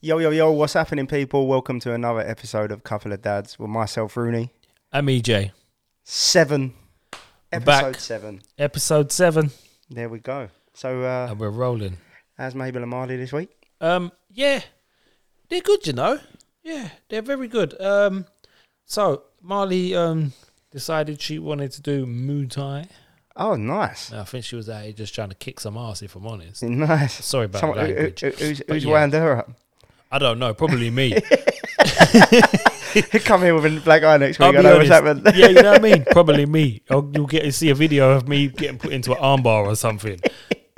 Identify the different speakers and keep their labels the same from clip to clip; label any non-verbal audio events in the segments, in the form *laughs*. Speaker 1: Yo, yo, yo, what's happening, people? Welcome to another episode of Couple of Dads with myself, Rooney.
Speaker 2: I'm E EJ.
Speaker 1: Seven. Episode
Speaker 2: Back.
Speaker 1: seven.
Speaker 2: Episode seven,
Speaker 1: There we go. So, uh,
Speaker 2: and we're rolling.
Speaker 1: how's Mabel and Marley this week?
Speaker 2: Um, yeah, they're good, you know. Yeah, they're very good. Um, so Marley um decided she wanted to do Muay Thai.
Speaker 1: Oh, nice.
Speaker 2: I think she was out here just trying to kick some ass, if I'm honest.
Speaker 1: Nice.
Speaker 2: Sorry about
Speaker 1: Someone-
Speaker 2: the
Speaker 1: who- who-
Speaker 2: language.
Speaker 1: who's
Speaker 2: But
Speaker 1: who's
Speaker 2: yeah.
Speaker 1: wound her up? *laughs*
Speaker 2: I don't know, probably *laughs* me.
Speaker 1: He'd come here with a black eye next
Speaker 2: I'll
Speaker 1: week. I
Speaker 2: be
Speaker 1: know what's
Speaker 2: honest.
Speaker 1: happened. *laughs*
Speaker 2: yeah, you know what I mean. Probably me. I'll, you'll get to see a video of me getting put into an armbar or something.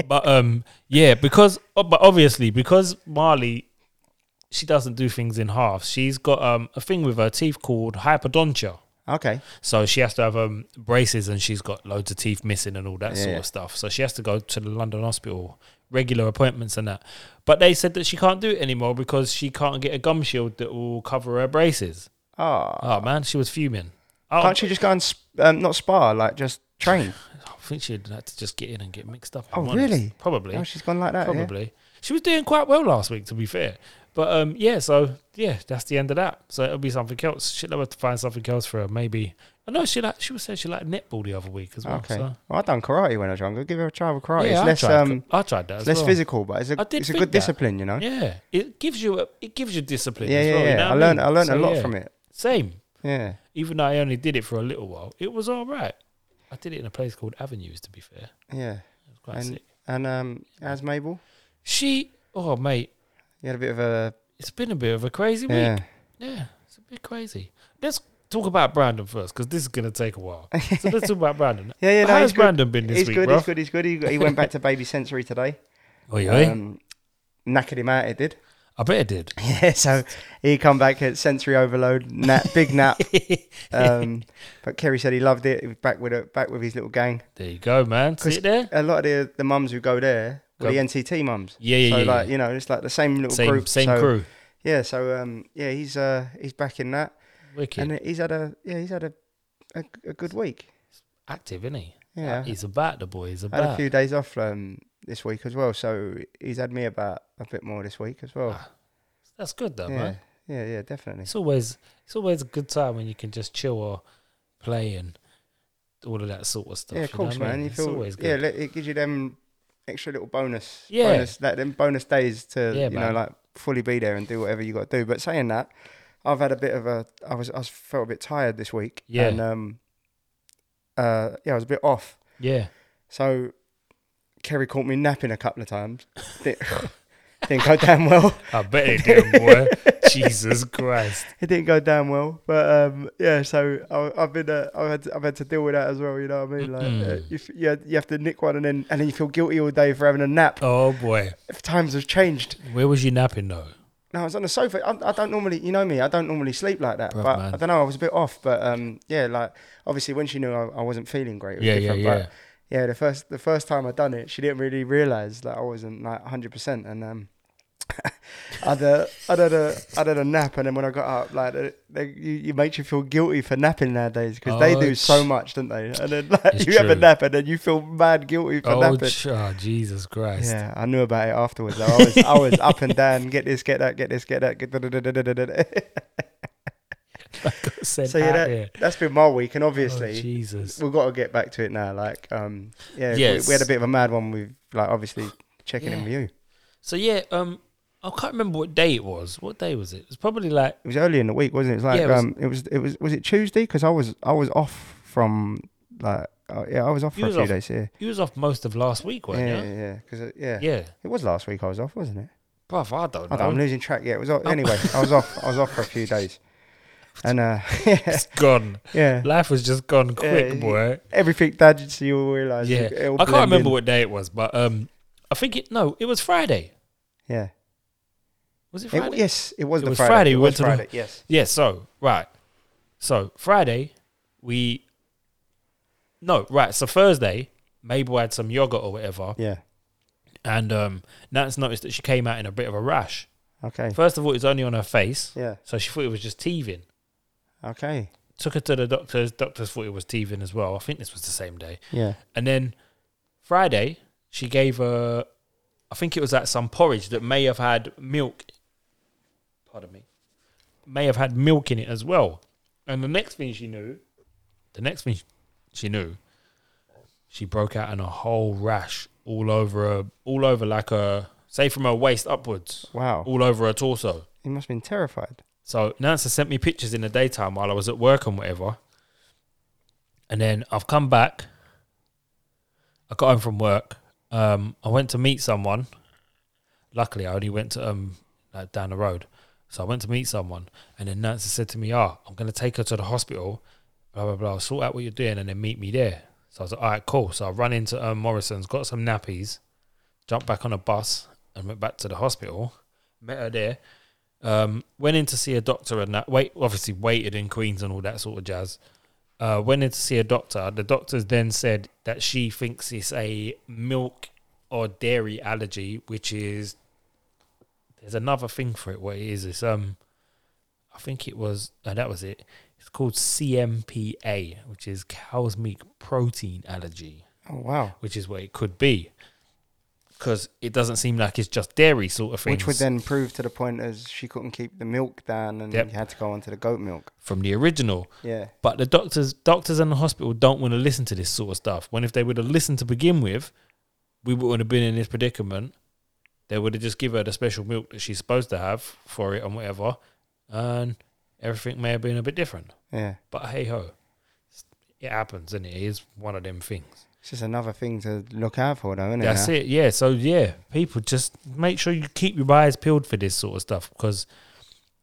Speaker 2: But um, yeah, because oh, but obviously because Marley, she doesn't do things in halves. She's got um a thing with her teeth called hypodontia.
Speaker 1: Okay.
Speaker 2: So she has to have um braces and she's got loads of teeth missing and all that
Speaker 1: Yeah.
Speaker 2: sort of stuff. So she has to go to the London hospital, regular appointments and that. But they said that she can't do it anymore because she can't get a gum shield that will cover her braces.
Speaker 1: Oh.
Speaker 2: Oh man, she was fuming. Oh,
Speaker 1: Can't you just go and, sp- um, not spa, like just train?
Speaker 2: I think she'd had to just get in and get mixed up. if
Speaker 1: Oh,
Speaker 2: I'm honest.
Speaker 1: really?
Speaker 2: Probably.
Speaker 1: Oh, she's gone like that. yeah?
Speaker 2: probably. She was doing quite well last week, to be fair. But um, yeah, so yeah, that's the end of that. So it'll be something else. She'll have to find something else for her. Maybe. I know she like. She was saying she liked netball the other week as well.
Speaker 1: Okay.
Speaker 2: So.
Speaker 1: Well, I done karate when I was younger. Give her a try with karate.
Speaker 2: Yeah, I,
Speaker 1: it's less,
Speaker 2: tried,
Speaker 1: um,
Speaker 2: I tried that. As
Speaker 1: it's less
Speaker 2: well.
Speaker 1: physical, but it's a,
Speaker 2: I did
Speaker 1: it's a
Speaker 2: think
Speaker 1: good
Speaker 2: that.
Speaker 1: discipline, you know?
Speaker 2: Yeah, it gives you a, it gives you discipline.
Speaker 1: Yeah,
Speaker 2: as
Speaker 1: yeah,
Speaker 2: well, you
Speaker 1: yeah.
Speaker 2: know
Speaker 1: I
Speaker 2: what
Speaker 1: learned,
Speaker 2: mean?
Speaker 1: I learned
Speaker 2: So,
Speaker 1: a lot
Speaker 2: yeah.
Speaker 1: from it.
Speaker 2: Same.
Speaker 1: Yeah.
Speaker 2: Even though I only did it for a little while, it was all right. I did it in a place called Avenues. To be fair, it
Speaker 1: Yeah.
Speaker 2: was quite
Speaker 1: And-
Speaker 2: sick.
Speaker 1: And um, as Mabel,
Speaker 2: She, oh mate,
Speaker 1: you had a bit of a
Speaker 2: it's been a bit of a crazy week.
Speaker 1: yeah.
Speaker 2: Yeah, it's a bit crazy. Let's talk about Brandon first, because this is gonna take
Speaker 1: *laughs*
Speaker 2: a while. So let's talk about Brandon.
Speaker 1: Yeah, yeah, no,
Speaker 2: How's
Speaker 1: he's good.
Speaker 2: Brandon been this
Speaker 1: he's
Speaker 2: week,
Speaker 1: good,
Speaker 2: bro?
Speaker 1: he's good, he's good, He He went back to baby sensory today.
Speaker 2: Oi, oi.
Speaker 1: Um, knackered him out. It did.
Speaker 2: I bet it did.
Speaker 1: Yeah. So he come back at sensory overload. Nap, big nap. Um, but Kerry said he loved it. He was back with a, back with his little gang.
Speaker 2: There you go, man. See it there.
Speaker 1: A lot of the, the mums who go there were
Speaker 2: Go-
Speaker 1: the NCT mums.
Speaker 2: Yeah, yeah,
Speaker 1: so
Speaker 2: yeah,
Speaker 1: like
Speaker 2: yeah.
Speaker 1: you know, it's like the same little
Speaker 2: Same,
Speaker 1: group.
Speaker 2: same
Speaker 1: so,
Speaker 2: crew.
Speaker 1: Yeah. So um, yeah, he's uh, he's back in that,
Speaker 2: Wicked,
Speaker 1: and he's had a yeah, he's had a a, a good week.
Speaker 2: active, isn't he?
Speaker 1: Yeah.
Speaker 2: he's about the boy. He's
Speaker 1: I had a
Speaker 2: about.
Speaker 1: few days off um, this week as well, so he's had me about a bit more this week as well.
Speaker 2: Ah, That's good though,
Speaker 1: yeah,
Speaker 2: man.
Speaker 1: yeah, yeah, definitely.
Speaker 2: It's always it's always a good time when you can just chill or play and all of that sort of stuff.
Speaker 1: yeah,
Speaker 2: you
Speaker 1: of
Speaker 2: know
Speaker 1: course,
Speaker 2: what I
Speaker 1: man.
Speaker 2: mean?
Speaker 1: You
Speaker 2: It's
Speaker 1: feel
Speaker 2: always
Speaker 1: yeah,
Speaker 2: good.
Speaker 1: li- it gives you them extra little bonus,
Speaker 2: Yeah.
Speaker 1: bonus that them bonus days to
Speaker 2: Yeah,
Speaker 1: you know
Speaker 2: man.
Speaker 1: like fully be there and do whatever you got to do. But saying that, I've had a bit of a I was I was- felt a bit tired this week.
Speaker 2: Yeah.
Speaker 1: and um, uh, yeah, I was a bit off.
Speaker 2: Yeah,
Speaker 1: So Kerry caught me napping a couple of times. Didn't- *laughs* didn't go down well. *laughs*
Speaker 2: I bet it did, boy. *laughs* Jesus Christ.
Speaker 1: it didn't go down well. But um, yeah, so I, I've been uh, I've had to, I've had to deal with that as well. You know what I mean? Like uh,
Speaker 2: Mm-mm.
Speaker 1: you, f- you, had- you have to nick one and then and then you feel guilty all day for having a nap.
Speaker 2: Oh boy,
Speaker 1: If times have changed.
Speaker 2: where was you napping though?
Speaker 1: No, I was on the sofa. I, I don't normally, you know me, I don't normally sleep like that.
Speaker 2: Bruv,
Speaker 1: but
Speaker 2: man.
Speaker 1: I don't know, I was a bit off. But um, yeah, like obviously when she knew I, I wasn't feeling great, it was
Speaker 2: Yeah, yeah,
Speaker 1: different.
Speaker 2: yeah.
Speaker 1: But yeah, the first the first time I done it, she didn't really realize that I wasn't like hundred percent, and um, *laughs* I had a I had a I had a nap, and then when I got up, like they, they, you, you makes you feel guilty for napping nowadays because they
Speaker 2: Oh,
Speaker 1: do so
Speaker 2: ch-
Speaker 1: much, don't they? And then like
Speaker 2: It's
Speaker 1: *laughs* you have a
Speaker 2: true.
Speaker 1: nap, and then you feel mad guilty for
Speaker 2: Oh,
Speaker 1: napping.
Speaker 2: ch- oh, Jesus Christ. *laughs*
Speaker 1: yeah, I knew about it afterwards. though. I was I was up and down, get this, get that, get this, get that, get da da da da da da. da. *laughs*
Speaker 2: Sent
Speaker 1: So yeah,
Speaker 2: out
Speaker 1: that,
Speaker 2: there.
Speaker 1: that's been my week, and
Speaker 2: Oh,
Speaker 1: obviously
Speaker 2: Jesus.
Speaker 1: we've got to get back to it now. Like, um, yeah, we,
Speaker 2: Yes.
Speaker 1: we had a bit of a mad one with like obviously checking in
Speaker 2: Yeah.
Speaker 1: with you.
Speaker 2: So yeah, um, I can't remember what day it was. What day was it? It was probably like
Speaker 1: It was early in the week, wasn't it? It was like
Speaker 2: Yeah, it was-
Speaker 1: um, it was it was was it Tuesday? Because I was I was off from like uh, yeah, I was off
Speaker 2: You
Speaker 1: for a
Speaker 2: was
Speaker 1: few
Speaker 2: off,
Speaker 1: days here.
Speaker 2: you was off most of last week,
Speaker 1: Yeah,
Speaker 2: weren't
Speaker 1: yeah,
Speaker 2: you?
Speaker 1: yeah. Because yeah.
Speaker 2: Yeah.
Speaker 1: it was last week I was off, wasn't it?
Speaker 2: Bruv, I don't
Speaker 1: I
Speaker 2: know.
Speaker 1: don't, I'm losing track. Yeah, it was off.
Speaker 2: Oh.
Speaker 1: anyway. I was off. I was off for a
Speaker 2: *laughs*
Speaker 1: few days, and uh, *laughs*
Speaker 2: It's gone.
Speaker 1: yeah,
Speaker 2: Life has just gone
Speaker 1: *laughs*
Speaker 2: quick,
Speaker 1: yeah.
Speaker 2: boy.
Speaker 1: everything dad, so you'll realise.
Speaker 2: Yeah.
Speaker 1: it- it'll
Speaker 2: I can't
Speaker 1: blend
Speaker 2: remember
Speaker 1: in.
Speaker 2: what day it was, but um, I think it. No, it was Friday.
Speaker 1: Yeah,
Speaker 2: Was it
Speaker 1: It-
Speaker 2: Friday?
Speaker 1: yes, it was
Speaker 2: It
Speaker 1: the
Speaker 2: was
Speaker 1: Friday.
Speaker 2: Friday,
Speaker 1: It
Speaker 2: we
Speaker 1: was
Speaker 2: went to the-
Speaker 1: Friday. Yes.
Speaker 2: Yeah, so, right. So, Friday, we. No, right. So, Thursday, Mabel had some yogurt or whatever.
Speaker 1: Yeah.
Speaker 2: And um, Nance noticed that she came out in a bit of a rash.
Speaker 1: Okay.
Speaker 2: First of all, it was only on her face.
Speaker 1: Yeah.
Speaker 2: So, she thought it was just teething.
Speaker 1: Okay.
Speaker 2: Took her to the doctors. Doctors thought it was teething as well. I think this was the same day.
Speaker 1: Yeah.
Speaker 2: And then Friday, she gave her, I think it was like some porridge that may have had milk pardon me, may have had milk in it as well. And the next thing she knew, the next thing she knew, she broke out in a whole rash all over her, all over like a, say from her waist upwards,
Speaker 1: Wow.
Speaker 2: all over her torso.
Speaker 1: He must have been terrified.
Speaker 2: So Nancy sent me pictures in the daytime while I was at work and whatever. And then I've come back. I got home from work. Um, I went to meet someone. Luckily, I only went to um like down the road, so I went to meet someone. And then Nancy said to me, "Ah, I'm gonna take her to the hospital. Blah blah blah. Sort out what you're doing, and then meet me there." So I was like, "All right, cool." So I run into um, Morrison's, got some nappies, jumped back on a bus, and went back to the hospital. Met her there. Um, went in to see a doctor and that. Wait, obviously waited in Queens and all that sort of jazz. Uh, went in to see a doctor. The doctor then said that she thinks it's a milk or dairy allergy, which is there's another thing for it. What it is, it's um, I think it was uh, that was it. It's called CMPA, which is cow's milk protein allergy
Speaker 1: Oh wow.
Speaker 2: which is what it could be. Because it doesn't seem like it's just dairy sort of thing.
Speaker 1: Which would then prove to the point as she couldn't keep the milk down and
Speaker 2: Yep.
Speaker 1: you had to go on to the goat milk.
Speaker 2: from the original.
Speaker 1: Yeah.
Speaker 2: But the doctors, doctors and the hospital don't want to listen to this sort of stuff. When if they would have listened to begin with, we wouldn't have been in this predicament. They would have just give her the special milk that she's supposed to have for it and whatever, and everything may have been a bit different.
Speaker 1: Yeah.
Speaker 2: But hey ho, it happens, and it is one of them things.
Speaker 1: It's just another thing to look out for though, isn't
Speaker 2: That's
Speaker 1: it?
Speaker 2: it. Yeah. So yeah, people just make sure you keep your eyes peeled for this sort of stuff because,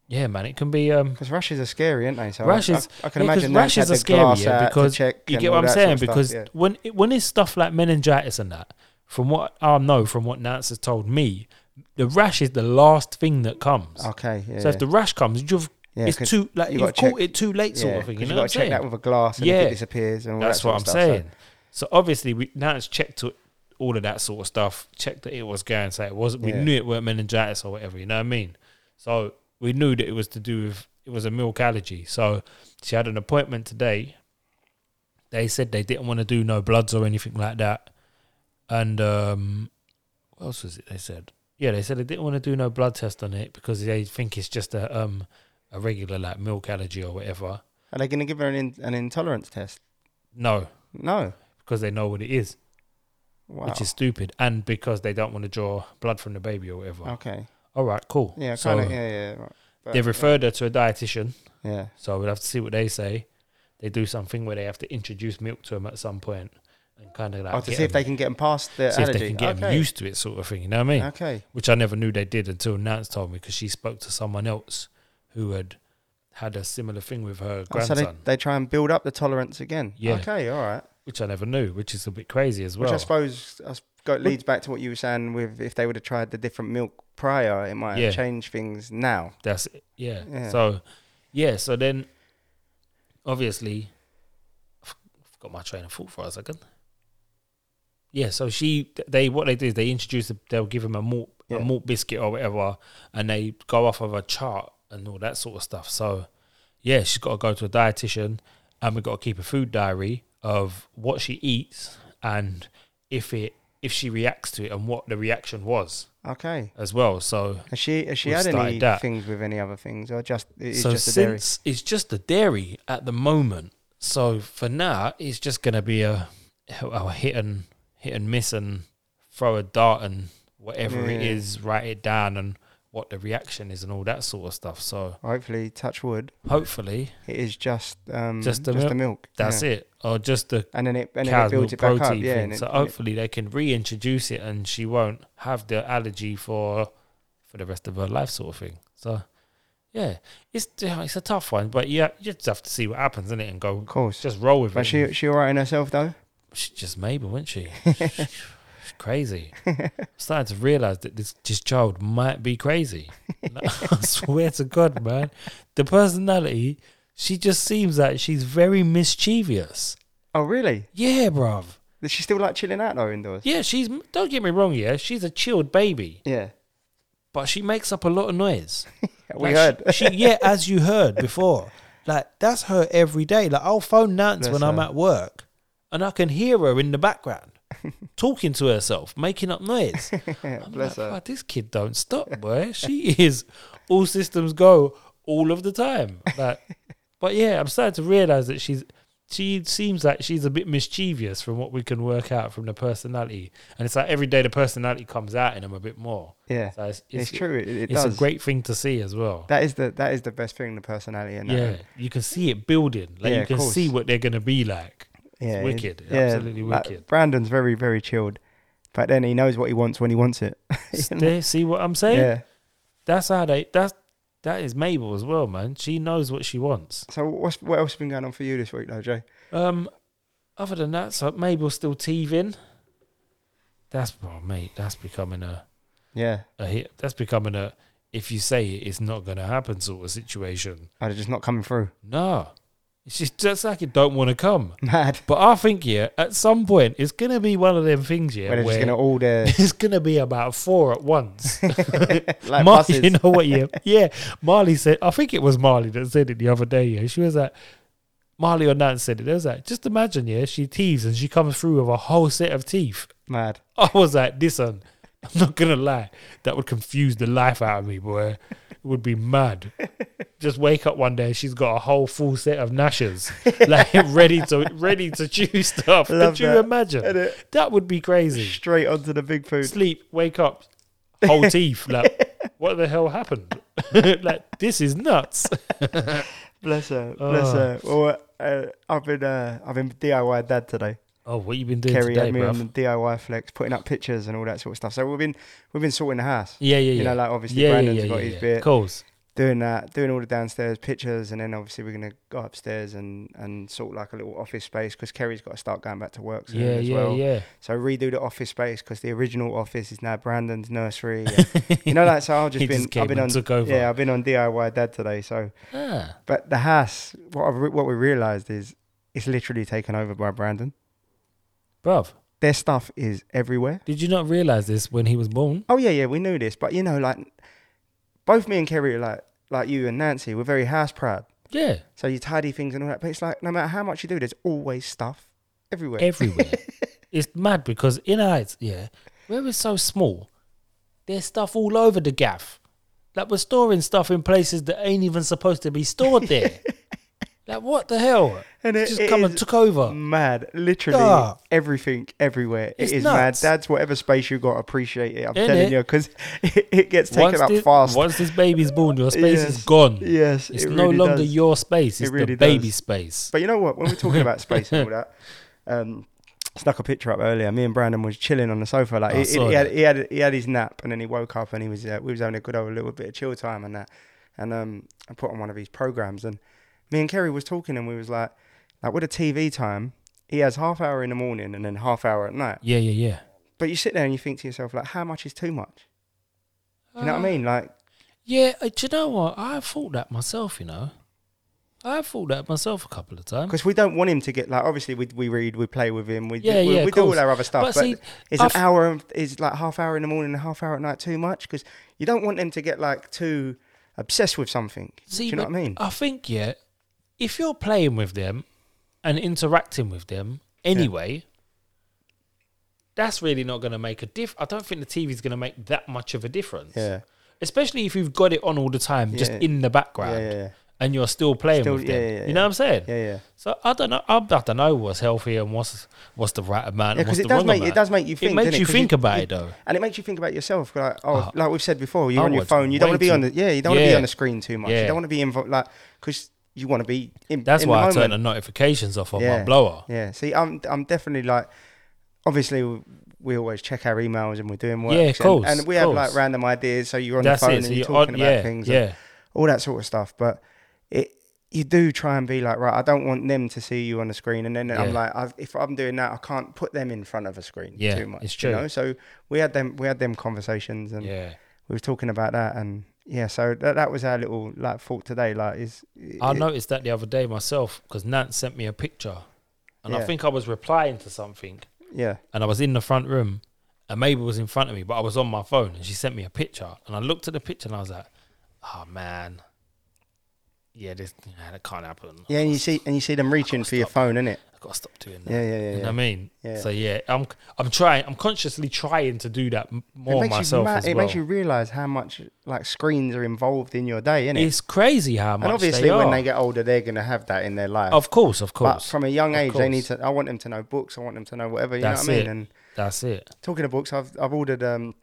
Speaker 2: yeah, man, it can be um.
Speaker 1: Because rashes are scary, aren't they? So I-
Speaker 2: Rashes,
Speaker 1: I, I can
Speaker 2: yeah, 'cause
Speaker 1: imagine that's
Speaker 2: rashes
Speaker 1: had
Speaker 2: are
Speaker 1: the
Speaker 2: scary
Speaker 1: glass
Speaker 2: yeah,
Speaker 1: out to
Speaker 2: because
Speaker 1: check
Speaker 2: you
Speaker 1: and
Speaker 2: get
Speaker 1: all
Speaker 2: what I'm
Speaker 1: that
Speaker 2: saying.
Speaker 1: sort of stuff,
Speaker 2: because
Speaker 1: yeah.
Speaker 2: when it, when it's stuff like meningitis and that, from what I know, from what Nance has told me, the rash is the last thing that comes.
Speaker 1: okay, Oh, yeah,
Speaker 2: so if the rash comes, you've
Speaker 1: yeah,
Speaker 2: it's
Speaker 1: 'cause
Speaker 2: too like
Speaker 1: you
Speaker 2: you have
Speaker 1: gotta check-
Speaker 2: caught it too late, sort
Speaker 1: yeah,
Speaker 2: of
Speaker 1: 'cause
Speaker 2: thing. You
Speaker 1: you've
Speaker 2: know
Speaker 1: got
Speaker 2: what
Speaker 1: to check
Speaker 2: I'm saying?
Speaker 1: that with a glass, and if
Speaker 2: Yeah.
Speaker 1: it disappears, and all
Speaker 2: That's
Speaker 1: that
Speaker 2: what
Speaker 1: sort
Speaker 2: I'm
Speaker 1: of stuff, so-
Speaker 2: saying. So, obviously, we now it's checked to all of that sort of stuff. Checked that it was going. So it was. We
Speaker 1: Yeah.
Speaker 2: knew it weren't meningitis or whatever. You know what I mean? So we knew that it was to do with it was a milk allergy. So she had an appointment today. They said they didn't want to do no bloods or anything like that. And um, what else was it? They said yeah, they said they didn't want to do no blood test on it because they think it's just a um a regular like milk allergy or whatever.
Speaker 1: Are they going to give her an in, an intolerance test?
Speaker 2: No,
Speaker 1: No.
Speaker 2: because they know what it is.
Speaker 1: Wow.
Speaker 2: which is stupid, and because they don't want to draw blood from the baby or whatever.
Speaker 1: okay.
Speaker 2: All right, cool.
Speaker 1: Oh. Yeah,
Speaker 2: so
Speaker 1: kind of. yeah, yeah. right. But-
Speaker 2: they referred her to a dietitian,
Speaker 1: Yeah.
Speaker 2: so we'll have to see what they say. They do something where they have to introduce milk to them at some point and kind of like
Speaker 1: Oh, to
Speaker 2: get
Speaker 1: see if they
Speaker 2: 'em-
Speaker 1: can get them past the
Speaker 2: see if
Speaker 1: allergy.
Speaker 2: they can get 'em
Speaker 1: okay.
Speaker 2: used to it, sort of thing. You know what I mean?
Speaker 1: Okay.
Speaker 2: Which I never knew they did until Nance told me because she spoke to someone else who had had a similar thing with her
Speaker 1: Oh, so
Speaker 2: grandson,
Speaker 1: they, they try and build up the tolerance again.
Speaker 2: Yeah.
Speaker 1: Okay. All right.
Speaker 2: which I never knew, which is a bit crazy as well.
Speaker 1: Which I suppose I s- go, leads back to what you were saying with if they would have tried the different milk prior, it might
Speaker 2: Yeah.
Speaker 1: have changed things now.
Speaker 2: That's it. Yeah.
Speaker 1: Yeah.
Speaker 2: So, yeah. So then, obviously, I forgot my train of thought for a second. Yeah. So she, they, what they do is they introduce, the, they'll give him a malt,
Speaker 1: Yeah.
Speaker 2: a malt biscuit or whatever, and they go off of a chart and all that sort of stuff. So, yeah, she's got to go to a dietitian, and we've got to keep a food diary of what she eats and if it, if she reacts to it and what the reaction was
Speaker 1: Okay.
Speaker 2: as well. So
Speaker 1: Has she has she
Speaker 2: We've
Speaker 1: had any
Speaker 2: started that.
Speaker 1: things with any other things or just it's
Speaker 2: so
Speaker 1: just the dairy?
Speaker 2: since it's just the dairy at the moment, so for now it's just gonna be a, a hit and hit and miss and throw a dart and whatever it
Speaker 1: Yeah.
Speaker 2: is, write it down and what the reaction is and all that sort of stuff. So
Speaker 1: Hopefully, touch wood.
Speaker 2: hopefully
Speaker 1: It is just um,
Speaker 2: Just
Speaker 1: just
Speaker 2: the
Speaker 1: the milk.
Speaker 2: that's it, or just the
Speaker 1: And then it and then it
Speaker 2: cow's
Speaker 1: builds
Speaker 2: milk
Speaker 1: it back
Speaker 2: protein
Speaker 1: up. Yeah.
Speaker 2: thing.
Speaker 1: And it,
Speaker 2: so oh,
Speaker 1: and it-
Speaker 2: hopefully they can reintroduce it and she won't have the allergy for for the rest of her life, sort of thing. So. Yeah, it's it's a tough one, but yeah, you just have to see what happens, innit, and go
Speaker 1: of course.
Speaker 2: just roll with
Speaker 1: But
Speaker 2: it.
Speaker 1: she she all right in herself though.
Speaker 2: She's just Mabel, wasn't she? She's crazy. starting to realize that this this child might be crazy. Like, *laughs* I swear to God, man, the personality. She just seems like she's very mischievous.
Speaker 1: Oh really?
Speaker 2: Yeah, bruv.
Speaker 1: Does she still like chilling out though indoors?
Speaker 2: Yeah, she's. Don't get me wrong. Yeah, she's a chilled baby,
Speaker 1: Yeah.
Speaker 2: but she makes up a lot of noise.
Speaker 1: We
Speaker 2: Like,
Speaker 1: heard.
Speaker 2: She, she- yeah, as you
Speaker 1: *laughs*
Speaker 2: heard before. Like that's her every day. Like I'll phone Nance
Speaker 1: Bless
Speaker 2: when I'm
Speaker 1: her.
Speaker 2: at work, and I can hear her in
Speaker 1: *laughs*
Speaker 2: the background talking to herself, making up noise.
Speaker 1: *laughs*
Speaker 2: I'm
Speaker 1: Bless
Speaker 2: like,
Speaker 1: her.
Speaker 2: "Fuck, This kid don't stop, boy. She *laughs* is all systems go all of the time.
Speaker 1: *laughs*
Speaker 2: Like, but yeah, I'm starting to realize that she's she seems like she's a bit mischievous from what we can work out from the personality, and it's like every day the personality comes out in them a bit more.
Speaker 1: Yeah,
Speaker 2: So it's,
Speaker 1: it's,
Speaker 2: it's,
Speaker 1: true. It, it
Speaker 2: it's
Speaker 1: does.
Speaker 2: a great thing to see as well.
Speaker 1: That is the that is the best thing. The personality in that.
Speaker 2: yeah, you can see it building. Like
Speaker 1: Yeah,
Speaker 2: you
Speaker 1: of
Speaker 2: can
Speaker 1: course.
Speaker 2: see what they're gonna be like.
Speaker 1: yeah, it-
Speaker 2: wicked, absolutely wicked.
Speaker 1: Brandon's very very chilled, but then he knows what he wants when he wants it. *laughs* You know?
Speaker 2: Stay, see what I'm saying?
Speaker 1: yeah.
Speaker 2: That's how they. That's that is Mabel as well, man. She knows what she wants.
Speaker 1: So what's what else has been going on for you this week, though, Jay?
Speaker 2: Um, other than that, so Mabel's still teething. That's oh, mate. That's becoming a
Speaker 1: Yeah,
Speaker 2: a hit. That's becoming a if you say it, it's not gonna happen sort of situation.
Speaker 1: I'm just not coming through. *laughs*
Speaker 2: No, it's just that's like it don't want to come.
Speaker 1: Mad.
Speaker 2: But I think yeah, at some point it's gonna be one of them things yeah
Speaker 1: Where they're just
Speaker 2: where
Speaker 1: gonna all their
Speaker 2: *laughs* it's gonna be about four at once.
Speaker 1: like
Speaker 2: Mar-
Speaker 1: buses.
Speaker 2: you know what? Yeah,
Speaker 1: *laughs*
Speaker 2: yeah. Marley said, I think it was Marley that said it the other day. Yeah, she was like, Marley or Nan said it. I was like, just imagine, yeah, she teaves and she comes through with a whole set of teeth. *laughs*
Speaker 1: Mad.
Speaker 2: I was like, this one, I'm not gonna lie, that would confuse the life out of me, boy. It would
Speaker 1: *laughs*
Speaker 2: be mad. Just wake up one day, and she's got a whole full set of gnashers, *laughs* like ready to ready to chew stuff.
Speaker 1: Love
Speaker 2: Could you
Speaker 1: that.
Speaker 2: imagine?
Speaker 1: Edit.
Speaker 2: That would be crazy
Speaker 1: Straight onto the big food.
Speaker 2: sleep, wake up, whole teeth.
Speaker 1: *laughs*
Speaker 2: Like, what the hell happened? like, this is nuts.
Speaker 1: Bless her. Bless
Speaker 2: Oh.
Speaker 1: her. Well, uh, I've been uh, I've been DIY dad today.
Speaker 2: Oh, what you been doing
Speaker 1: Kerry
Speaker 2: today,
Speaker 1: had me on
Speaker 2: bruv?
Speaker 1: the DIY flex, putting up pictures and all that sort of stuff. So we've been we've been sorting the house.
Speaker 2: Yeah, yeah, yeah.
Speaker 1: You know, like obviously
Speaker 2: yeah,
Speaker 1: Brandon's
Speaker 2: yeah, yeah,
Speaker 1: got
Speaker 2: yeah,
Speaker 1: his
Speaker 2: yeah.
Speaker 1: bit,
Speaker 2: Course.
Speaker 1: doing that, doing all the downstairs pictures, and then obviously we're gonna go upstairs and and sort like a little office space because Kerry's got to start going back to work soon
Speaker 2: Yeah,
Speaker 1: as
Speaker 2: yeah,
Speaker 1: well.
Speaker 2: yeah.
Speaker 1: So redo the office space because the original office is now Brandon's
Speaker 2: *laughs*
Speaker 1: nursery. and- you know, like so I've
Speaker 2: He
Speaker 1: just
Speaker 2: just
Speaker 1: been
Speaker 2: came
Speaker 1: I've been
Speaker 2: and
Speaker 1: on
Speaker 2: took over.
Speaker 1: yeah I've been on DIY dad today. So
Speaker 2: Ah,
Speaker 1: but the house, what I've, re- what we realised is it's literally taken over by Brandon.
Speaker 2: bruv,
Speaker 1: Their stuff is everywhere.
Speaker 2: did you not realize this when he was born?
Speaker 1: Oh yeah, yeah, we knew this, but you know, like both me and Kerry, are like like you and Nancy, we're very house proud.
Speaker 2: Yeah,
Speaker 1: So you tidy things and all that, but it's like no matter how much you do, there's always stuff everywhere. *laughs*
Speaker 2: everywhere. it's mad because in Heights, yeah, where we're so small, there's stuff all over the gaff. Like we're storing stuff in places that ain't even supposed to be stored
Speaker 1: *laughs*
Speaker 2: there. like what the hell?
Speaker 1: And it-
Speaker 2: just
Speaker 1: it
Speaker 2: come and
Speaker 1: is
Speaker 2: took over.
Speaker 1: mad, literally
Speaker 2: Yeah.
Speaker 1: everything, everywhere.
Speaker 2: It's
Speaker 1: it is
Speaker 2: nuts.
Speaker 1: mad. Dad's whatever space you got, appreciate it. I'm
Speaker 2: Innit?
Speaker 1: telling you, because it, *laughs* it gets taken up
Speaker 2: this,
Speaker 1: fast.
Speaker 2: Once this baby's born, your space is
Speaker 1: Yes.
Speaker 2: gone.
Speaker 1: Yes,
Speaker 2: It's
Speaker 1: it
Speaker 2: no
Speaker 1: really
Speaker 2: longer
Speaker 1: does.
Speaker 2: your space.
Speaker 1: It
Speaker 2: It's the
Speaker 1: really
Speaker 2: baby
Speaker 1: does.
Speaker 2: space.
Speaker 1: But you know what? When we're talking
Speaker 2: *laughs*
Speaker 1: about space and all that, um, snuck a picture up earlier. Me and Brandon was chilling on the sofa. Like
Speaker 2: I
Speaker 1: he,
Speaker 2: saw
Speaker 1: he, had,
Speaker 2: that.
Speaker 1: he had he had his nap, and then he woke up and he was uh, we was having a good old little bit of chill time and that. And um, I put on one of his programs, and me and Kerry was talking, and we was like, like with a TV time, he has half hour in the morning and then half hour at night.
Speaker 2: Yeah, yeah, yeah.
Speaker 1: But you sit there and you think to yourself, like, how much is too much? Do you
Speaker 2: Ah.
Speaker 1: know what I mean? Like,
Speaker 2: Yeah, uh, do you know what? I thought that myself, you know. I thought that myself a couple of times.
Speaker 1: because Mm. we don't want him to get like. Obviously, we we read, we play with him, we
Speaker 2: Yeah,
Speaker 1: do, we,
Speaker 2: yeah,
Speaker 1: we
Speaker 2: of
Speaker 1: do
Speaker 2: course.
Speaker 1: all our other stuff.
Speaker 2: But
Speaker 1: But,
Speaker 2: see,
Speaker 1: is
Speaker 2: I've-
Speaker 1: an hour and- is like half hour in the morning and half hour at night too much? Because you don't want them to get like too obsessed with something. do
Speaker 2: See,
Speaker 1: you know
Speaker 2: but
Speaker 1: what I mean?
Speaker 2: I think, yeah, if you're playing with them and interacting with them anyway, that's really not going to make a diff. I don't think the TV's going to make that much of a difference.
Speaker 1: yeah,
Speaker 2: Especially if you've got it on all the time, just
Speaker 1: Yeah.
Speaker 2: in the background.
Speaker 1: yeah, yeah, yeah,
Speaker 2: and you're still playing
Speaker 1: Still-
Speaker 2: with them.
Speaker 1: yeah, yeah,
Speaker 2: you know
Speaker 1: yeah.
Speaker 2: what I'm saying?
Speaker 1: yeah, yeah.
Speaker 2: So I don't know. I, I don't know what's healthy and what's what's the right amount. and
Speaker 1: Because
Speaker 2: what's
Speaker 1: it
Speaker 2: the
Speaker 1: does
Speaker 2: wrong
Speaker 1: make
Speaker 2: amount.
Speaker 1: it does make you think.
Speaker 2: It makes
Speaker 1: doesn't
Speaker 2: you
Speaker 1: 'Cause
Speaker 2: think about it though.
Speaker 1: and it makes you think about yourself. Like, oh,
Speaker 2: Oh.
Speaker 1: like we've said before, you're
Speaker 2: I
Speaker 1: on your
Speaker 2: watch
Speaker 1: phone. You don't
Speaker 2: Oh, way
Speaker 1: want to be
Speaker 2: too-
Speaker 1: on the yeah. You don't want to
Speaker 2: Yeah.
Speaker 1: be on the screen too much.
Speaker 2: Yeah.
Speaker 1: You don't want to be involved, like because you want to be in.
Speaker 2: That's
Speaker 1: in
Speaker 2: why I
Speaker 1: the
Speaker 2: turn
Speaker 1: moment.
Speaker 2: the notifications off on my
Speaker 1: Yeah.
Speaker 2: blower.
Speaker 1: Yeah. See, I'm I'm definitely like, obviously we- we always check our emails and we're doing work.
Speaker 2: Yeah,
Speaker 1: and,
Speaker 2: course,
Speaker 1: and we have like
Speaker 2: course.
Speaker 1: random ideas. So you're on
Speaker 2: That's
Speaker 1: the phone
Speaker 2: it. So
Speaker 1: and you're
Speaker 2: you're
Speaker 1: talking
Speaker 2: on,
Speaker 1: about
Speaker 2: yeah,
Speaker 1: things, and
Speaker 2: yeah,
Speaker 1: all that sort of stuff. But it you do try and be like, right, I don't want them to see you on the screen, and then
Speaker 2: Yeah.
Speaker 1: I'm like, I, if I'm doing that, I can't put them in front of a screen
Speaker 2: Yeah,
Speaker 1: too much.
Speaker 2: it's
Speaker 1: You
Speaker 2: true.
Speaker 1: know? So we had them we had them conversations and
Speaker 2: yeah.
Speaker 1: we were talking about that and. Yeah, so that, that was our little like thought today. Like, is
Speaker 2: I
Speaker 1: it-
Speaker 2: noticed that the other day myself because Nance sent me a picture, and I
Speaker 1: Yeah.
Speaker 2: think I was replying to something,
Speaker 1: yeah,
Speaker 2: and I was in the front room, and Mabel was in front of me, but I was on my phone, and she sent me a picture, and I looked at the picture, and I was like, "Oh man, "Ah, yeah, this nah, that can't happen.
Speaker 1: Yeah, and you see and you see them reaching for your phone, innit?
Speaker 2: I gotta stop doing that.
Speaker 1: Yeah, yeah, yeah.
Speaker 2: You know
Speaker 1: yeah.
Speaker 2: what I mean?
Speaker 1: Yeah.
Speaker 2: So yeah, I'm I'm trying. I'm consciously trying to do that m- more myself
Speaker 1: you ma-
Speaker 2: as
Speaker 1: It
Speaker 2: well.
Speaker 1: makes you realize how much like screens are involved in your day, innit?
Speaker 2: it's crazy how much
Speaker 1: and obviously,
Speaker 2: they
Speaker 1: when
Speaker 2: are.
Speaker 1: they get older, they're gonna have that in their life.
Speaker 2: of course, of
Speaker 1: but
Speaker 2: course,
Speaker 1: from a young
Speaker 2: Of
Speaker 1: age, they need
Speaker 2: course.
Speaker 1: to. I want them to know books. I want them to know whatever. You
Speaker 2: That's
Speaker 1: know what I mean?
Speaker 2: it.
Speaker 1: And
Speaker 2: that's it.
Speaker 1: talking of books, I've I've ordered um,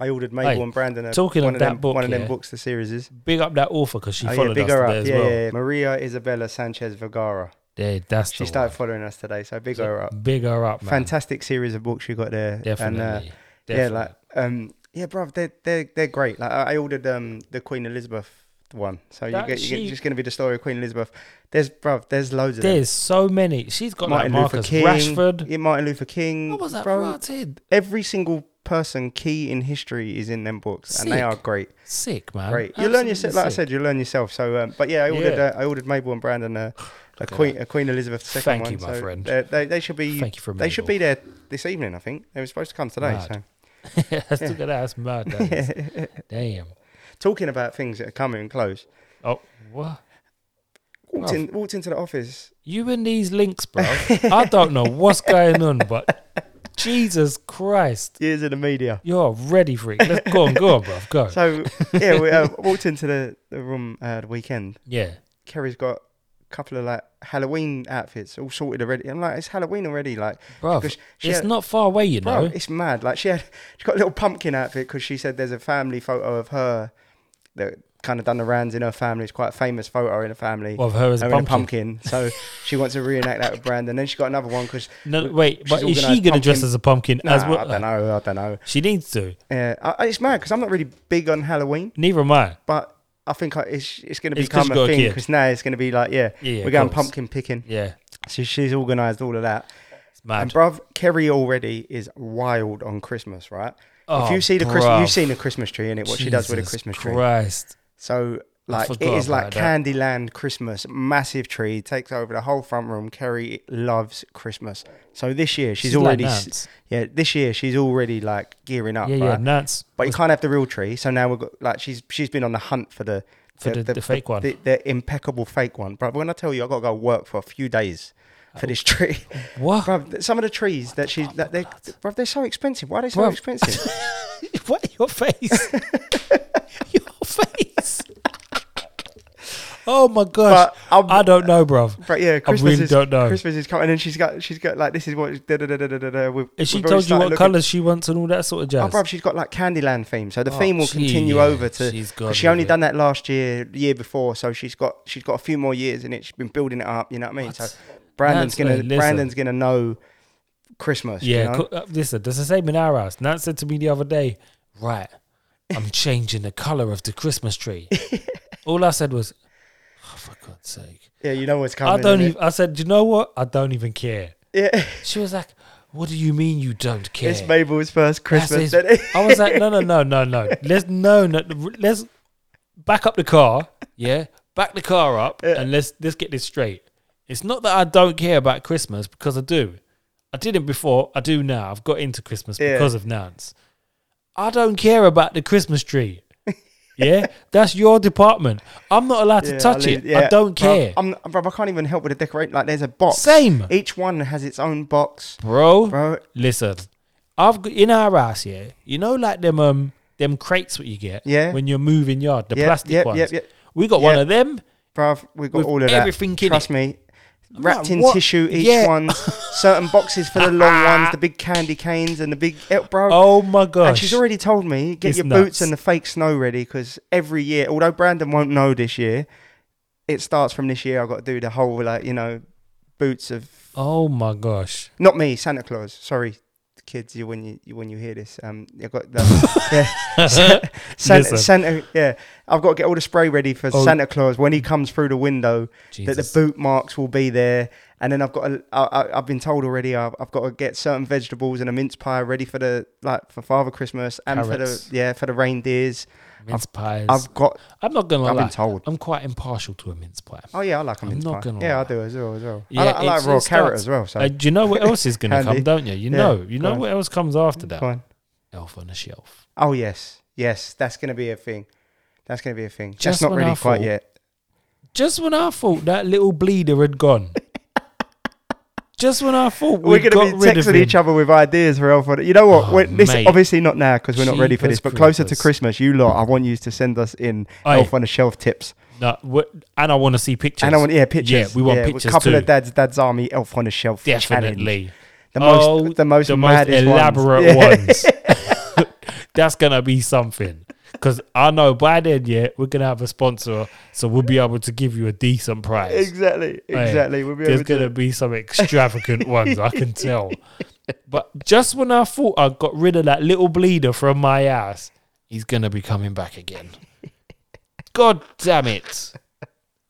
Speaker 1: I ordered Mabel
Speaker 2: Hey,
Speaker 1: and Brandon. A,
Speaker 2: talking
Speaker 1: one
Speaker 2: of
Speaker 1: them,
Speaker 2: that book,
Speaker 1: one of them
Speaker 2: yeah.
Speaker 1: books. The series is.
Speaker 2: Big up that author because she
Speaker 1: Oh, yeah,
Speaker 2: followed us
Speaker 1: bigger
Speaker 2: today
Speaker 1: up.
Speaker 2: as
Speaker 1: yeah,
Speaker 2: well.
Speaker 1: yeah, yeah. Maria Isabella Sanchez Vergara.
Speaker 2: Yeah, that's
Speaker 1: She
Speaker 2: the
Speaker 1: started following us today, so big her up.
Speaker 2: one. Big her up, man.
Speaker 1: Fantastic series of books you got there.
Speaker 2: Definitely.
Speaker 1: And, uh, yeah,
Speaker 2: Definitely.
Speaker 1: like um, yeah, bruv, they're they're they're great. Like I I ordered um the Queen Elizabeth one, so you
Speaker 2: That
Speaker 1: get you're
Speaker 2: she-
Speaker 1: just gonna be the story of Queen Elizabeth. There's bruv, there's loads of them.
Speaker 2: There's so many. She's got
Speaker 1: Martin
Speaker 2: like
Speaker 1: Luther
Speaker 2: Marcus
Speaker 1: King,
Speaker 2: Rashford.
Speaker 1: yeah, Martin Luther King.
Speaker 2: What was that
Speaker 1: bro?
Speaker 2: rotted?
Speaker 1: Every single person key in history is in them books, and they
Speaker 2: Sick.
Speaker 1: are great.
Speaker 2: Sick, man.
Speaker 1: Great. You learn
Speaker 2: Absolutely
Speaker 1: yourself, like I
Speaker 2: sick.
Speaker 1: said, you learn yourself. So, um, but yeah, I ordered,
Speaker 2: Yeah.
Speaker 1: Uh, I ordered Mabel and Brandon a, a
Speaker 2: at
Speaker 1: Queen, a Queen Elizabeth II
Speaker 2: Thank
Speaker 1: one.
Speaker 2: you, my
Speaker 1: so
Speaker 2: friend.
Speaker 1: they're- They, they should be,
Speaker 2: Thank you for
Speaker 1: they should
Speaker 2: Mabel.
Speaker 1: be there this evening. I think they were supposed to come today.
Speaker 2: Mad.
Speaker 1: So,
Speaker 2: Let's look at that. *laughs*
Speaker 1: *laughs*
Speaker 2: That's mad. that is. Damn.
Speaker 1: talking about things that are coming close,
Speaker 2: Oh, what?
Speaker 1: walked in, walked into the office.
Speaker 2: You and these links,
Speaker 1: *laughs*
Speaker 2: bro. I don't know what's going on, but Jesus Christ.
Speaker 1: Years in the media.
Speaker 2: You're ready for it. Let's go on, go on, bro. Go.
Speaker 1: So yeah, we uh, walked into the, the room uh, the weekend.
Speaker 2: yeah.
Speaker 1: Kerry's got a couple of like Halloween outfits all sorted already. I'm like, it's Halloween already, like
Speaker 2: Bro,
Speaker 1: because
Speaker 2: it's
Speaker 1: she had-
Speaker 2: not far away, you
Speaker 1: Bro,
Speaker 2: know.
Speaker 1: it's mad. Like she had, she got a little pumpkin outfit because she said there's a family photo of her that kind of done the rounds in her family. It's quite a famous photo in her family.
Speaker 2: Well, of her as a
Speaker 1: her in
Speaker 2: pumpkin.
Speaker 1: a pumpkin. So she wants to reenact that with Brandon. Then she got another one because
Speaker 2: No, wait, but
Speaker 1: she's
Speaker 2: is she
Speaker 1: organised
Speaker 2: going to dress
Speaker 1: pumpkin-
Speaker 2: as a pumpkin
Speaker 1: nah,
Speaker 2: as well? uh,
Speaker 1: I don't know. I don't know.
Speaker 2: She needs to.
Speaker 1: Yeah, I, I- it's mad because I'm not really big on Halloween,
Speaker 2: Neither am I.
Speaker 1: but I think I, it's it's going to
Speaker 2: It's 'cause
Speaker 1: become
Speaker 2: you got
Speaker 1: a
Speaker 2: a
Speaker 1: thing
Speaker 2: kid.
Speaker 1: because now it's going to be like yeah,
Speaker 2: Yeah, yeah,
Speaker 1: we're
Speaker 2: of
Speaker 1: going
Speaker 2: course.
Speaker 1: pumpkin picking.
Speaker 2: Yeah,
Speaker 1: So she's organised all of that.
Speaker 2: it's mad.
Speaker 1: And bruv, Kerry already is wild on Christmas, right? if
Speaker 2: Oh,
Speaker 1: you see the Christmas,
Speaker 2: bruv.
Speaker 1: you've seen the Christmas tree in it. What she does with a
Speaker 2: Jesus
Speaker 1: Christmas tree.
Speaker 2: Christ.
Speaker 1: So like it
Speaker 2: forgot
Speaker 1: is like
Speaker 2: about that.
Speaker 1: Candyland Christmas, massive tree takes over the whole front room. Kerry loves Christmas. So this year she's,
Speaker 2: She's like
Speaker 1: already, s-
Speaker 2: Nance.
Speaker 1: yeah, this year she's already like gearing up,
Speaker 2: Yeah, yeah,
Speaker 1: right?
Speaker 2: nuts.
Speaker 1: But you can't have the real tree, so now we've got like she's she's been on the hunt for the
Speaker 2: For the- the fake one.
Speaker 1: the, the impeccable fake one. But when I tell you, I got to go work for a few days for this tree. *laughs*
Speaker 2: What?
Speaker 1: Bruv, th- some of the trees that she's that they, bruv, they're so expensive. Why are they so
Speaker 2: Bruv. *laughs*
Speaker 1: expensive?
Speaker 2: *laughs* what?
Speaker 1: *laughs*
Speaker 2: Your face. Your face. oh my gosh.
Speaker 1: But I'll-
Speaker 2: I don't know, bro.
Speaker 1: But yeah, Christmas
Speaker 2: really
Speaker 1: is
Speaker 2: don't know.
Speaker 1: Christmas is coming, and then she's got she's got like this is what da da da da da da. da. We've,
Speaker 2: Has she
Speaker 1: we've already
Speaker 2: told you
Speaker 1: started
Speaker 2: what
Speaker 1: looking-
Speaker 2: colours she wants and all that sort of
Speaker 1: Oh,
Speaker 2: jazz?
Speaker 1: bruv, she's got like Candyland theme, so the
Speaker 2: Oh,
Speaker 1: theme will
Speaker 2: she-
Speaker 1: continue
Speaker 2: yeah,
Speaker 1: over to.
Speaker 2: she's
Speaker 1: 'cause
Speaker 2: gone
Speaker 1: she only
Speaker 2: with it.
Speaker 1: done that last year, year before, so she's got she's got a few more years in it. She's been building it up, you know what I mean? So Brandon's
Speaker 2: Nance,
Speaker 1: gonna
Speaker 2: mate, listen.
Speaker 1: Brandon's gonna know Christmas. you
Speaker 2: yeah,
Speaker 1: know?
Speaker 2: co- uh, listen, there's the same in our house. Nat said to me the other day, right,
Speaker 1: *laughs*
Speaker 2: I'm changing the colour of the Christmas tree. all I said was, oh, for God's sake.
Speaker 1: yeah, you know what's
Speaker 2: I
Speaker 1: coming.
Speaker 2: don't
Speaker 1: innit?
Speaker 2: even, I said, you know what? I don't even care.
Speaker 1: Yeah, *laughs*
Speaker 2: She was like, what do you mean you don't care?
Speaker 1: it's Mabel's first
Speaker 2: That's
Speaker 1: Christmas.
Speaker 2: his-
Speaker 1: innit?
Speaker 2: I was like, no, no, no,
Speaker 1: *laughs*
Speaker 2: no, no. Let's no, no. Let's back up the car. Yeah, back the car up, and let's let's get this straight. It's not that I don't care about Christmas because I do. I didn't before. I do now. I've got into Christmas
Speaker 1: Yeah.
Speaker 2: because of Nance. I don't care about the
Speaker 1: *laughs*
Speaker 2: Christmas tree. Yeah, that's your department. I'm not allowed to
Speaker 1: Yeah,
Speaker 2: touch
Speaker 1: I'll
Speaker 2: it.
Speaker 1: leave- yeah,
Speaker 2: I don't
Speaker 1: bruv,
Speaker 2: care,
Speaker 1: I'm, bruv, I can't even help with the decorate. Like, there's a box.
Speaker 2: Same.
Speaker 1: Each one has its own box,
Speaker 2: bro.
Speaker 1: bro.
Speaker 2: Listen, I've got in our house here. You know, like them um them crates what you get
Speaker 1: Yeah.
Speaker 2: when you're moving yard, the
Speaker 1: Yep,
Speaker 2: plastic
Speaker 1: yep,
Speaker 2: ones.
Speaker 1: yep, yep.
Speaker 2: We got one
Speaker 1: Yep.
Speaker 2: of them.
Speaker 1: Bruv, we've got
Speaker 2: With
Speaker 1: all of
Speaker 2: everything in
Speaker 1: that. Trust
Speaker 2: it.
Speaker 1: me. Wrapped
Speaker 2: like,
Speaker 1: in
Speaker 2: what?
Speaker 1: tissue, each
Speaker 2: Yeah. *laughs*
Speaker 1: one. certain boxes for the long ones, the big candy canes, and the big. eh, Bro.
Speaker 2: Oh my gosh!
Speaker 1: And she's already told me get
Speaker 2: It's
Speaker 1: your boots
Speaker 2: nuts.
Speaker 1: and the fake snow ready because every year, although Brandon won't know this year, it starts from this year. I've got to do the whole like you know, boots of
Speaker 2: oh my gosh!
Speaker 1: not me, Santa Claus. Sorry, kids. You when you, you when you hear this, um, you got
Speaker 2: *laughs*
Speaker 1: the, yeah, Santa, Santa,
Speaker 2: Listen.
Speaker 1: Yeah, I've got to get all the spray ready for
Speaker 2: Oh.
Speaker 1: Santa Claus when he comes through the window. That the
Speaker 2: Jesus.
Speaker 1: boot marks will be there, and then I've got. A, I, I, I've been told already. I've, I've got to get certain vegetables and a mince pie ready for the like for Father Christmas and
Speaker 2: Carrots.
Speaker 1: for the yeah for the reindeers.
Speaker 2: Mince pies. i
Speaker 1: I've got.
Speaker 2: am not gonna
Speaker 1: I've
Speaker 2: lie.
Speaker 1: been told.
Speaker 2: I'm quite impartial to a mince pie.
Speaker 1: Oh yeah, I like a
Speaker 2: I'm
Speaker 1: mince
Speaker 2: not
Speaker 1: pie.
Speaker 2: gonna
Speaker 1: Yeah, I
Speaker 2: lie.
Speaker 1: do as well. As well.
Speaker 2: Yeah,
Speaker 1: I like, I like
Speaker 2: it's-
Speaker 1: raw
Speaker 2: it
Speaker 1: carrot
Speaker 2: starts-
Speaker 1: as well. So
Speaker 2: Uh, do you know what else is gonna
Speaker 1: *laughs* Handy.
Speaker 2: come, don't you? You
Speaker 1: Yeah,
Speaker 2: know, you
Speaker 1: go
Speaker 2: know
Speaker 1: on.
Speaker 2: what else comes after
Speaker 1: go
Speaker 2: that?
Speaker 1: on.
Speaker 2: Elf on the shelf.
Speaker 1: Oh yes, yes, that's gonna be a thing. That's gonna be a thing. That's
Speaker 2: Just
Speaker 1: not
Speaker 2: when
Speaker 1: really
Speaker 2: I
Speaker 1: quite
Speaker 2: thought-
Speaker 1: yet.
Speaker 2: Just when I thought that little bleeder had
Speaker 1: *laughs*
Speaker 2: gone. Just when I thought we
Speaker 1: We're
Speaker 2: got
Speaker 1: going to
Speaker 2: rid
Speaker 1: be texting
Speaker 2: of
Speaker 1: each
Speaker 2: him.
Speaker 1: other with ideas for Alpha. You know what?
Speaker 2: Oh,
Speaker 1: When- this
Speaker 2: mate.
Speaker 1: obviously not now because we're not ready for this,
Speaker 2: Jeepers
Speaker 1: but closer to
Speaker 2: creepers.
Speaker 1: Christmas, you lot, I want you to send us in
Speaker 2: Aye.
Speaker 1: Elf on the Shelf tips.
Speaker 2: No, what- and I want to see pictures.
Speaker 1: And I want yeah pictures.
Speaker 2: Yeah, we want
Speaker 1: with
Speaker 2: pictures
Speaker 1: A couple
Speaker 2: too.
Speaker 1: of Dad's Dad's Army Elf on the Shelf challenge.
Speaker 2: Definitely. Oh,
Speaker 1: The most, the most, maddest ones.
Speaker 2: elaborate
Speaker 1: Yeah.
Speaker 2: ones.
Speaker 1: *laughs*
Speaker 2: *laughs* That's gonna be something. Because I know by then, yeah, we're gonna have a sponsor, so we'll be able to give you a decent price.
Speaker 1: Exactly,
Speaker 2: Hey,
Speaker 1: exactly. We'll be
Speaker 2: There's
Speaker 1: able to.
Speaker 2: gonna be some
Speaker 1: *laughs*
Speaker 2: extravagant ones, I can tell. But just when I thought I got rid of that little bleeder from my ass, he's gonna be coming back again. God damn it!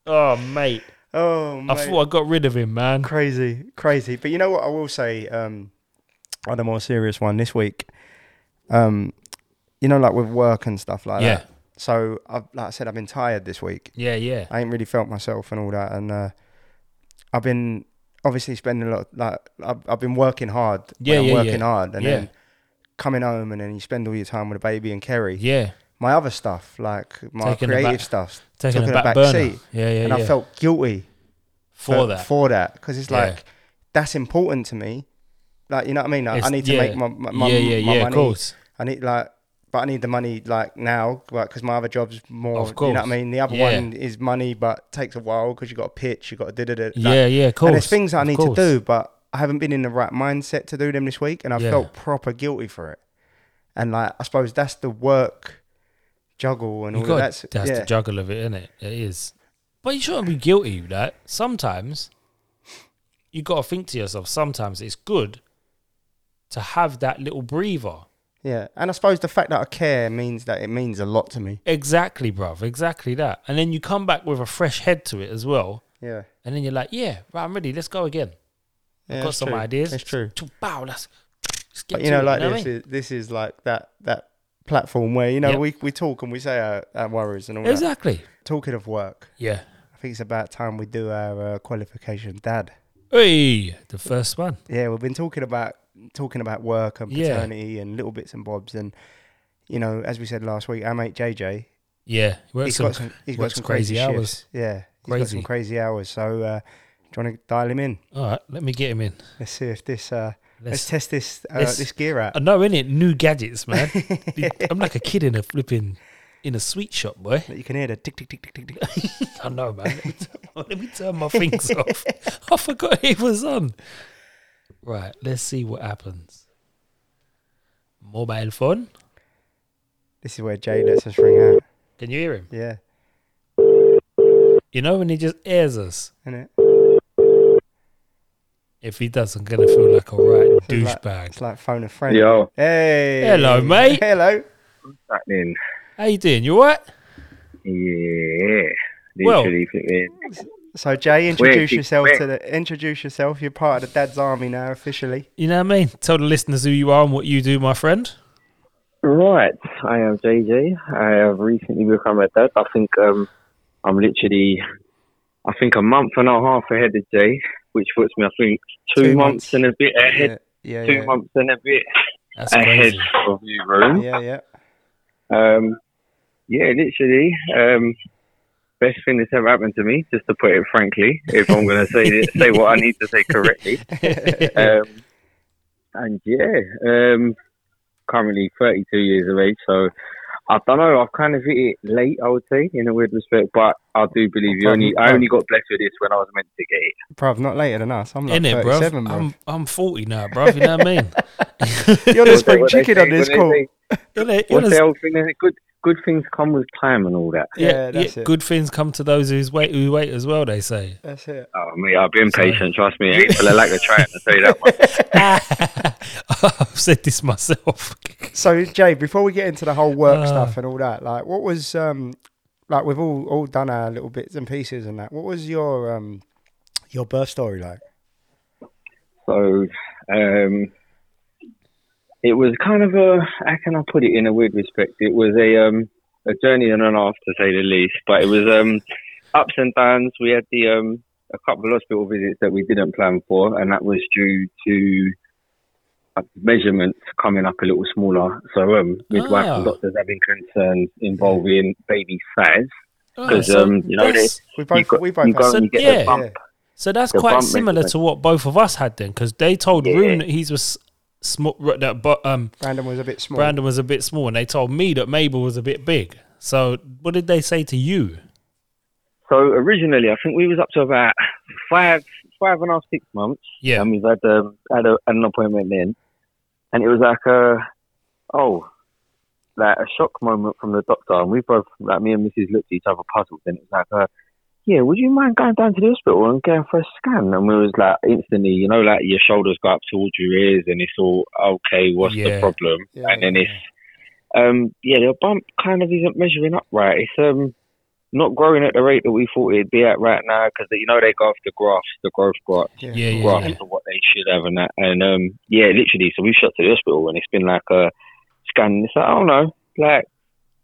Speaker 2: Oh mate,
Speaker 1: Oh,
Speaker 2: I
Speaker 1: mate.
Speaker 2: thought I got rid of him, man.
Speaker 1: crazy, crazy. But you know what? I will say um, on a more serious one this week. Um, you know, like with work and stuff like
Speaker 2: Yeah.
Speaker 1: that. So, I've, like I said, I've been tired this week.
Speaker 2: Yeah, yeah,
Speaker 1: I ain't really felt myself and all that, and uh, I've been obviously spending a lot. Like I've, I've been working hard. when
Speaker 2: Yeah,
Speaker 1: I'm
Speaker 2: yeah,
Speaker 1: working
Speaker 2: yeah.
Speaker 1: hard, and
Speaker 2: Yeah.
Speaker 1: then coming home, and then you spend all your time with the baby and Kerry.
Speaker 2: yeah.
Speaker 1: My other stuff, like my
Speaker 2: Taking a
Speaker 1: creative
Speaker 2: back-
Speaker 1: stuff,
Speaker 2: Taking
Speaker 1: took
Speaker 2: a
Speaker 1: a
Speaker 2: back,
Speaker 1: back
Speaker 2: burner.
Speaker 1: seat.
Speaker 2: Yeah, yeah,
Speaker 1: and
Speaker 2: yeah.
Speaker 1: I felt guilty
Speaker 2: for that.
Speaker 1: for that because it's
Speaker 2: Yeah.
Speaker 1: like that's important to me. Like you know what I mean? Like, I
Speaker 2: It's-
Speaker 1: need to
Speaker 2: yeah.
Speaker 1: make my my, my,
Speaker 2: yeah, yeah,
Speaker 1: my
Speaker 2: yeah,
Speaker 1: money.
Speaker 2: of course.
Speaker 1: I need like, but I need the money like now, like because my other job's more.
Speaker 2: Of
Speaker 1: You know
Speaker 2: course.
Speaker 1: what I mean? The other
Speaker 2: Yeah.
Speaker 1: one is money, but takes a while because you got to pitch, you got to do do do.
Speaker 2: yeah, yeah, of course.
Speaker 1: And there's things I
Speaker 2: Of
Speaker 1: need to
Speaker 2: course.
Speaker 1: do, but I haven't been in the right mindset to do them this week, and I
Speaker 2: Yeah.
Speaker 1: felt proper guilty for it. And like, I suppose that's the work juggle and
Speaker 2: You
Speaker 1: all
Speaker 2: got
Speaker 1: of that's
Speaker 2: that's
Speaker 1: yeah.
Speaker 2: the juggle of it, isn't it? It is. But you shouldn't be guilty of that. Sometimes you got to think to yourself. Sometimes it's good to have that little breather.
Speaker 1: yeah. And I suppose the fact that I care means that it means a lot to me.
Speaker 2: Exactly, bruv. Exactly that. And then you come back with a fresh head to it as well.
Speaker 1: Yeah.
Speaker 2: And then you're like, yeah, right, I'm ready. Let's go again.
Speaker 1: Yeah,
Speaker 2: got
Speaker 1: it's
Speaker 2: some
Speaker 1: true.
Speaker 2: ideas.
Speaker 1: It's true.
Speaker 2: To bow, let's. let's get
Speaker 1: But you
Speaker 2: to
Speaker 1: know,
Speaker 2: it,
Speaker 1: like
Speaker 2: what I
Speaker 1: this,
Speaker 2: mean?
Speaker 1: is, this is like that that platform where you know
Speaker 2: Yep.
Speaker 1: we, we talk and we say our, our worries and all that.
Speaker 2: Exactly.
Speaker 1: Talking of work,
Speaker 2: Yeah.
Speaker 1: I think it's about time we do our uh, qualification, Dad.
Speaker 2: Hey, the first one.
Speaker 1: Yeah, we've been talking about talking about work and
Speaker 2: Yeah.
Speaker 1: paternity and little bits and bobs, and you know, as we said last week, our mate JJ,
Speaker 2: Yeah. Works
Speaker 1: he's
Speaker 2: some-
Speaker 1: got some he's got
Speaker 2: works
Speaker 1: some crazy,
Speaker 2: crazy
Speaker 1: hours. Shifts. Yeah, he's got
Speaker 2: Crazy.
Speaker 1: some crazy hours. So, uh, do you want to dial him in?
Speaker 2: All right, let me get him in.
Speaker 1: Let's see if this uh, let's,
Speaker 2: Let's,
Speaker 1: test this uh,
Speaker 2: let's-
Speaker 1: this gear out.
Speaker 2: I know, innit? New gadgets,
Speaker 1: *laughs*
Speaker 2: man. I'm like a kid in a flipping in a sweet shop, boy.
Speaker 1: you can hear the tick tick tick tick
Speaker 2: *laughs*
Speaker 1: tick. tick.
Speaker 2: I know, man. Let me, turn- *laughs* let me turn my
Speaker 1: *laughs*
Speaker 2: things off. I forgot it was on. Right, let's see what happens. Mobile phone.
Speaker 1: this is where Jay lets us ring out.
Speaker 2: Can you hear him?
Speaker 1: Yeah,
Speaker 2: You know when he just airs us.
Speaker 1: isn't it?
Speaker 2: If he does, I'm gonna feel like a right
Speaker 1: It's *laughs* like-
Speaker 2: douchebag.
Speaker 1: It's like phone a friend.
Speaker 3: Yo,
Speaker 1: Hey.
Speaker 2: Hello, mate.
Speaker 1: Hello.
Speaker 3: back then.
Speaker 2: How you doing? You alright?
Speaker 3: Yeah.
Speaker 2: Well-
Speaker 3: Literally flipping.
Speaker 1: So Jay, introduce
Speaker 3: Wait,
Speaker 1: yourself
Speaker 3: wait.
Speaker 1: to the introduce yourself. You're part of the dad's army now officially.
Speaker 2: You know what I mean? Tell the listeners who you are and what you do, my friend.
Speaker 3: Right. I am JJ. I have recently become a dad. I think um, I'm literally, I think a month and a half ahead of Jay, which puts me, I think, two,
Speaker 1: Two months.
Speaker 3: months. and a bit ahead.
Speaker 1: Yeah, yeah,
Speaker 3: Two
Speaker 1: yeah.
Speaker 3: months and a bit
Speaker 2: That's
Speaker 3: ahead
Speaker 2: crazy.
Speaker 3: of you, room.
Speaker 1: Yeah, yeah.
Speaker 3: Um, yeah, literally. Um, best thing that's ever happened to me, just to put it frankly, if I'm going to say
Speaker 1: *laughs*
Speaker 3: it, say what I need to say correctly. um, and yeah, um, currently 32 years of age, so I don't know. I've kind of hit it late, I would say, in a weird respect, but I do believe you only. I only got blessed with this when I was meant to get it.
Speaker 1: Bruv, not later than us. I'm like
Speaker 2: In it, bro.
Speaker 1: 37, bruv.
Speaker 2: I'm I'm 40 now, bro. You know what I mean?
Speaker 1: *laughs* You're the
Speaker 3: What *laughs* they-
Speaker 1: spring
Speaker 3: what they
Speaker 1: chicken on
Speaker 3: say-
Speaker 1: this
Speaker 3: what they
Speaker 1: call.
Speaker 3: say-
Speaker 2: Innit?
Speaker 3: What the
Speaker 2: Innit?
Speaker 3: hell thing? is it? Good, good things come with time and all that.
Speaker 1: Yeah, that's it.
Speaker 2: Good things come to those who's wait who wait as well. They say. *laughs*
Speaker 1: That's it.
Speaker 3: Oh, mate, I've been
Speaker 2: Sorry.
Speaker 3: patient. Trust me, I
Speaker 1: *laughs*
Speaker 3: ain't for the lack of trying. I tell you that much.
Speaker 2: I've said this myself. *laughs*
Speaker 1: So Jay, before we get into the whole work
Speaker 2: Ah.
Speaker 1: stuff and all that, like what was um like we've all all done our little bits and pieces and that. What was your um your birth story like?
Speaker 3: So um, it was kind of a how can I put it in a weird respect? It was a um, a journey and a half to say the least, but it was um, ups and downs. We had the um, a couple of hospital visits that we didn't plan for, and that was due to uh, measurements coming up a little smaller. So um, midwife
Speaker 2: Ah.
Speaker 3: and doctors having concerns involving baby size. because um, you know they,
Speaker 2: that's-
Speaker 1: We
Speaker 3: you
Speaker 1: both
Speaker 3: go,
Speaker 1: we
Speaker 3: you
Speaker 1: both
Speaker 3: go
Speaker 1: had
Speaker 2: So,
Speaker 3: and you get
Speaker 2: yeah.
Speaker 3: the bump.
Speaker 2: So that's
Speaker 3: The
Speaker 2: quite
Speaker 3: bump
Speaker 2: similar
Speaker 3: makes
Speaker 2: to what both of us had then, because they told
Speaker 3: Yeah.
Speaker 2: Roon that he was small, that but um
Speaker 1: Brandon was a bit small.
Speaker 2: Brandon was a bit small, and they told me that Mabel was a bit big. So what did they say to you?
Speaker 3: So originally, I think we was up to about five, five and a half, six months,
Speaker 2: Yeah,
Speaker 3: and we've had um, had, a, had an appointment then, and it was like a oh, like a shock moment from the doctor, and we both like me and Mrs. looked at each other puzzled, and it was like a yeah, would you mind going down to the hospital and going for a scan? And we was like instantly, you know, like your shoulders go up towards your ears, and it's all okay. What's
Speaker 2: Yeah.
Speaker 3: the problem?
Speaker 1: Yeah,
Speaker 3: and then
Speaker 1: yeah,
Speaker 3: it's um yeah, the bump kind of isn't measuring up right. It's um not growing at the rate that we thought it'd be at right now because you know they go after grafts, the growth grafts,
Speaker 1: yeah,
Speaker 2: yeah, yeah,
Speaker 3: grafts
Speaker 2: yeah.
Speaker 3: of what they should have, and that. And um yeah, literally. So we shot to the hospital and it's been like a scan. It's like I don't know, like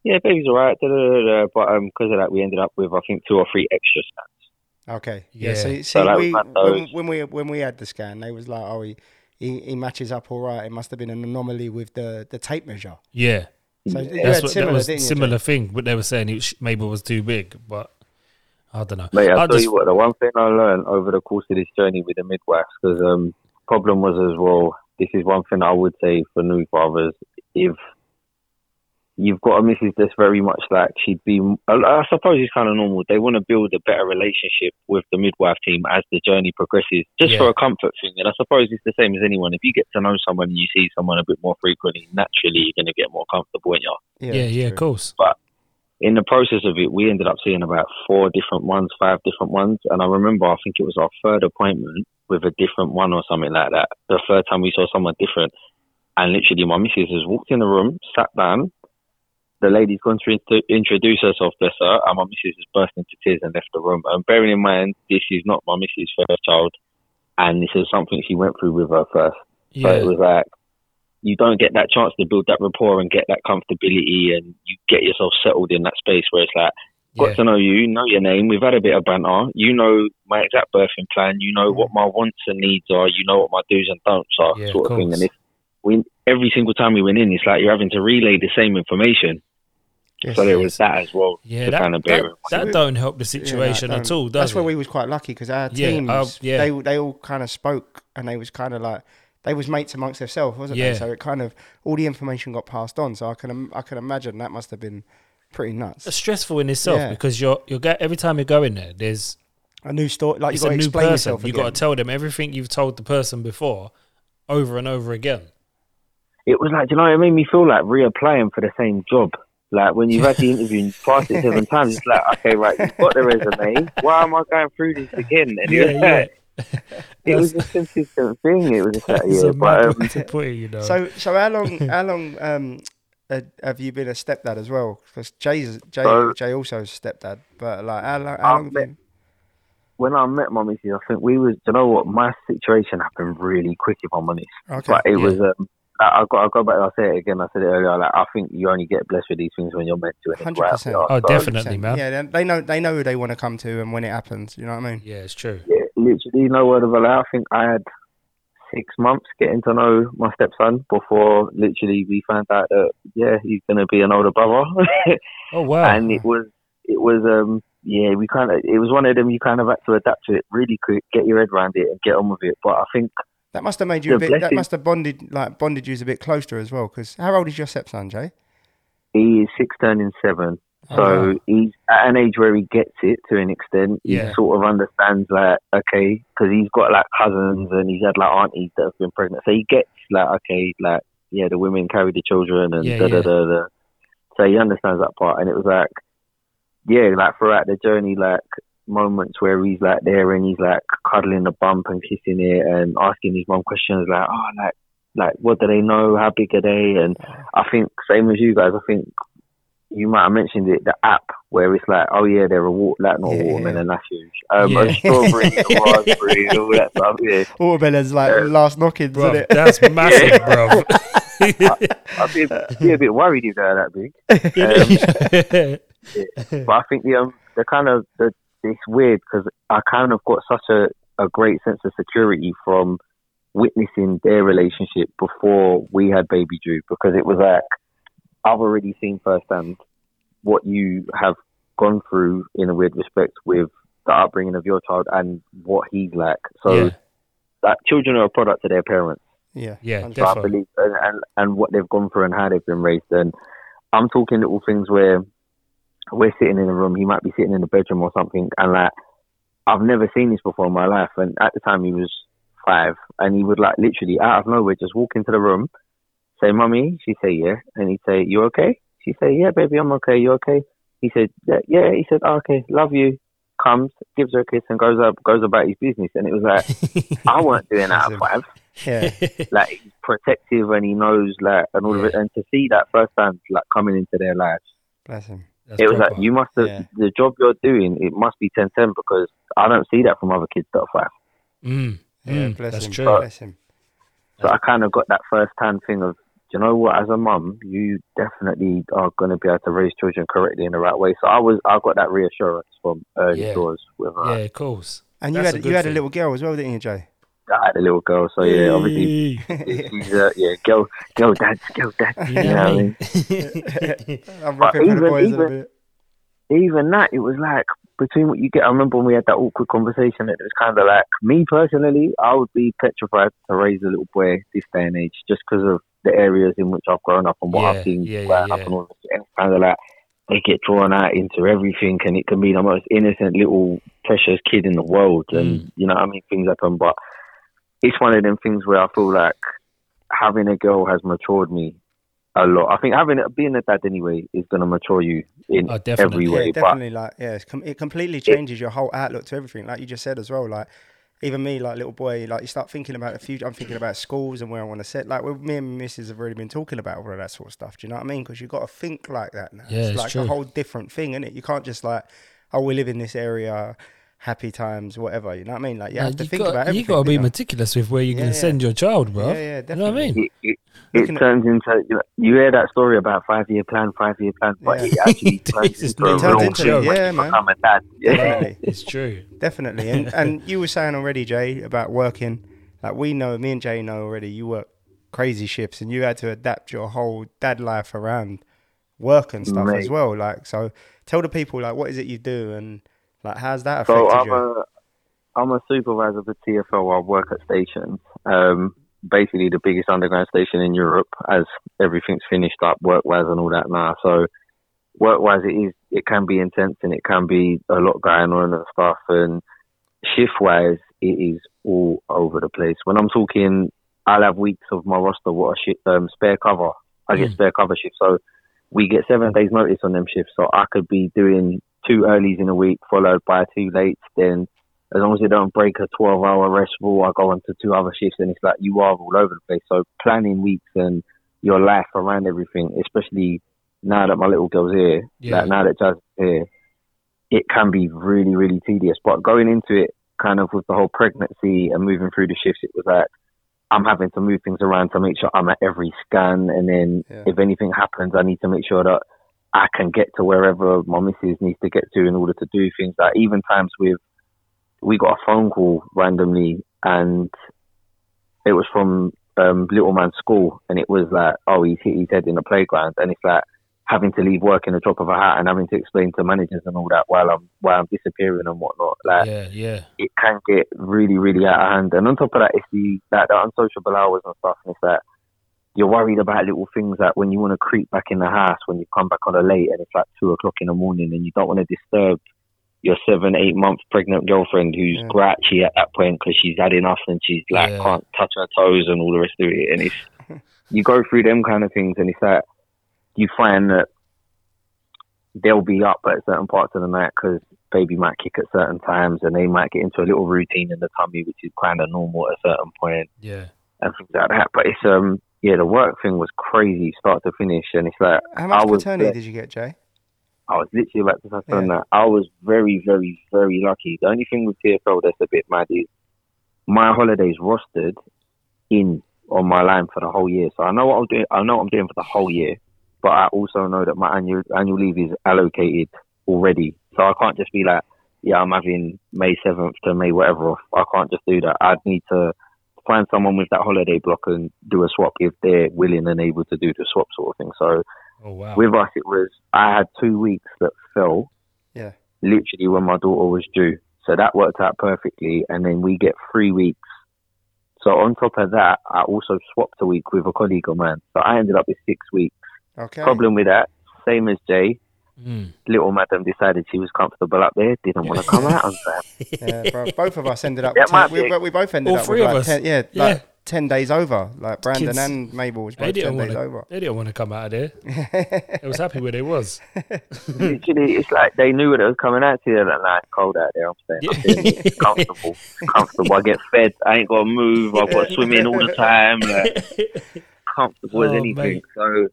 Speaker 3: yeah, baby's alright, da, da, da, da. but um because of that we ended up with I think two or three extra scans.
Speaker 1: Okay. Yeah.
Speaker 2: Yeah.
Speaker 1: So, see,
Speaker 3: So that was
Speaker 1: we,
Speaker 3: one of
Speaker 1: when,
Speaker 3: those.
Speaker 1: when we when we had the scan, they was like, "Oh, he, he, he matches up all right. It must have been an anomaly with the, the tape measure."
Speaker 2: yeah.
Speaker 1: So you
Speaker 2: That's
Speaker 1: had
Speaker 2: what
Speaker 1: similar,
Speaker 2: that was
Speaker 1: didn't you,
Speaker 2: similar thing, but they were saying it sh- Mabel was too big, but I don't know.
Speaker 3: Mate, I'll
Speaker 2: I
Speaker 3: tell
Speaker 2: just-
Speaker 3: you what, the one thing I learned over the course of this journey with the midwives, because um, problem was as well, this is one thing I would say for new fathers, if you've got a missus that's very much like she'd be, I- I suppose it's kind of normal, they want to build a better relationship with the midwife team as the journey progresses, just
Speaker 2: Yeah.
Speaker 3: for a comfort thing. And I suppose it's the same as anyone. If you get to know someone and you see someone a bit more frequently, naturally you're going to get more comfortable in your
Speaker 1: Jay?
Speaker 2: yeah, yeah,
Speaker 1: true.
Speaker 2: of course.
Speaker 3: in the process of it, we ended up seeing about four different ones, five different ones. And I remember, I think it was our third appointment with a different one or something like that. The third time we saw someone different. And literally, my missus has walked in the room, sat down. The lady's gone to int- introduce herself, bless her. And my missus has burst into tears and left the room. And bearing in mind, this is not my missus' first child. And this is something she went through with her first. So
Speaker 2: Yeah,
Speaker 3: it was like you don't get that chance to build that rapport and get that comfortability, and you get yourself settled in that space where it's like got
Speaker 2: yeah,
Speaker 3: to know you, know your name. We've had a bit of banter. You know my exact birthing plan. You know what my wants and needs are. You know what my do's and don'ts are,
Speaker 2: Mm. Yeah,
Speaker 3: sort
Speaker 2: of
Speaker 3: of thing.
Speaker 2: course.
Speaker 3: And if we every single time we went in, it's like you're having to relay the same information.
Speaker 1: Yes,
Speaker 3: so there was
Speaker 1: yes.
Speaker 3: that as well.
Speaker 2: yeah.
Speaker 3: to
Speaker 2: That,
Speaker 3: kind of bear in
Speaker 2: that,
Speaker 3: mind.
Speaker 2: that don't help the
Speaker 1: Yeah,
Speaker 2: situation
Speaker 1: like,
Speaker 2: at
Speaker 1: um,
Speaker 2: all, does
Speaker 1: That's
Speaker 2: it?
Speaker 1: where we was quite lucky because our
Speaker 2: Yeah,
Speaker 1: teams,
Speaker 2: uh, yeah.
Speaker 1: they they all kind of spoke and they was kind of like they was mates amongst themselves, wasn't
Speaker 2: Yeah.
Speaker 1: they? So it kind of all the information got passed on. So I can im- I can imagine that must have been pretty nuts.
Speaker 2: stressful in itself
Speaker 1: Yeah.
Speaker 2: because you're you're go- every time you go in there, there's
Speaker 1: A new story, like you
Speaker 2: it's
Speaker 1: got
Speaker 2: a
Speaker 1: to
Speaker 2: new
Speaker 1: explain
Speaker 2: person.
Speaker 1: yourself.
Speaker 2: You
Speaker 1: again.
Speaker 2: got to tell them everything you've told the person before, over and over again.
Speaker 3: it was like, you know, it made me feel like reapplying for the same job. Like when you've had the interview and you passed it
Speaker 2: *laughs*
Speaker 3: seven times, it's like, okay, right, you've got the resume. Why am I going through this again? And *laughs* it was, like, it was a consistent thing.
Speaker 2: *laughs*
Speaker 3: It was just like,
Speaker 2: It's
Speaker 3: yeah,
Speaker 2: a
Speaker 3: but
Speaker 2: mad
Speaker 3: um,
Speaker 2: way to put it, you know.
Speaker 1: So, so how long, *laughs* how long um, uh, have you been a stepdad as well? Because Jay's Jay,
Speaker 3: So-
Speaker 1: Jay also is a stepdad, but like how long?
Speaker 3: I've
Speaker 1: How long have you,
Speaker 3: been- when I met my missus, I think we was, you know what, my situation happened really quick, if I'm honest.
Speaker 1: okay,
Speaker 3: But it
Speaker 2: Yeah.
Speaker 3: was, um, I, I got, I go back. I say it again. I said it earlier. Like, I think you only get blessed with these things when you're meant to. and it's right up
Speaker 1: 100%.
Speaker 3: your arse.
Speaker 2: oh,
Speaker 3: So,
Speaker 2: definitely, man. Yeah.
Speaker 1: yeah, they- they know they know who they want to come to and when it happens. You know what I mean?
Speaker 2: it's true.
Speaker 3: yeah, literally no word of a lie. I think I had six months getting to know my stepson before literally we found out that yeah he's gonna be an older brother, *laughs*
Speaker 2: Oh wow.
Speaker 3: and it was it was um yeah we kind of it was one of them you kind of had to adapt to it really quick, get your head around it, and get on with it. But I think
Speaker 1: That must have made you a
Speaker 3: The
Speaker 1: bit. That
Speaker 3: blessing-
Speaker 1: must have bonded like bonded you a bit closer as well. Because how old is your stepson, Jay?
Speaker 3: he is six turning seven. So
Speaker 1: Oh, wow.
Speaker 3: he's at an age where he gets it to an extent.
Speaker 2: Yeah.
Speaker 3: He sort of understands like, okay, because he's got like cousins and he's had like aunties that have been pregnant. So he gets like, okay, like yeah, the women carry the children and
Speaker 2: Yeah,
Speaker 3: da da
Speaker 2: yeah.
Speaker 3: da da. So he understands that part, and it was like, yeah, like throughout the journey, like moments where he's like there and he's like cuddling the bump and kissing it and asking his mum questions like, oh, like, like what do they know? How big are they? And I think same as you guys, I think you might have mentioned it, the app where it's like, oh yeah, they're a wa- like not
Speaker 1: Yeah,
Speaker 3: a watermelon,
Speaker 1: yeah.
Speaker 3: and that's huge. Um,
Speaker 2: Yeah.
Speaker 3: a strawberry, a raspberry, and all that stuff. Yeah,
Speaker 1: Watermelon's like
Speaker 3: Yeah.
Speaker 1: last knockings, isn't
Speaker 2: Bruv,
Speaker 1: it?
Speaker 3: *laughs*
Speaker 2: that's massive, bro.
Speaker 3: Um,
Speaker 2: *laughs*
Speaker 3: I'd be a, be a bit worried if they're that big. But I think the um, the kind of the, it's weird because I kind of got such a, a great sense of security from witnessing their relationship before we had baby Drew because it was like I've already seen firsthand what you have gone through in a weird respect with the upbringing of your child and what he's like. So
Speaker 2: yeah,
Speaker 3: that children are a product of their parents.
Speaker 1: Yeah.
Speaker 2: Yeah,
Speaker 1: And-
Speaker 2: definitely.
Speaker 3: So I believe and, and and what they've gone through and how they've been raised. And I'm talking little things where we're sitting in a room. He might be sitting in the bedroom or something, and like I've never seen this before in my life. And at the time, he was five, and he would like literally out of nowhere just walk into the room, say, "Mummy," she say, "Yeah," and he'd say, "You okay?" She say, "Yeah, baby, I'm okay. You okay?" He said, "Yeah." yeah." He said, oh, "Okay, love you." Comes, gives her a kiss, and goes up, goes about his business. And it
Speaker 1: *laughs*
Speaker 3: was like I weren't doing that at five
Speaker 1: yeah.
Speaker 3: like he's protective and he knows like and all of it and to see that firsthand like coming into their lives
Speaker 1: Bless him.
Speaker 2: That's
Speaker 3: it was
Speaker 2: proper.
Speaker 3: like you must have
Speaker 1: Yeah.
Speaker 3: the job you're doing it must be 10 10 because i don't see that from other kids that are five
Speaker 2: Mm,
Speaker 1: Yeah.
Speaker 2: mm,
Speaker 1: bless
Speaker 2: that's
Speaker 1: him.
Speaker 2: true.
Speaker 1: Bless him.
Speaker 3: so i kind of got that first hand thing of "Do you know what as a mum you definitely are going to be able to raise children correctly in the right way so i was i got that reassurance from early
Speaker 2: Yeah.
Speaker 3: doors with uh, her
Speaker 2: yeah, of course.
Speaker 1: And you
Speaker 2: That's a
Speaker 1: had
Speaker 2: good
Speaker 1: you had a
Speaker 2: thing.
Speaker 1: little girl as well, didn't you, Jay? *laughs*
Speaker 3: i had a little girl so yeah
Speaker 2: *laughs*
Speaker 3: obviously she's uh, yeah go go dad go dad
Speaker 2: You
Speaker 3: you know what i mean
Speaker 2: *laughs*
Speaker 1: *laughs*
Speaker 2: mean?
Speaker 1: I'm rapping for the
Speaker 3: even-
Speaker 1: boys in a
Speaker 3: even-
Speaker 1: bit.
Speaker 3: even that, it was like between what you get. I remember when we had that awkward conversation. It was kind of like me personally, I would be petrified to raise a little boy this day and age, just because of the areas in which I've grown up and what
Speaker 2: Yeah,
Speaker 3: I've seen
Speaker 2: yeah,
Speaker 3: growing
Speaker 2: yeah,
Speaker 3: up
Speaker 2: yeah.
Speaker 3: and all. This. And it's kind of like they get drawn out into everything, and it can be the most innocent little precious kid in the world, and
Speaker 2: Mm.
Speaker 3: you know, what I mean, things happen. But it's one of them things where I feel like having a girl has matured me. A lot. I think having being a dad anyway is going to mature you in
Speaker 2: Oh,
Speaker 3: every
Speaker 2: definitely.
Speaker 3: way.
Speaker 1: Yeah,
Speaker 3: but
Speaker 1: definitely. Like, yeah, it's com- it completely changes your whole outlook to everything. Like you just said as well. Like, even me, like little boy, like you start thinking about the future. I'm thinking about schools and where I want to set. Like, well, me and Mrs. have already been talking about all of that sort of stuff. Do you know what I mean? Because you got to think like that now.
Speaker 2: Yeah, it's
Speaker 1: like
Speaker 2: true.
Speaker 1: a whole different thing, isn't it? You can't just like, oh, we live in this area, happy times, whatever. You know what I mean? Like, you
Speaker 2: Nah,
Speaker 1: have to
Speaker 2: you
Speaker 1: think
Speaker 2: got,
Speaker 1: about everything.
Speaker 2: You got to be
Speaker 1: you know?
Speaker 2: meticulous with where you're going
Speaker 1: Yeah,
Speaker 2: to
Speaker 1: yeah.
Speaker 2: send your child, bro.
Speaker 1: Yeah, yeah,
Speaker 2: You know what I
Speaker 1: definitely.
Speaker 2: mean?
Speaker 3: it, it,
Speaker 1: Looking
Speaker 3: it
Speaker 1: at-
Speaker 3: turns into you, know, you hear that story about five year plan, five year plan, but
Speaker 1: Yeah.
Speaker 3: it actually
Speaker 2: *laughs* It
Speaker 3: turns
Speaker 2: is.
Speaker 3: into a
Speaker 2: It turns
Speaker 3: real
Speaker 2: into
Speaker 3: thing
Speaker 2: it,
Speaker 3: when
Speaker 1: yeah,
Speaker 3: you
Speaker 1: man.
Speaker 3: become a dad. *laughs* Yeah.
Speaker 1: Definitely.
Speaker 2: *laughs* It's true.
Speaker 1: Definitely.
Speaker 2: *laughs*
Speaker 1: And and you were saying already, Jay, about working. Like we know, me and Jay know already. You work crazy shifts, and you had to adapt your whole dad life around work and stuff as
Speaker 3: Mate.
Speaker 1: well. Like so, tell the people like what is it you do, and like how's that affected
Speaker 3: So I'm
Speaker 1: you?
Speaker 3: a I'm a supervisor for TFL. I work at stations, um, basically the biggest underground station in Europe. As everything's finished up, work wise and all that now. So work wise, it is it can be intense and it can be a lot going on and stuff. And shift wise, it is all over the place. When I'm talking, I'll have weeks of my roster what a shit um, spare cover. I get
Speaker 1: Hmm.
Speaker 2: Mm.
Speaker 3: spare cover shifts, so we get seven days notice on them shifts. So I could be doing two earlies in a week followed by two lates. Then as long as they don't break a 12 hour rest rule, I go on to two other shifts and it's like you are all over the place. So planning weeks and your life around everything, especially now that my little girl's here,
Speaker 2: Yeah.
Speaker 3: like now that Jazz is here, it can be really, really tedious. But going into it kind of with the whole pregnancy and moving through the shifts, it was like, I'm having to move things around to make sure I'm at every scan. And then
Speaker 1: Yeah.
Speaker 3: if anything happens, I need to make sure that I can get to wherever my missus needs to get to in order to do things. Like even times with, we got a phone call randomly and it was from um, little man's school and it was like, oh, he's hit his head in the playground. And it's like having to leave work in the drop of a hat and having to explain to managers and all that while I'm, while I'm disappearing and whatnot. Like,
Speaker 2: Yeah, yeah.
Speaker 3: it can get really, really out of hand. And on top of that, it's the like the unsociable hours and stuff. And it's like you're worried about little things like when you want to creep back in the house when you come back on a late and it's like two o'clock in the morning and you don't want to disturb your seven, eight month pregnant girlfriend who's
Speaker 1: Yeah.
Speaker 3: grouchy at that point because she's had enough and she's like
Speaker 2: Yeah.
Speaker 3: can't touch her toes and all the rest of it. And it's you go through them kind of things and it's like you find that they'll be up at certain parts of the night because baby might kick at certain times and they might get into a little routine in the tummy which is kind of normal at a certain point
Speaker 2: Yeah.
Speaker 3: and things like that but it's um yeah the work thing was crazy start to finish and it's like
Speaker 1: How much
Speaker 3: I was
Speaker 1: paternity
Speaker 3: blessed.
Speaker 1: did you get, Jay?
Speaker 3: I was literally about to touch on
Speaker 1: Yeah.
Speaker 3: that. I was very, very, very lucky. The only thing with TFL that's a bit mad is my holidays rostered in on my line for the whole year. So I know what I'm doing. I know what I'm doing for the whole year, but I also know that my annual annual leave is allocated already. So I can't just be like, yeah, I'm having May seventh to May whatever off. I can't just do that. I'd need to find someone with that holiday block and do a swap if they're willing and able to do the swap sort of thing. So
Speaker 2: Oh wow.
Speaker 3: with us, it was I had two weeks that fell
Speaker 1: Yeah.
Speaker 3: literally when my daughter was due. So that worked out perfectly. And then we get three weeks. So on top of that, I also swapped a week with a colleague of mine. So I ended up with six weeks.
Speaker 1: Okay. Hmm.
Speaker 3: Problem with that, same as Jay,
Speaker 2: Mm.
Speaker 3: little madam decided she was comfortable up there, didn't want to come
Speaker 1: *laughs*
Speaker 3: out on time.
Speaker 1: Yeah,
Speaker 2: *laughs*
Speaker 1: bro. Both of us ended up.
Speaker 3: That
Speaker 1: Ten,
Speaker 3: might
Speaker 1: we,
Speaker 3: be-
Speaker 1: we both ended
Speaker 2: All
Speaker 1: up
Speaker 2: three
Speaker 1: with
Speaker 2: of
Speaker 1: like
Speaker 2: us.
Speaker 1: ten. Yeah,
Speaker 2: Yeah.
Speaker 1: like ten days over. Like Brandon
Speaker 2: Kids.
Speaker 1: and Mabel was
Speaker 2: They
Speaker 1: both ten
Speaker 2: didn't want
Speaker 1: days
Speaker 2: to.
Speaker 1: over.
Speaker 2: They didn't want to come out of there. They was happy where they was.
Speaker 3: *laughs* Literally, it's like they knew what it was coming out to you that night. Cold out there, I'm saying. It's comfortable. It's comfortable. I get fed. I ain't got to move. I've got swimming all the time. Like, comfortable as
Speaker 2: Oh,
Speaker 3: anything.
Speaker 2: mate.
Speaker 3: So,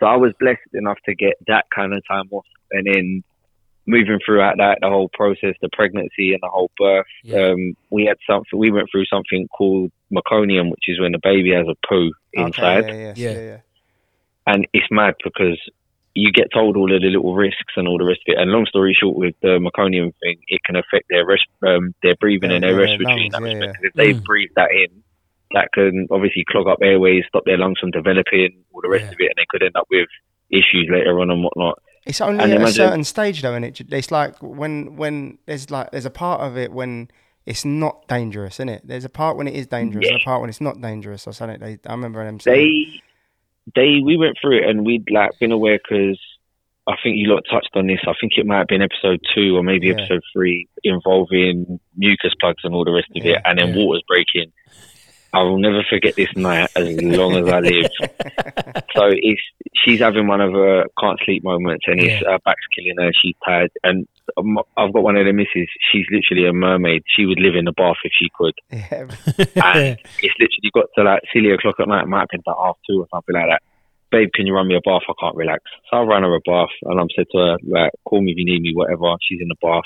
Speaker 3: so I was blessed enough to get that kind of time off, and then moving throughout that, the whole process, the pregnancy and the whole birth.
Speaker 2: Yeah.
Speaker 3: Um, we had something. We went through something called meconium, which is when the baby has a poo inside,
Speaker 1: Okay, yeah, yeah,
Speaker 2: Yeah.
Speaker 1: yeah, yeah.
Speaker 3: and it's mad because. You get told all of the little risks and all the rest of it. And long story short, with the meconium thing, it can affect their res- um, their breathing
Speaker 1: Yeah,
Speaker 3: and their
Speaker 1: yeah, their
Speaker 3: respiratory.
Speaker 1: lungs,
Speaker 3: and that
Speaker 1: yeah, yeah.
Speaker 3: perspective. If they
Speaker 2: Mm.
Speaker 3: breathe that in, that can obviously clog up airways, stop their lungs from developing, all the rest
Speaker 2: Yeah.
Speaker 3: of it, and they could end up with issues later on and whatnot.
Speaker 1: It's only
Speaker 3: And
Speaker 1: at a
Speaker 3: imagine-
Speaker 1: certain stage though, and it it's like when when there's like there's a part of it when it's not dangerous, isn't it? There's a part when it is dangerous, and a part when it's not dangerous. Or something. They, I remember them saying. *laughs*
Speaker 3: They, they, we went through it, and we'd like been aware because I think you lot touched on this. I think it might have been episode two or maybe
Speaker 1: Yeah.
Speaker 3: episode three involving mucus plugs and all the rest of
Speaker 1: Yeah,
Speaker 3: it, and then
Speaker 2: yeah.
Speaker 3: water's breaking. I will never forget this night as long as
Speaker 1: *laughs*
Speaker 3: I live. so it's she's having one of her can't sleep moments, and it's her back's killing her. She's tired, and um, I've got one of the misses. She's literally a mermaid. She would live in the bath if she could.
Speaker 1: yeah,
Speaker 3: *laughs* And it's literally got to like silly o'clock at night. It might have been about half two or something like that. Babe, can you run me a bath? I can't relax. So I ran her a bath, and I'm said to her like, "Call me if you need me, whatever." She's in the bath.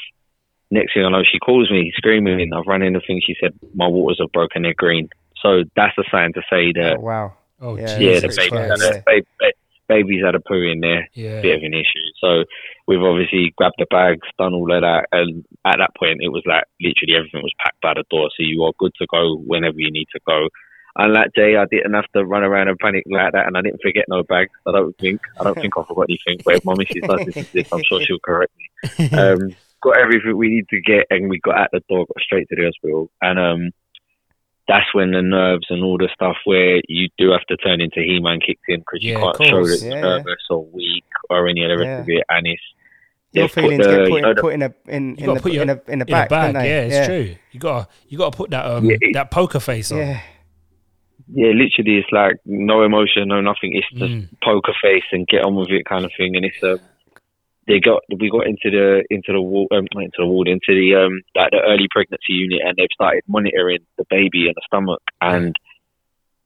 Speaker 3: Next thing I know, she calls me screaming. I've run in the thing. She said, "My waters are broken. They're green." So that's a sign to say that
Speaker 1: Oh, wow.
Speaker 2: *laughs* oh,
Speaker 1: Yeah,
Speaker 3: yeah,
Speaker 2: Jesus
Speaker 3: the
Speaker 1: it's
Speaker 3: baby's
Speaker 1: fine,
Speaker 3: had
Speaker 2: Christ.
Speaker 1: yeah.
Speaker 3: a baby, baby's had a poo in there,
Speaker 2: Yeah.
Speaker 3: bit of an issue. So we've obviously grabbed the bags, done all of that, and at that point it was like literally everything was packed by the door, so you are good to go whenever you need to go. And like Jay, I didn't have to run around and panic like that, and I didn't forget no bags. I don't think I don't think I forgot anything. But if my missus does listen to this, I'm sure she'll correct me
Speaker 2: *laughs*
Speaker 3: um, got everything we need to get, and we got out the door, got straight to the hospital, and um, that's when the nerves and all the stuff where you do have to turn into He-Man kicks in because
Speaker 2: Yeah,
Speaker 3: you
Speaker 2: of
Speaker 3: can't show
Speaker 2: course.
Speaker 3: that
Speaker 1: Yeah,
Speaker 3: you're
Speaker 1: yeah.
Speaker 3: nervous or weak or any of the rest
Speaker 1: Yeah.
Speaker 3: of it, and it's
Speaker 1: Your
Speaker 3: they've put
Speaker 1: feelings
Speaker 3: the-
Speaker 1: get
Speaker 3: you
Speaker 1: put,
Speaker 3: know,
Speaker 1: in,
Speaker 3: the-
Speaker 1: put in a in
Speaker 2: You
Speaker 1: in
Speaker 2: gotta
Speaker 1: the,
Speaker 2: put your-
Speaker 1: in a in a
Speaker 2: in a
Speaker 1: back,
Speaker 2: bag.
Speaker 1: don't
Speaker 2: Yeah,
Speaker 1: they?
Speaker 2: it's true. You gotta you gotta put that um
Speaker 3: Yeah, it-
Speaker 2: that poker face on.
Speaker 1: Yeah,
Speaker 3: yeah, literally, it's like no emotion, no nothing. It's just
Speaker 2: Mm.
Speaker 3: poker face and get on with it kind of thing. And it's um, they got we got into the into the wall um, not into the ward into the um like the early pregnancy unit, and they've started monitoring the baby and the stomach and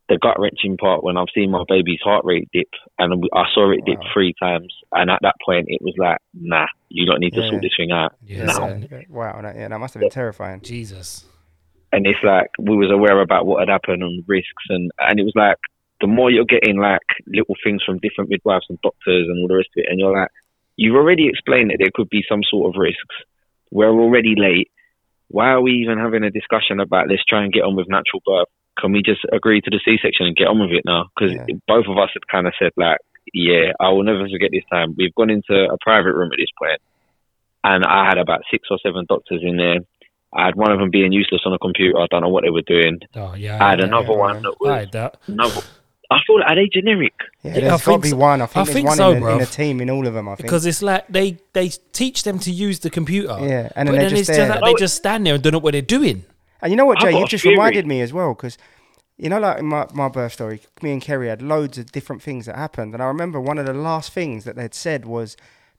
Speaker 3: the gut wrenching part. When I've seen my baby's heart rate dip, and I saw it dip
Speaker 1: Wow.
Speaker 3: three times, and at that point it was like, nah, you don't need to
Speaker 1: Yeah.
Speaker 3: sort this thing out.
Speaker 2: Yeah,
Speaker 3: No.
Speaker 2: son.
Speaker 1: Yeah. Wow, that, yeah, that must have been terrifying.
Speaker 2: Jesus.
Speaker 3: and it's like we was aware about what had happened and risks and and it was like the more you're getting like little things from different midwives and doctors and all the rest of it and you're like you've already explained that there could be some sort of risks we're already late why are we even having a discussion about let's try and get on with natural birth can we just agree to the c-section and get on with it now because
Speaker 1: Yeah.
Speaker 3: both of us had kind of said like yeah i will never forget this time we've gone into a private room at this point and i had about six or seven doctors in there I had one of them being useless on a computer. I don't know what they were doing.
Speaker 2: Oh yeah.
Speaker 3: I had
Speaker 2: yeah,
Speaker 3: another
Speaker 1: yeah,
Speaker 3: one
Speaker 1: yeah.
Speaker 3: that
Speaker 2: yeah. I
Speaker 3: was
Speaker 2: had that.
Speaker 3: another. I thought, are they generic?
Speaker 1: Yeah,
Speaker 2: Yeah, I
Speaker 1: there's got
Speaker 2: think
Speaker 1: to be
Speaker 2: so-
Speaker 1: one. I think
Speaker 2: I
Speaker 1: there's
Speaker 2: think
Speaker 1: one
Speaker 2: so,
Speaker 1: in, a, in
Speaker 2: bruv.
Speaker 1: a team in all of them. I think.
Speaker 2: Because it's like they they teach them to use the computer.
Speaker 1: yeah, and then
Speaker 2: But then
Speaker 1: they're just
Speaker 2: it's
Speaker 1: there.
Speaker 2: just like they just stand there and don't know what they're doing.
Speaker 1: And you know what,
Speaker 3: I've
Speaker 1: Jay,
Speaker 3: got
Speaker 1: you
Speaker 3: a
Speaker 1: just
Speaker 3: theory.
Speaker 1: reminded me as well because you know, like in my, my birth story, me and Kerry had loads of different things that happened, and I remember one of the last things that they'd said was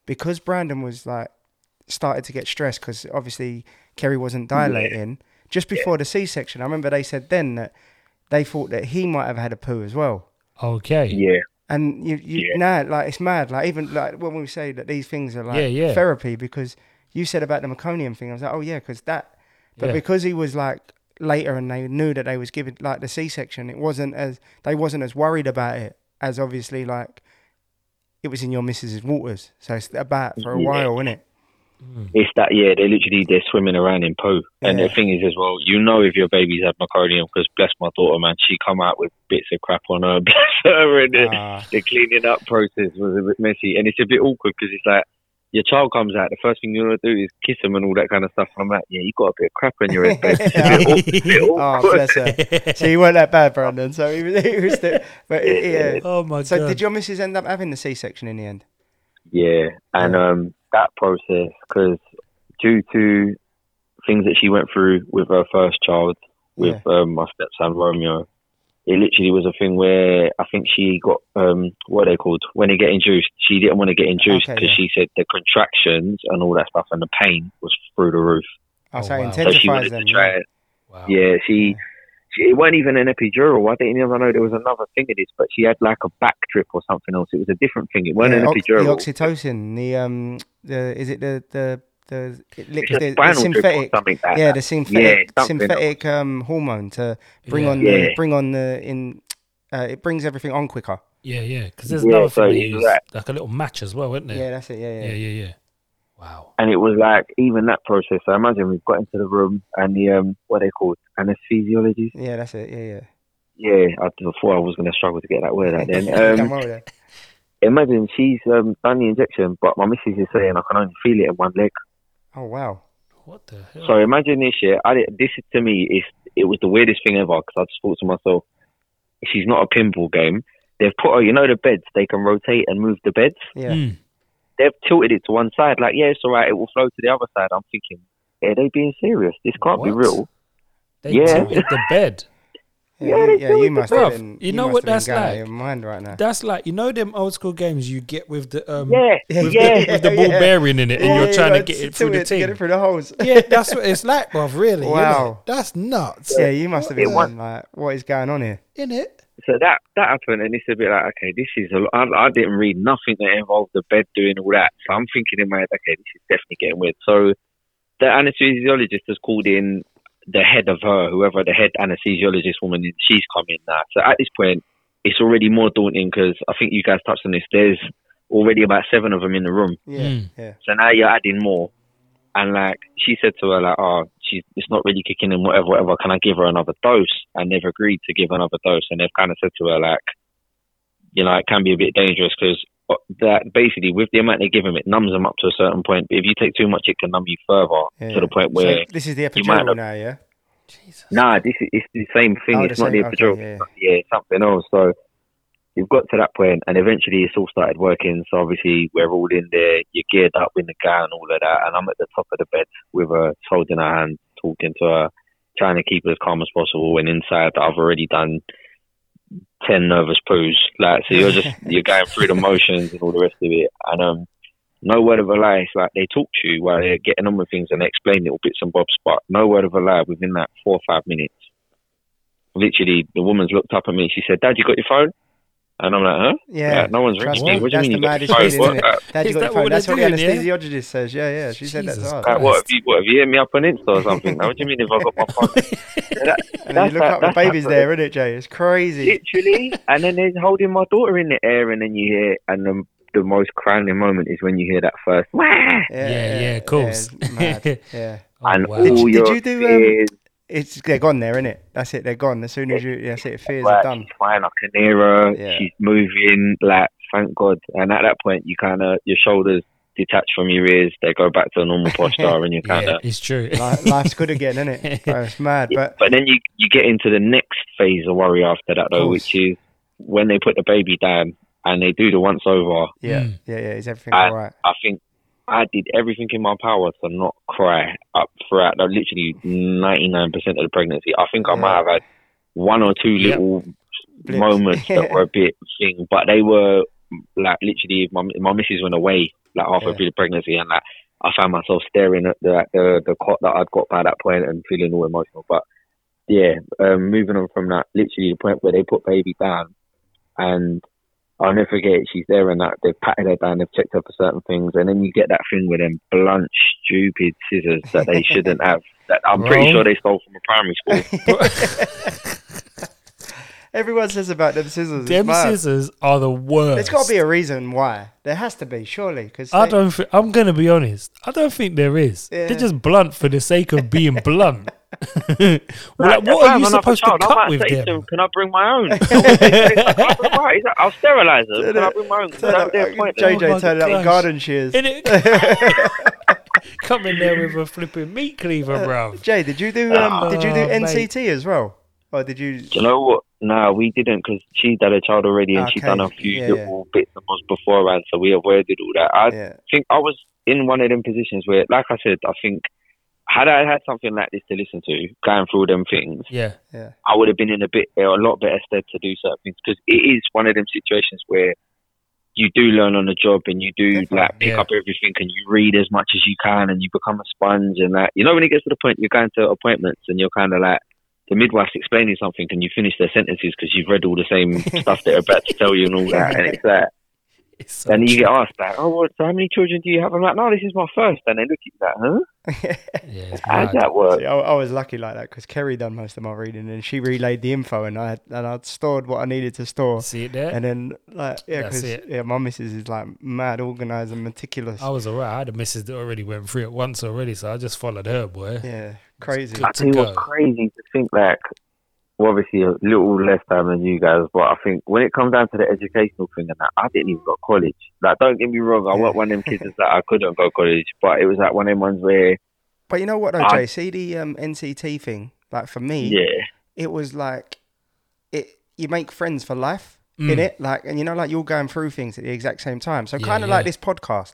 Speaker 1: because Brandon was like started to get stressed because obviously Kerry wasn't dilating just before the C section. I remember they said then that they thought that he might have had a poo as well.
Speaker 2: Okay.
Speaker 3: Yeah.
Speaker 1: And you, you nah, like it's mad. Like even like when we say that these things are like
Speaker 2: Yeah, yeah.
Speaker 1: therapy, because you said about the meconium thing, I was like, oh yeah, because that. But
Speaker 2: Yeah.
Speaker 1: because he was like later, and they knew that they was giving like the C section, it wasn't as they wasn't as worried about it as obviously like it was in your missus's waters. So it's about for a
Speaker 3: Yeah.
Speaker 1: while, isn't
Speaker 2: *laughs*
Speaker 1: it?
Speaker 3: It's that, yeah, they're literally, they're swimming around in poo. And the
Speaker 1: Yeah.
Speaker 3: thing is as well, you know if your baby's had meconium, because bless my daughter, man, she come out with bits of crap on her, *laughs* bless her, and the,
Speaker 1: Ah,
Speaker 3: the cleaning up process was a bit messy. And it's a bit awkward because it's like, your child comes out, the first thing you want to do is kiss him and all that kind of stuff. And I'm like, yeah, you got a bit of crap in your head, babe. It's a bit
Speaker 1: *laughs*
Speaker 3: awkward. It's a bit
Speaker 1: Oh,
Speaker 3: awkward.
Speaker 1: bless her. So he weren't that bad, Brandon. So he was, he was still, but yeah.
Speaker 2: *laughs* oh my
Speaker 1: So
Speaker 2: god!
Speaker 1: did your missus end up having the C-section in the end?
Speaker 3: Yeah, and um, that process, because due to things that she went through with her first child, with um, my stepson Romeo, it literally was a thing where I think she got um, what are they called when they get induced. She didn't want to get induced
Speaker 1: Okay,
Speaker 3: because
Speaker 1: yeah.
Speaker 3: she said the contractions and all that stuff and the pain was through the roof.
Speaker 1: Oh,
Speaker 2: Oh,
Speaker 1: so it
Speaker 2: wow. So
Speaker 3: So she
Speaker 1: intensifies
Speaker 3: wanted
Speaker 1: them.
Speaker 3: to try
Speaker 1: yeah.
Speaker 3: it.
Speaker 2: wow.
Speaker 3: Yeah, she, she. It wasn't even an epidural. I didn't even know there was another thing of this, but she had like a back drip or something else. It was a different thing. It wasn't
Speaker 1: Yeah,
Speaker 3: an
Speaker 1: ox-
Speaker 3: epidural.
Speaker 1: The oxytocin, the um, the is it the the the, it li-
Speaker 3: It's
Speaker 1: the,
Speaker 3: a
Speaker 1: the
Speaker 3: spinal drip or
Speaker 1: synthetic?
Speaker 3: something like
Speaker 1: Yeah,
Speaker 3: that.
Speaker 1: the synthetic
Speaker 3: Yeah, something
Speaker 1: synthetic um hormone to bring
Speaker 2: Yeah.
Speaker 1: on the,
Speaker 3: Yeah.
Speaker 1: bring on the in. Uh, it brings everything on quicker.
Speaker 2: Yeah, yeah. Because there's
Speaker 3: Yeah,
Speaker 2: another
Speaker 3: so
Speaker 2: thing that
Speaker 3: it's
Speaker 2: was
Speaker 3: that.
Speaker 2: like a little match as well, isn't
Speaker 1: Yeah,
Speaker 2: it?
Speaker 1: that's it. Yeah, yeah.
Speaker 2: yeah, yeah, yeah. Wow.
Speaker 3: and it was like even that process. I imagine we got into the room and the um, what are they called anesthesiologists.
Speaker 1: Yeah, that's it. Yeah, yeah.
Speaker 3: Yeah, I thought I was going to struggle to get that word
Speaker 1: *laughs*
Speaker 3: out. Then
Speaker 1: Don't
Speaker 3: um,
Speaker 1: worry. though.
Speaker 3: imagine she's um, done the injection, but my missus is saying I can only feel it in one leg.
Speaker 1: Oh wow.
Speaker 2: What the hell?
Speaker 3: So imagine this year. I did, this to me is it was the weirdest thing ever because I just thought to myself, she's not a pinball game. They've put her, you know, the beds. They can rotate and move the beds.
Speaker 1: Yeah.
Speaker 2: Mm.
Speaker 3: They've tilted it to one side. Like, yeah, it's all right. It will flow to the other side. I'm thinking, are they being serious? This can't be
Speaker 2: What?
Speaker 3: real.
Speaker 2: They
Speaker 3: Yeah.
Speaker 2: tilted
Speaker 3: *laughs*
Speaker 2: the bed.
Speaker 1: Yeah,
Speaker 3: Yeah,
Speaker 1: you-
Speaker 3: they
Speaker 1: yeah,
Speaker 3: do
Speaker 1: you
Speaker 3: it
Speaker 1: must
Speaker 2: to
Speaker 1: have
Speaker 2: death.
Speaker 1: been.
Speaker 2: You know
Speaker 1: must
Speaker 2: what
Speaker 1: have been
Speaker 2: that's
Speaker 1: going out of
Speaker 2: like?
Speaker 1: Your mind right now.
Speaker 2: That's like you know them old school games you get with the um
Speaker 3: Mm. Yeah,
Speaker 2: with,
Speaker 3: yeah,
Speaker 2: the, with the ball
Speaker 1: yeah.
Speaker 2: bearing in it, and
Speaker 1: Yeah,
Speaker 2: you're
Speaker 1: yeah,
Speaker 2: trying
Speaker 1: yeah,
Speaker 2: to get it
Speaker 1: to
Speaker 2: through
Speaker 1: to
Speaker 2: the
Speaker 1: Get
Speaker 2: team.
Speaker 1: it through the
Speaker 3: *laughs*
Speaker 1: holes.
Speaker 4: Yeah, that's what it's like, bruv, really. innit?
Speaker 1: Wow.
Speaker 4: That's nuts,
Speaker 1: Yeah, you must have been
Speaker 3: It was-
Speaker 1: like, what is going on here?
Speaker 4: innit?
Speaker 3: So that that happened, and it's a bit like, okay, this is a lot. I, I didn't read nothing that involved the bed doing all that. So I'm thinking in my head, okay, this is definitely getting weird. So the anesthesiologist has called in the head of her, whoever the head anesthesiologist woman is. She's come in now. So at this point, it's already more daunting because I think you guys touched on this. There's already about seven of them in the room.
Speaker 1: Yeah,
Speaker 2: Mm.
Speaker 1: yeah.
Speaker 3: So now you're adding more. And like she said to her, like, oh, she's it's not really kicking in, whatever, whatever. Can I give her another dose? And they've agreed to give another dose. And they've kind of said to her, like, you know, it can be a bit dangerous because that basically with the amount they give him, it numbs them up to a certain point. But if you take too much, it can numb you further
Speaker 1: Yeah,
Speaker 3: to the
Speaker 1: yeah.
Speaker 3: point
Speaker 1: So
Speaker 3: where,
Speaker 1: this is the
Speaker 3: you might
Speaker 1: epidural
Speaker 3: have-
Speaker 1: now, yeah.
Speaker 3: nah, this is it's the same thing.
Speaker 1: Oh,
Speaker 3: it's
Speaker 1: the
Speaker 3: not
Speaker 1: same-
Speaker 3: the
Speaker 1: okay,
Speaker 3: epidural.
Speaker 1: yeah.
Speaker 3: yeah, it's something else. So you've got to that point, and eventually it's all started working. So obviously we're all in there. You're geared up in the guy and all of that. And I'm at the top of the bed with her, just holding her hand, talking to her, trying to keep her as calm as possible. And inside, I've already done ten nervous poos. Like so,
Speaker 1: *laughs*
Speaker 3: you're just you're going through the motions and all the rest of it. And um, no word of a lie. It's like they talk to you while they're getting on with things and they explain little bits and bobs. But no word of a lie. Within that four or five minutes literally the woman's looked up at me. She said, "Dad, you got your phone?" And I'm like, "Huh?
Speaker 1: Yeah.
Speaker 3: Like, no one's
Speaker 1: Trust
Speaker 3: ringing
Speaker 1: me,
Speaker 3: me. What do you
Speaker 1: that's
Speaker 3: mean
Speaker 1: the
Speaker 3: you got your
Speaker 1: maddest
Speaker 3: phone?
Speaker 1: feeling,
Speaker 3: What,
Speaker 1: isn't it?
Speaker 3: uh,
Speaker 1: Dad, you got
Speaker 2: Is that
Speaker 1: your
Speaker 2: what
Speaker 1: phone.
Speaker 2: they're
Speaker 1: That's what the
Speaker 2: doing, yeah?
Speaker 1: anesthesiologist says. Yeah, yeah. She said that
Speaker 2: Jesus
Speaker 1: to us.
Speaker 3: like, what have you? What have you hit me up on Insta or something? Like, what do you mean if I got my phone?
Speaker 1: *laughs*
Speaker 3: Yeah, that-
Speaker 1: And then you
Speaker 3: that's
Speaker 1: look
Speaker 3: like-
Speaker 1: up, the
Speaker 3: *laughs* that's
Speaker 1: baby's
Speaker 3: like-
Speaker 1: there, isn't it, Jay? It's crazy.
Speaker 3: Literally, and then they're holding my daughter in the air, and then you hear and the, the most crowning moment is when you hear that first. Wah!
Speaker 2: Yeah, yeah, of course.
Speaker 1: Yeah, it's mad.
Speaker 2: *laughs*
Speaker 1: yeah.
Speaker 2: Oh,
Speaker 3: and
Speaker 2: wow.
Speaker 3: all
Speaker 1: Did you- did
Speaker 3: your
Speaker 1: you do, um,
Speaker 3: tears,
Speaker 1: It's they're gone there, isn't it? That's it. They're gone. As soon as you, that's it. Fears are
Speaker 3: like,
Speaker 1: done.
Speaker 3: she's fine. I can hear her.
Speaker 1: Yeah.
Speaker 3: She's moving. Like, thank God. And at that point, you kind of your shoulders detach from your ears. They go back to
Speaker 1: *laughs*
Speaker 3: a normal posture, and you
Speaker 2: yeah,
Speaker 3: kind of
Speaker 2: it's true.
Speaker 1: Li- Life's good again, isn't
Speaker 2: *laughs*
Speaker 1: it? Bro, it's mad, but
Speaker 3: But then you you get into the next phase of worry after that though,
Speaker 1: Course.
Speaker 3: which is when they put the baby down and they do the once over.
Speaker 1: yeah,
Speaker 2: Mm.
Speaker 1: yeah, yeah. Is everything
Speaker 3: I-
Speaker 1: all right?
Speaker 3: I think I did everything in my power to not cry up throughout like, literally ninety nine percent of the pregnancy. I think I
Speaker 1: Yeah.
Speaker 3: might have had one or two
Speaker 2: Yep.
Speaker 3: little
Speaker 1: Blips.
Speaker 3: moments
Speaker 1: *laughs*
Speaker 3: that were a bit thing, but they were like literally if my my missus went away like halfway
Speaker 1: Yeah.
Speaker 3: through the pregnancy and like I found myself staring at the at the the cot that I'd got by that point and feeling all emotional. But yeah, um, moving on from that, literally the point where they put baby down and I'll never forget it, she's there and that they've patted her down, they've checked her for certain things and then you get that thing with them blunt, stupid scissors that
Speaker 2: *laughs*
Speaker 3: they shouldn't have. That I'm pretty
Speaker 2: Wrong.
Speaker 3: sure they stole from a primary school.
Speaker 2: *laughs*
Speaker 1: Everyone says about them scissors.
Speaker 2: *laughs*
Speaker 1: it's
Speaker 2: Them
Speaker 1: mad.
Speaker 2: scissors are the worst.
Speaker 1: There's got to be a reason why. There has to be, surely, because
Speaker 2: I don't. Thi- I'm gonna be honest. I don't think there is.
Speaker 1: Yeah. *laughs*
Speaker 3: *laughs*
Speaker 2: They're just blunt for the sake of being blunt. well, like,
Speaker 3: Like,
Speaker 2: what
Speaker 3: if I
Speaker 2: are
Speaker 3: have
Speaker 2: you
Speaker 3: another
Speaker 2: supposed
Speaker 3: child,
Speaker 2: to
Speaker 3: I
Speaker 2: cut
Speaker 3: might
Speaker 2: with
Speaker 3: say to
Speaker 2: them?
Speaker 3: him, Can I bring my
Speaker 2: *laughs*
Speaker 3: own? *laughs* I would say to him, "Can I bring my-" He's like, I'll sterilise them. Can I
Speaker 2: *laughs*
Speaker 3: bring my own?
Speaker 1: Turn
Speaker 3: Without
Speaker 1: up, uh,
Speaker 3: their point.
Speaker 2: Oh my
Speaker 1: JJ turning up
Speaker 2: gosh.
Speaker 1: with garden shears.
Speaker 2: Innit?
Speaker 3: *laughs*
Speaker 2: *laughs* Come in there with a flipping meat cleaver,
Speaker 1: Uh,
Speaker 2: bruv.
Speaker 1: Jay, did you do um, did you do
Speaker 2: Oh, mate.
Speaker 1: NCT as well, or did you?
Speaker 3: Do you know what? Nah, we didn't because she'd had a child already and she'd
Speaker 1: Okay.
Speaker 3: done a few
Speaker 1: Yeah, yeah.
Speaker 3: little bits and bobs beforehand, so we avoided all that. I
Speaker 1: Yeah,
Speaker 3: think I was in one of them positions where, like I said, I think had I had something like this to listen to, going through all them things,
Speaker 2: Yeah,
Speaker 1: yeah,
Speaker 3: I would have been in a bit a lot better stead to do certain things because it is one of them situations where you do learn on the job and you do
Speaker 1: Definitely,
Speaker 3: like pick
Speaker 2: yeah.
Speaker 3: up everything and you read as much as you can and you become a sponge and that you know when it gets to the point you're going to appointments and you're kind of like the midwife's explaining something and you finish their sentences because you've read all the same stuff they're about to tell you and all that and it's like
Speaker 2: it's so
Speaker 3: and you
Speaker 2: true.
Speaker 3: get asked like oh what, so how many children do you have I'm like no this is my first and they look at you like huh
Speaker 2: yeah, it's
Speaker 3: how
Speaker 2: mad.
Speaker 3: does that work
Speaker 1: See, I, I was lucky like that because Kerry done most of my reading, and she relayed the info, and I and I stored what I needed to store,
Speaker 2: See it there?
Speaker 1: and then like yeah,
Speaker 2: That's
Speaker 1: 'cause,
Speaker 2: it. Oh.
Speaker 1: yeah, my missus is like mad, organised, and meticulous.
Speaker 2: I was alright. I had a missus that already went through it once already, so I just followed her, boy.
Speaker 1: Yeah, crazy.
Speaker 2: good.
Speaker 3: I think it was
Speaker 2: go.
Speaker 3: crazy to think like, well, obviously a little less time than you guys, but I think when it comes down to the educational thing and that, I didn't even go to college. Like, don't get me wrong, I
Speaker 1: Yeah.
Speaker 3: wasn't one of
Speaker 1: *laughs*
Speaker 3: them kids that I couldn't go to college, but it was like one of them ones where,
Speaker 1: But you know what though,
Speaker 3: I-
Speaker 1: Jay? See the um, NCT thing. Like for me,
Speaker 3: yeah,
Speaker 1: it was like it you make friends for life
Speaker 2: Mm.
Speaker 1: in it like and you know like you're going through things at the exact same time so
Speaker 2: Yeah,
Speaker 1: kind of
Speaker 2: yeah.
Speaker 1: like this podcast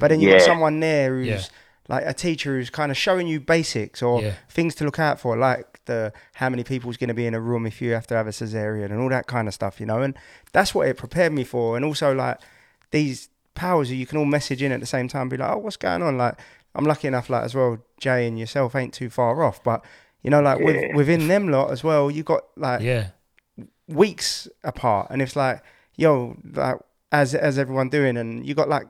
Speaker 1: but then you got
Speaker 3: Yeah.
Speaker 1: someone there who's
Speaker 2: Yeah.
Speaker 1: like a teacher who's kind of showing you basics or
Speaker 2: Yeah.
Speaker 1: things to look out for like the how many people's going to be in a room if you have to have a cesarean and all that kind of stuff you know and that's what it prepared me for and also like these powers that you can all message in at the same time be like oh what's going on like i'm lucky enough like as well jay and yourself ain't too far off but you know like with,
Speaker 3: Yeah.
Speaker 1: within them lot as well you got like
Speaker 2: Yeah,
Speaker 1: weeks apart and it's like yo like as as everyone doing and you got like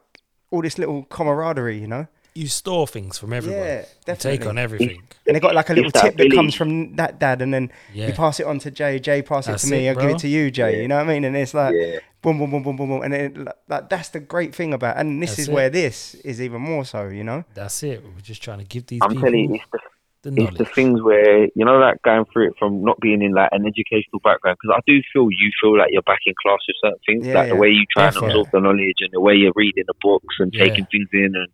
Speaker 1: all this little camaraderie you know
Speaker 2: you store things from everyone.
Speaker 1: Yeah,
Speaker 2: You take
Speaker 1: definitely.
Speaker 2: on everything.
Speaker 1: and they got like a
Speaker 3: It's
Speaker 1: little
Speaker 3: that
Speaker 1: tip that
Speaker 3: belief.
Speaker 1: comes from that dad and then
Speaker 2: Yeah,
Speaker 1: you pass it on to jay jay pass
Speaker 2: That's
Speaker 1: it to me
Speaker 2: it,
Speaker 1: i'll give
Speaker 2: bro.
Speaker 1: it to you jay you know what i mean and it's like
Speaker 3: yeah.
Speaker 1: boom boom boom boom boom boom and then like, like, that's the great thing about and this
Speaker 2: That's
Speaker 1: is
Speaker 2: it.
Speaker 1: where this is even more so you know
Speaker 2: that's it. We're just trying to give these
Speaker 3: I'm
Speaker 2: people
Speaker 3: telling you, it's the,
Speaker 2: the
Speaker 3: it's the
Speaker 2: knowledge.
Speaker 3: things where, you know, like going through it from not being in like an educational background, because I do feel you feel like you're back in class with certain things,
Speaker 1: Yeah,
Speaker 3: like the
Speaker 1: yeah.
Speaker 3: way you try and
Speaker 2: Definitely.
Speaker 3: absorb the knowledge and the way you're reading the books and
Speaker 2: Yeah.
Speaker 3: taking things in and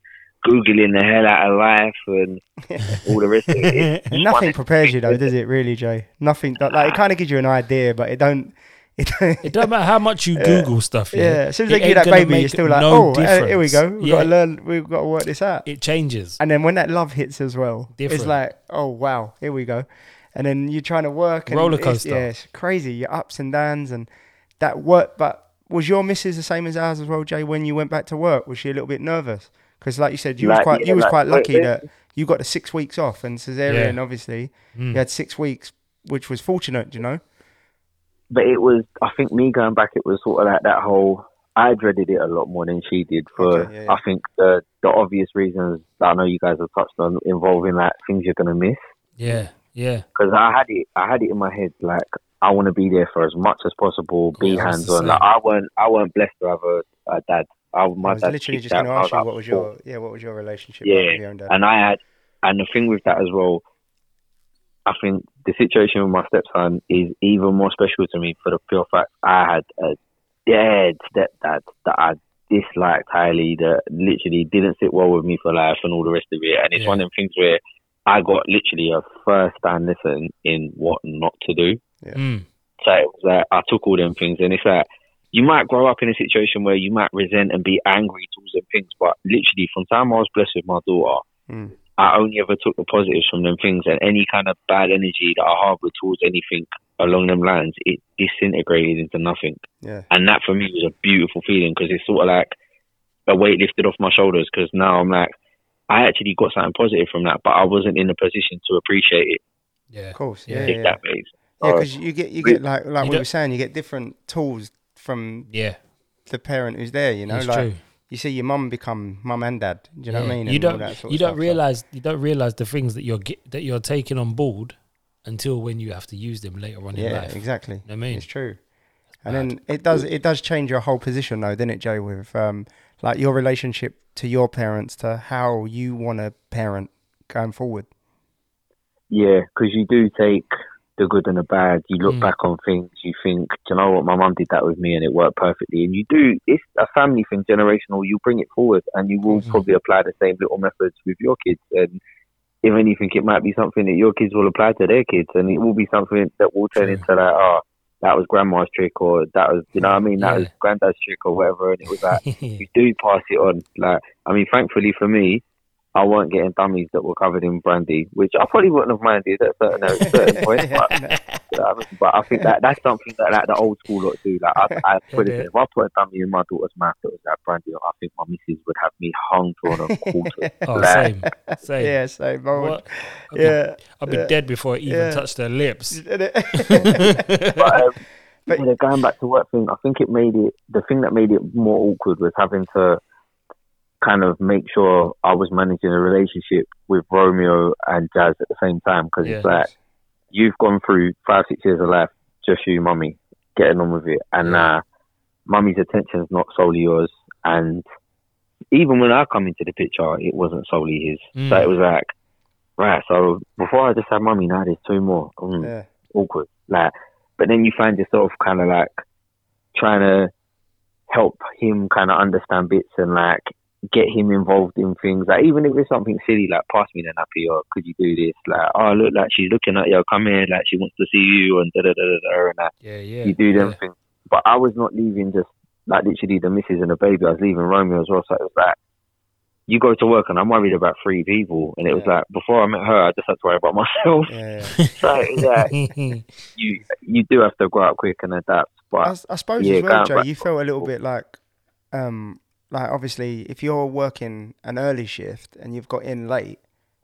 Speaker 3: Googling the hell out of life
Speaker 1: *laughs*
Speaker 3: and all the rest of it. It's
Speaker 1: nothing prepares you though does it really jay nothing like it kind of gives you an idea but it don't it don't
Speaker 2: It doesn't matter how much you Google stuff. Yeah,
Speaker 1: yeah, as soon as they
Speaker 2: it
Speaker 1: give you that
Speaker 2: ain't gonna
Speaker 1: baby, you're
Speaker 2: make
Speaker 1: still like,
Speaker 2: no
Speaker 1: oh, uh, here we go.
Speaker 2: difference.
Speaker 1: We've
Speaker 2: Yeah.
Speaker 1: got to learn. We've got to work this out.
Speaker 2: It changes.
Speaker 1: And then when that love hits as well,
Speaker 2: Different.
Speaker 1: it's like, oh wow, here we go. And then you're trying to work and
Speaker 2: Roller
Speaker 1: it's-
Speaker 2: coaster.
Speaker 1: yeah, it's crazy. Your ups and downs and that work. But was your missus the same as ours as well, Jay? When you went back to work, was she a little bit nervous? Because like you said, you was
Speaker 3: Like,
Speaker 1: quite
Speaker 3: yeah,
Speaker 1: you was
Speaker 3: like,
Speaker 1: quite
Speaker 3: like
Speaker 1: lucky
Speaker 3: this.
Speaker 1: that you got the six weeks off and cesarean.
Speaker 2: Yeah.
Speaker 1: Obviously,
Speaker 2: Mm.
Speaker 1: you had six weeks, which was fortunate. You know,
Speaker 3: but it was I think me going back it was sort of like that whole I dreaded it a lot more than she did for
Speaker 1: Okay, yeah, yeah.
Speaker 3: I think the the obvious reasons that I know you guys have touched on involving like things you're gonna miss
Speaker 2: Yeah, yeah.
Speaker 3: because I had it I had it in my head like I want to be there for as much as possible be
Speaker 2: Yeah, I was
Speaker 3: hands
Speaker 2: the
Speaker 3: on like
Speaker 2: same.
Speaker 3: I weren't I weren't blessed to have a, a dad I, my
Speaker 1: I was
Speaker 3: dad
Speaker 1: literally
Speaker 3: kicked
Speaker 1: just
Speaker 3: out
Speaker 1: going to
Speaker 3: when I
Speaker 1: ask you
Speaker 3: like
Speaker 1: what was
Speaker 3: four.
Speaker 1: your yeah, what was your relationship
Speaker 3: Yeah,
Speaker 1: like with your own dad?
Speaker 3: And I had, and the thing with that as well, I think the situation with my stepson is even more special to me for the pure fact I had a dead stepdad that I disliked highly, that literally didn't sit well with me for life and all the rest of it. And it's
Speaker 2: Yeah.
Speaker 3: one of them things where I got literally a first hand lesson in what not to do.
Speaker 2: Mm.
Speaker 3: So it was like I took all them things, and it's like you might grow up in a situation where you might resent and be angry towards them things, but literally from time I was blessed with my daughter,
Speaker 1: Mm.
Speaker 3: I only ever took the positives from them things, and any kind of bad energy that I harbored towards anything along them lines, it disintegrated into nothing,
Speaker 1: yeah,
Speaker 3: and that for me was a beautiful feeling because it's sort of like a weight lifted off my shoulders because now I'm like. I actually got something positive from that, but I wasn't in a position to appreciate it.
Speaker 2: Yeah.
Speaker 1: of course,
Speaker 2: Yeah.
Speaker 1: yeah,
Speaker 3: If
Speaker 1: yeah. yeah.
Speaker 3: that makes
Speaker 1: Yeah,
Speaker 3: or-
Speaker 1: because you get you
Speaker 3: we-
Speaker 1: get like like
Speaker 2: Oh, You
Speaker 1: we
Speaker 2: don't-
Speaker 1: were saying, you get different tools from
Speaker 2: Yeah,
Speaker 1: the parent who's there. You know,
Speaker 2: it's
Speaker 1: like
Speaker 2: true.
Speaker 1: you see your mum become mum and dad. Do you know what
Speaker 2: Yeah.
Speaker 1: I mean?
Speaker 2: You
Speaker 1: And all
Speaker 2: don't.
Speaker 1: that sort of
Speaker 2: you don't
Speaker 1: stuff, so-
Speaker 2: realize. You don't realize the things that you're get, that you're taking on board until when you have to use them later on in
Speaker 1: Yeah,
Speaker 2: life.
Speaker 1: exactly.
Speaker 2: I mean?
Speaker 1: it's true. And then it does it does change your whole position though, doesn't it, Joe? With um, like your relationship
Speaker 2: *laughs*
Speaker 1: to your parents, to how you want to parent going forward.
Speaker 3: Yeah, because you do take the good and the bad. You look
Speaker 2: Mm.
Speaker 3: back on things. You think, do you know what? My mum did that with me, and it worked perfectly. And you do. It's a family thing, generational. You bring it forward, and you will
Speaker 2: Mhm.
Speaker 3: probably apply the same little methods with your kids. And if anything, it might be something that your kids will apply to their kids, and it will be something that will turn
Speaker 2: True.
Speaker 3: into like, oh, that was grandma's trick, or that was, you know, what I mean, that
Speaker 2: Yeah.
Speaker 3: was granddad's trick, or whatever. And it was like you do pass it on. Like, I mean, thankfully for me, I weren't getting dummies that were covered in brandy, which I probably wouldn't have minded at a certain, at a
Speaker 1: *laughs*
Speaker 3: certain point. But, I mean, but I think that that's something that like the old school lot do. Like, I, I put
Speaker 2: Yeah.
Speaker 3: it, if I put a dummy in my daughter's mouth that was like brandy, I think my missus would have me hung to on a
Speaker 1: *laughs*
Speaker 3: quarter.
Speaker 2: *laughs* *laughs* oh, same, same.
Speaker 1: Yeah, so I would-
Speaker 2: What? I'd
Speaker 1: *laughs*
Speaker 2: be,
Speaker 1: Yeah.
Speaker 2: I'd be dead before I even
Speaker 1: Yeah.
Speaker 2: touched
Speaker 1: *laughs*
Speaker 2: their lips.
Speaker 3: But, um,
Speaker 1: But-
Speaker 3: yeah, the going back to work thing, I think it made it the thing that made it more awkward was having to kind of make sure I was managing a relationship with Romeo and Jazz at the same time because it's
Speaker 2: Yeah.
Speaker 3: like you've gone through five six years of life just you, mummy, getting on with it, and uh, mummy's attention's not solely yours, and even when I come into the picture, it wasn't solely his.
Speaker 2: Mm.
Speaker 3: So it was like, right. So before I just had mummy, now there's two more.
Speaker 1: *laughs*
Speaker 3: Mm
Speaker 1: yeah.
Speaker 3: awkward. Like, but then you find yourself kind of like trying to help him kind of understand bits and like get him involved in things. Like, even if it's something silly, like pass me the nappy or could you do this? Like, oh look, like she's looking at you. Come here, like she wants to see you and da da da da da. And like,
Speaker 2: *laughs* yeah, yeah.
Speaker 3: you do them things. But I was not leaving just like literally the missus and the baby. I was leaving Romeo as well. So it was like, you go to work and I'm worried about three people. And it was
Speaker 1: Yeah.
Speaker 3: like, before I met her, I just had to worry about *laughs* myself.
Speaker 1: Yeah.
Speaker 3: so it was like,
Speaker 2: *laughs* Yeah.
Speaker 3: you you do have to grow up quick and adapt.
Speaker 1: I,
Speaker 3: But
Speaker 1: s- I suppose
Speaker 3: yeah,
Speaker 1: as well,
Speaker 3: going
Speaker 1: Joe,
Speaker 3: back-
Speaker 1: you felt a little bit like, um, like obviously, if you're working an early shift and you've got in late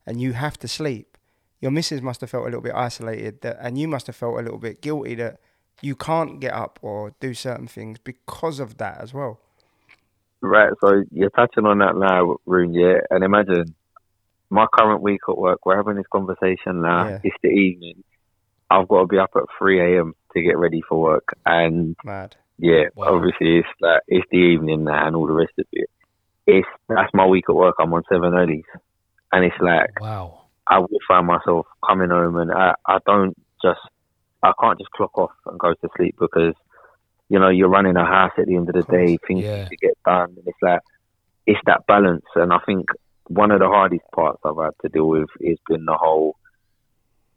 Speaker 1: and you have to sleep, your missus must have felt a little bit isolated, that, and you must have felt a little bit guilty that you can't get up or do certain things because of that as well.
Speaker 3: right, so you're touching on that now, Rune, yeah. And imagine my current week at work, we're having this conversation now.
Speaker 1: Yeah.
Speaker 3: It's the evening. I've got to be up at three a.m. to get ready for work, and
Speaker 1: Mad.
Speaker 3: yeah,
Speaker 2: Wow.
Speaker 3: obviously it's like it's the evening now and all the rest of it. It's that's my week at work. I'm on seven earlys, and it's like
Speaker 2: wow.
Speaker 3: I will find myself coming home and I, I don't just I can't just clock off and go to sleep because you know you're running a house at the end of the day things
Speaker 2: Yeah.
Speaker 3: need to get done and it's like it's that balance and I think one of the hardest parts I've had to deal with is been the whole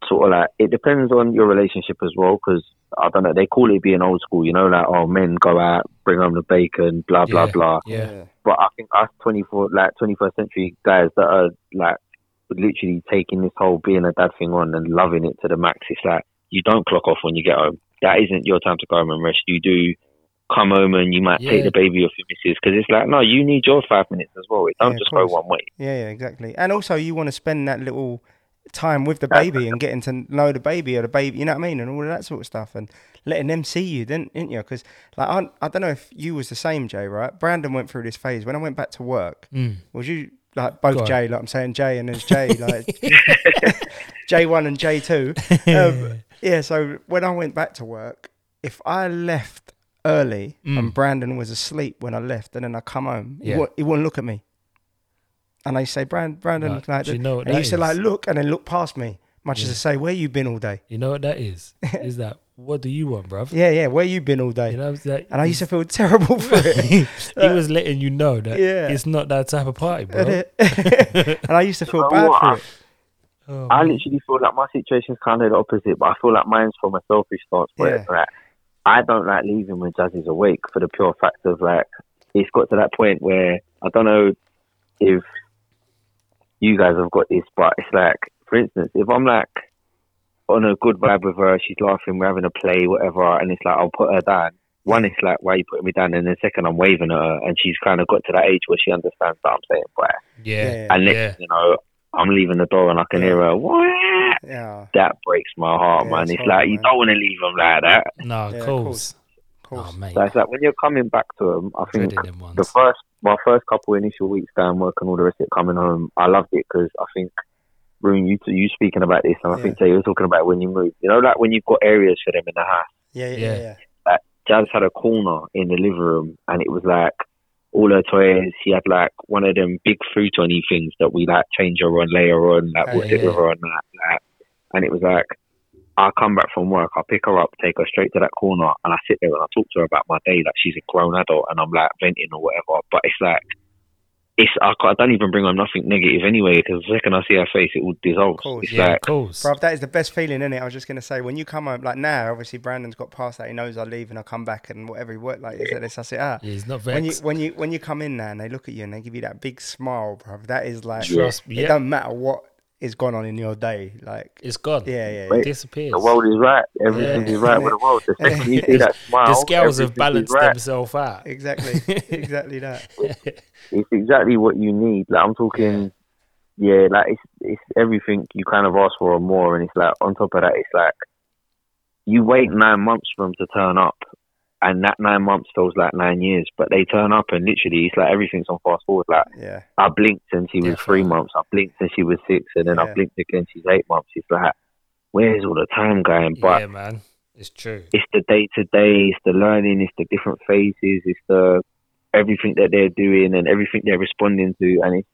Speaker 3: sort of like it depends on your relationship as well because I don't know they call it being old school you know like oh men go out bring home the bacon blah blah
Speaker 2: Yeah.
Speaker 3: blah
Speaker 2: Yeah.
Speaker 3: but I think us 24, like 21st century guys that are like literally taking this whole being a dad thing on and loving it to the max. It's like you don't clock off when you get home. That isn't your time to go home and rest. You do come home and you might
Speaker 2: Yeah.
Speaker 3: take the baby off your missus because it's like no, you need your five minutes as well. It don't
Speaker 1: Yeah, of
Speaker 3: just go
Speaker 1: course.
Speaker 3: one way.
Speaker 1: Yeah, yeah, exactly. And also, you want to spend that little time with the baby and getting to know the baby or the baby, you know what I mean, and all of that sort of stuff, and letting them see you, didn't, didn't you? Because like I, I don't know if you was the same, Jay. Right? Brandon went through this phase when I went back to work.
Speaker 2: Mm.
Speaker 1: Was you like both
Speaker 2: Go on.
Speaker 1: Jay? Like I'm saying, Jay and there's
Speaker 2: *laughs*
Speaker 1: Jay, like *laughs* J one and J two.
Speaker 2: *laughs*
Speaker 1: Um, yeah. So when I went back to work, if I left early and Brandon was asleep when I left, and then I come home, he,
Speaker 2: Mm. Yeah.
Speaker 1: wou- he wouldn't look at me. And they say, Brand, Brandon,
Speaker 2: Like,
Speaker 1: like,
Speaker 2: do you know what
Speaker 1: and he
Speaker 2: that
Speaker 1: used to like
Speaker 2: is?
Speaker 1: look and then look past me, much as to say, where you been all day?
Speaker 2: You know what that is? Is that what do you want,
Speaker 1: *laughs*
Speaker 2: bruv?
Speaker 1: Yeah, yeah, where you been all day?
Speaker 2: You know, it's like,
Speaker 1: and I used to feel terrible for it.
Speaker 2: *laughs* he was letting you know that
Speaker 1: Yeah.
Speaker 2: it's not that type of party,
Speaker 1: *laughs* *laughs*
Speaker 2: bro.
Speaker 1: and it- and I used to feel
Speaker 3: know
Speaker 1: bad
Speaker 3: what?
Speaker 1: for it.
Speaker 2: Oh,
Speaker 3: I
Speaker 2: man.
Speaker 3: literally feel like my situation's kind of the opposite, but I feel like mine's from a selfish stance where it's like I don't like leaving when Jazz is awake for the pure fact of like it's got to that point where I don't know if you guys have got this, but it's like for instance, if I'm like on a good vibe with her, she's laughing, we're having a play, whatever, and it's like I'll put her down. One, it's like why are you putting me down, and then second, I'm waving at her, and she's kind of got to that age where she understands that I'm saying bye.
Speaker 2: yeah.
Speaker 3: And next,
Speaker 2: Yeah.
Speaker 3: you know, I'm leaving the door and I can hear her. Wah!
Speaker 1: Yeah, of
Speaker 3: that breaks my heart,
Speaker 1: Yeah,
Speaker 3: man.
Speaker 1: it's
Speaker 3: It's,
Speaker 1: horrible,
Speaker 3: like you
Speaker 1: man.
Speaker 3: don't want to leave them like that.
Speaker 2: Nah,
Speaker 1: Yeah,
Speaker 2: yeah,
Speaker 1: of
Speaker 2: course.
Speaker 1: course.
Speaker 2: Oh, mate.
Speaker 3: So it's like when you're coming back to them, I think
Speaker 2: dreaded them
Speaker 3: the
Speaker 2: ones.
Speaker 3: first, my first couple initial weeks down work and all the rest of it coming home, I loved it because I think, Rune, you two, you speaking about this, and I
Speaker 1: Yeah.
Speaker 3: think Jay, you were talking about it when you moved. You know, like when you've got areas for them in the house.
Speaker 1: Yeah, yeah,
Speaker 2: Yeah.
Speaker 1: yeah, yeah.
Speaker 3: Jazz had a corner in the living room, and it was like all her toys. She had like one of them big fruit on things that we like change her on later on, like
Speaker 1: Oh,
Speaker 3: we'll sit
Speaker 2: yeah.
Speaker 3: with her on that. Like, and it was like I come back from work, I pick her up, take her straight to that corner, and I sit there and I talk to her about my day, like she's a grown adult, and I'm like venting or whatever. But it's like, it's I, ca- I don't even bring her nothing negative anyway, because the second I see her face, it all dissolves.
Speaker 1: course.
Speaker 3: It's
Speaker 2: Yeah,
Speaker 3: like,
Speaker 2: of course.
Speaker 1: Bruv, that is the best feeling, innit? I was just gonna say when you come home, like now, obviously Brandon's got past that. He knows I leave and I come back and whatever he worked like. Is that let's suss it out.
Speaker 2: Yeah, he's not
Speaker 1: When you
Speaker 2: vexed.
Speaker 1: when you when you come in there and they look at you and they give you that big smile, bruv, that is like
Speaker 2: Trust me,
Speaker 1: It
Speaker 2: yeah.
Speaker 1: doesn't matter what is gone on in your day, like
Speaker 2: It's gone.
Speaker 1: yeah, yeah, yeah.
Speaker 3: Wait.
Speaker 2: disappears.
Speaker 3: the world is right. Everything
Speaker 2: Yeah.
Speaker 3: is right with the world. The second you
Speaker 2: *laughs*
Speaker 3: see that smile,
Speaker 2: the scales
Speaker 3: everything
Speaker 2: have
Speaker 3: is
Speaker 2: balanced
Speaker 3: right.
Speaker 2: themselves *laughs* out.
Speaker 1: exactly, exactly that.
Speaker 3: it's exactly what you need. Like I'm talking, yeah, like it's it's everything you kind of ask for or more, and it's like on top of that, it's like you wait nine months for them to turn up, and that nine months feels like nine years, but they turn up and literally it's like everything's on fast forward. Like
Speaker 1: Yeah,
Speaker 3: I blinked and she was three months, I blinked and she was six, and then
Speaker 1: Yeah.
Speaker 3: I blinked again, she's eight months. It's like where's all the time going? But
Speaker 2: yeah, man, it's true.
Speaker 3: it's the day to day, it's the learning, it's the different phases, it's the everything that they're doing and everything they're responding to, and it's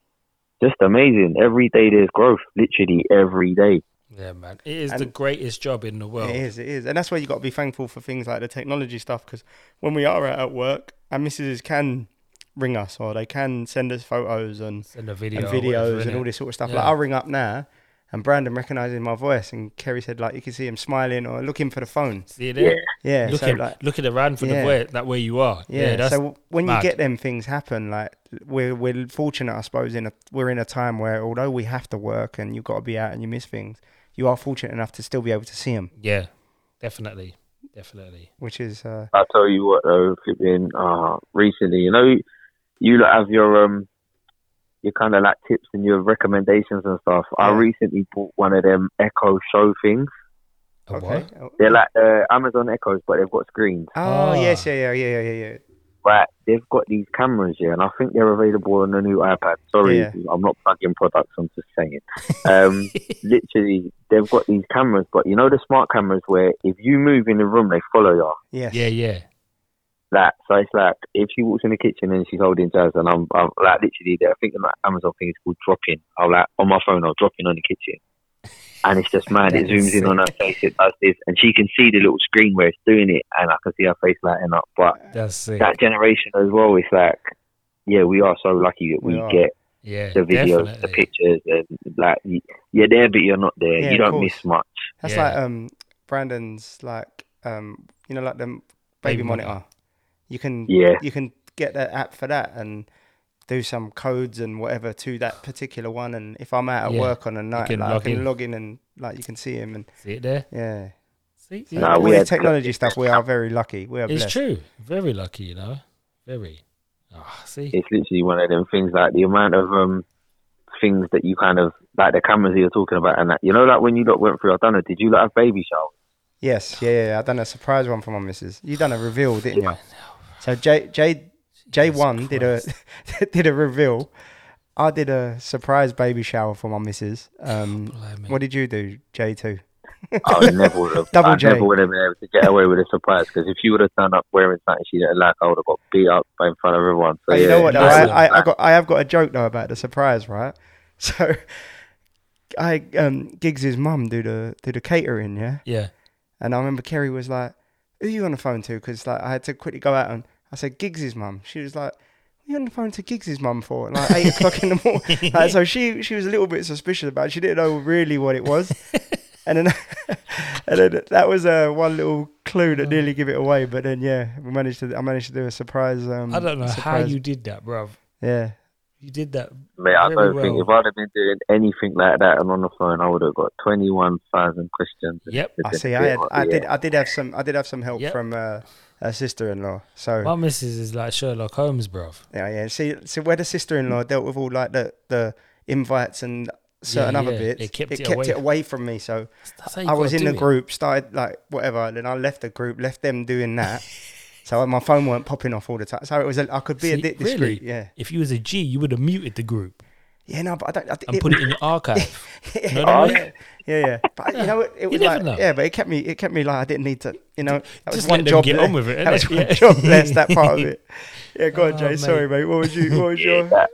Speaker 3: just amazing. Every day there's growth, literally every day.
Speaker 2: Yeah, man, it is the
Speaker 1: And-
Speaker 2: greatest job in the world.
Speaker 1: it is, it is, and that's why you got to be thankful for things like the technology stuff because when we are out at work and missus can ring us or they can send us photos and
Speaker 2: And the video,
Speaker 1: and
Speaker 2: or
Speaker 1: videos
Speaker 2: whatever,
Speaker 1: and
Speaker 2: innit?
Speaker 1: all this sort of stuff.
Speaker 2: Yeah.
Speaker 1: Like I'll ring up now, and Brandon recognises my voice, and Kerry said like you can see him smiling or looking for the phone.
Speaker 2: See there?
Speaker 1: Yeah, so
Speaker 2: looking,
Speaker 1: like
Speaker 2: looking around for
Speaker 1: Yeah.
Speaker 2: the way that way you are. Yeah,
Speaker 1: yeah,
Speaker 2: that's
Speaker 1: so when
Speaker 2: mad.
Speaker 1: you get them things happen, like we're we're fortunate, I suppose. In a we're in a time where although we have to work and you've got to be out and you miss things, you are fortunate enough to still be able to see them,
Speaker 2: yeah, definitely, definitely.
Speaker 1: which is uh,
Speaker 3: I tell you what though, flipping uh recently, you know you lot have your um your kind of like tips and your recommendations and stuff. I
Speaker 1: Yeah.
Speaker 3: recently bought one of them Echo Show things.
Speaker 2: A
Speaker 1: okay.
Speaker 2: what?
Speaker 1: Oh,
Speaker 3: They're like uh, Amazon Echoes, but they've got screens.
Speaker 1: oh
Speaker 2: Ah.
Speaker 1: yes, yeah, yeah, yeah, yeah, yeah.
Speaker 3: Right, they've got these cameras, yeah, and I think they're available on the new iPad. Sorry,
Speaker 1: Yeah.
Speaker 3: I'm not plugging products, I'm just saying.
Speaker 2: *laughs*
Speaker 3: Um, literally, they've got these cameras, but you know the smart cameras where if you move in the room, they follow you.
Speaker 1: Yes.
Speaker 2: Yeah, yeah.
Speaker 3: That so it's like if she walks in the kitchen and she's holding jazz, and I'm, I'm like literally, I think that Amazon thing is called dropping. I'm like on my phone, I'll drop in on the kitchen, and it's just mad. it
Speaker 2: *laughs* That is
Speaker 3: zooms in on her face, it does this, and she can see the little screen where it's doing it, and I can see her face lighting up, but
Speaker 2: That's it.
Speaker 3: that generation as well. It's like, yeah, we are so lucky that we,
Speaker 1: We are.
Speaker 3: get
Speaker 2: yeah,
Speaker 3: the videos, the
Speaker 2: definitely.
Speaker 3: pictures, and like y- you're there, but you're not there.
Speaker 1: Yeah,
Speaker 3: you
Speaker 1: of
Speaker 3: don't miss
Speaker 1: course.
Speaker 3: much.
Speaker 1: That's
Speaker 2: Yeah.
Speaker 1: like um Brandon's like um you know like the baby,
Speaker 2: Baby
Speaker 1: monitor.
Speaker 2: monitor.
Speaker 1: You can
Speaker 3: Yeah.
Speaker 1: you can get that app for that and do some codes and whatever to that particular one and if I'm out at
Speaker 2: Yeah.
Speaker 1: work on a night
Speaker 2: can
Speaker 1: like, I
Speaker 2: log
Speaker 1: can
Speaker 2: in.
Speaker 1: log in and like you can see him and
Speaker 2: See it there?
Speaker 1: yeah.
Speaker 2: See,
Speaker 1: So
Speaker 3: Nah, we
Speaker 1: with the
Speaker 3: had-
Speaker 1: technology stuff we are very lucky. We are
Speaker 2: it's
Speaker 1: blessed.
Speaker 2: true. Very lucky, you know. Very. Ah, see.
Speaker 3: It's literally one of them things like the amount of um things that you kind of like the cameras that you're talking about, and that you know, like when you lot went through, I don't know, did you lot have baby showers?
Speaker 1: Yes, yeah, yeah, yeah. I done a surprise one for my missus. You done a reveal, didn't you? So J J J one did a *laughs* did a reveal. I did a surprise baby shower for my missus. Um,
Speaker 2: Blimey.
Speaker 1: what did you do, J two? *laughs*
Speaker 3: I never would have,
Speaker 1: Double
Speaker 3: I
Speaker 1: J.
Speaker 3: never would have been able to get away with a surprise because if you would have turned up wearing something she didn't like, I would have got beat up in front of everyone. So
Speaker 1: But Oh, you
Speaker 3: Oh, yeah,
Speaker 1: know what? Though,
Speaker 2: that's
Speaker 1: I, I, I got I have got a joke though about the surprise, right? *laughs* So I um Giggs's mum do the do the catering, yeah.
Speaker 2: Yeah.
Speaker 1: And I remember Kerry was like, "Who you on the phone to?" Because like I had to quickly go out and I said Giggs's mum. She was like, "Who you on the phone to Giggs's mum for?" At, Like
Speaker 2: *laughs*
Speaker 1: eight o'clock in the morning. Like, so she she was a little bit suspicious about. it. She didn't know really what it
Speaker 2: *laughs*
Speaker 1: was. and then *laughs* and then that was uh, one little clue
Speaker 2: Oh.
Speaker 1: that nearly give it away. But then yeah, we managed to I managed to do a surprise. Um,
Speaker 2: I don't know how
Speaker 1: surprise-
Speaker 2: you did that, bruv.
Speaker 1: Yeah.
Speaker 2: You did that.
Speaker 3: Mate, I
Speaker 2: very
Speaker 3: don't think
Speaker 2: well.
Speaker 3: if I'd have been doing anything like that and on the phone, I would have got twenty-one thousand questions.
Speaker 2: Yep.
Speaker 1: I see. I had, I did I did have some I did have some help
Speaker 2: Yep.
Speaker 1: from uh, a sister-in-law. So
Speaker 2: My missus is like Sherlock Holmes, bruv.
Speaker 1: Yeah, yeah. See, so where the sister-in-law dealt with all like the the invites and certain
Speaker 2: Yeah,
Speaker 1: other
Speaker 2: yeah.
Speaker 1: bits,
Speaker 2: They kept it away.
Speaker 1: it away from me. So
Speaker 2: That's how you
Speaker 1: I was
Speaker 2: gotta
Speaker 1: in the
Speaker 2: do it.
Speaker 1: group, started like whatever, and then I left the group, left them doing
Speaker 2: *laughs*
Speaker 1: that. so my phone weren't popping off all the time. So it was a, I could be a
Speaker 2: See,
Speaker 1: bit
Speaker 2: really?
Speaker 1: discreet. Yeah,
Speaker 2: If you was a G, you would have muted the group
Speaker 1: yeah. No, but I don't. I,
Speaker 2: and
Speaker 1: *laughs*
Speaker 2: put it in your archive.
Speaker 1: yeah,
Speaker 2: No, no, no.
Speaker 1: yeah, yeah, yeah. But you know, it, it was
Speaker 2: never
Speaker 1: like
Speaker 2: know.
Speaker 1: yeah, but it kept me. It kept me like I didn't need to. You know, that was
Speaker 2: Just
Speaker 1: one
Speaker 2: let them
Speaker 1: job.
Speaker 2: get
Speaker 1: there.
Speaker 2: on with it,
Speaker 1: That was
Speaker 2: innit?
Speaker 1: one
Speaker 2: Yeah.
Speaker 1: job. That's that part
Speaker 2: *laughs*
Speaker 1: of it. Yeah, go on,
Speaker 2: Oh,
Speaker 1: Jay. Sorry, mate. What was you? What was
Speaker 3: Yeah,
Speaker 1: your?
Speaker 3: that-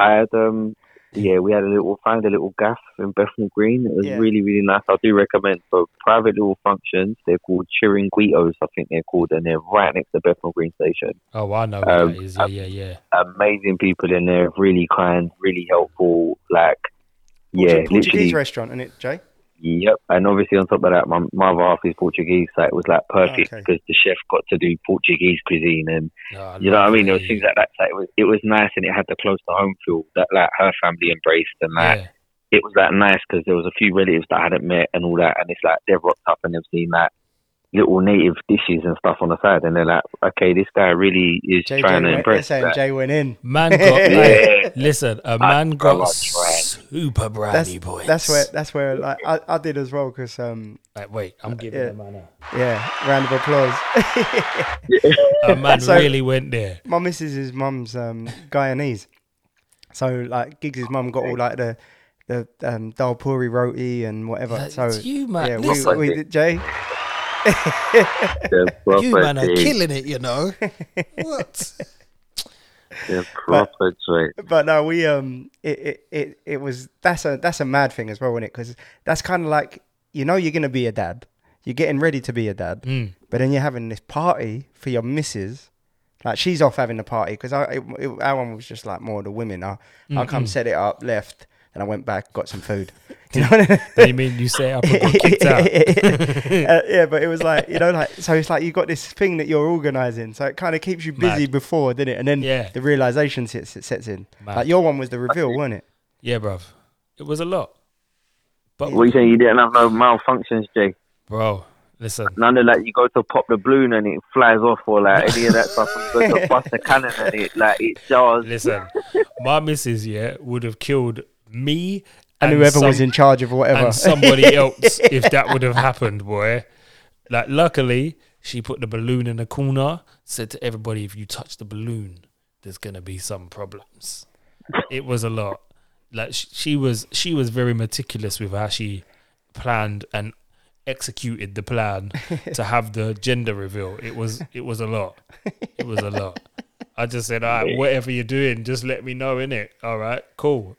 Speaker 3: I had um, yeah, we had a little find a little gaff in Bethnal Green. It was
Speaker 1: Yeah.
Speaker 3: really really nice. I do recommend for private little functions. They're called Chiringuitos, I think they're called, and they're right next to Bethnal Green station.
Speaker 2: Oh, I know what
Speaker 3: Um,
Speaker 2: that is. Yeah, yeah, yeah.
Speaker 3: Amazing people in there, really kind, really helpful. Like, yeah,
Speaker 1: Portu- Portuguese
Speaker 3: literally,
Speaker 1: restaurant, isn't it, Jay?
Speaker 3: yep. And obviously on top of that, my, my other half is Portuguese, so it was like perfect
Speaker 1: Okay.
Speaker 3: because the chef got to do Portuguese cuisine and.
Speaker 2: No, I
Speaker 3: You know what I
Speaker 2: love
Speaker 3: mean? There
Speaker 2: it,
Speaker 3: was things like that. Like, it, was, it was nice, and it had the close to home feel that like her family embraced, and like
Speaker 2: yeah.
Speaker 3: it was like nice because there was a few relatives that I hadn't met and all that, and it's like they've rocked up and they've seen like little native dishes and stuff on the side, and they're like, okay, this guy really is
Speaker 1: Jay, Jay
Speaker 3: trying
Speaker 1: went,
Speaker 3: to
Speaker 1: they're
Speaker 3: impress.
Speaker 1: saying *laughs*
Speaker 3: like,
Speaker 1: Jay went in.
Speaker 2: Man got
Speaker 3: *laughs*
Speaker 2: hey,
Speaker 3: Yeah.
Speaker 2: listen, a man
Speaker 3: I
Speaker 2: got
Speaker 3: love Brad.
Speaker 2: super
Speaker 1: That's
Speaker 2: brandy boys.
Speaker 1: that's where that's where like I, I did as well because um
Speaker 2: Like, wait, I'm giving
Speaker 1: Yeah.
Speaker 2: a man up.
Speaker 1: yeah round of applause. *laughs*
Speaker 2: A man
Speaker 1: So-
Speaker 2: really went there.
Speaker 1: my missus' is mum's um, Guyanese, so like Giggs' mum got all like the the um, dal puri roti and whatever.
Speaker 2: That's
Speaker 1: so
Speaker 2: you, man.
Speaker 1: yeah, we,
Speaker 2: Listen.
Speaker 1: we did, Jay.
Speaker 3: the
Speaker 4: You man are
Speaker 3: proper thing,
Speaker 4: killing it, you know. *laughs* what?
Speaker 3: the proper drink.
Speaker 1: But no, we um, it, it it it was that's a that's a mad thing as well, isn't it? Because that's kind of like you know you're gonna be a dad, you're getting ready to be a dad, but then you're having this party for your missus. Like she's off having the party because I it, it- our one was just like more the women. I I come set it up, left, and I went back, got some food. You know what I mean?
Speaker 2: Then you mean you set
Speaker 1: *laughs*
Speaker 2: up and got kicked out?
Speaker 1: Uh, yeah, but it was like you know, like so it's like you got this thing that you're organising, so it kind of keeps you busy
Speaker 2: Mad.
Speaker 1: before, didn't it? And then
Speaker 2: Yeah.
Speaker 1: the realisation sets it sets in.
Speaker 2: Mad.
Speaker 1: Like your one was the reveal, wasn't it?
Speaker 2: Yeah, bruv. It was a lot. But,
Speaker 3: What you saying? You didn't have no malfunctions, Jay.
Speaker 2: bro, listen.
Speaker 3: None of like you go to pop the balloon and it flies off, or like any of that stuff. You go to bust the cannon and it like it jars.
Speaker 2: Listen, my missus, yeah, would have killed me
Speaker 1: And, whoever was
Speaker 2: some-
Speaker 1: in charge of whatever.
Speaker 2: and somebody else if that would have happened, boy. Like, luckily, she put the balloon in the corner, said to everybody, if you touch the balloon, there's going to be some problems. It was a lot. Like, sh- she was she was very meticulous with how she planned and executed the plan to have the gender reveal. It was it was a lot. It was a lot. I just said, all right, whatever you're doing, just let me know, innit? All right, cool.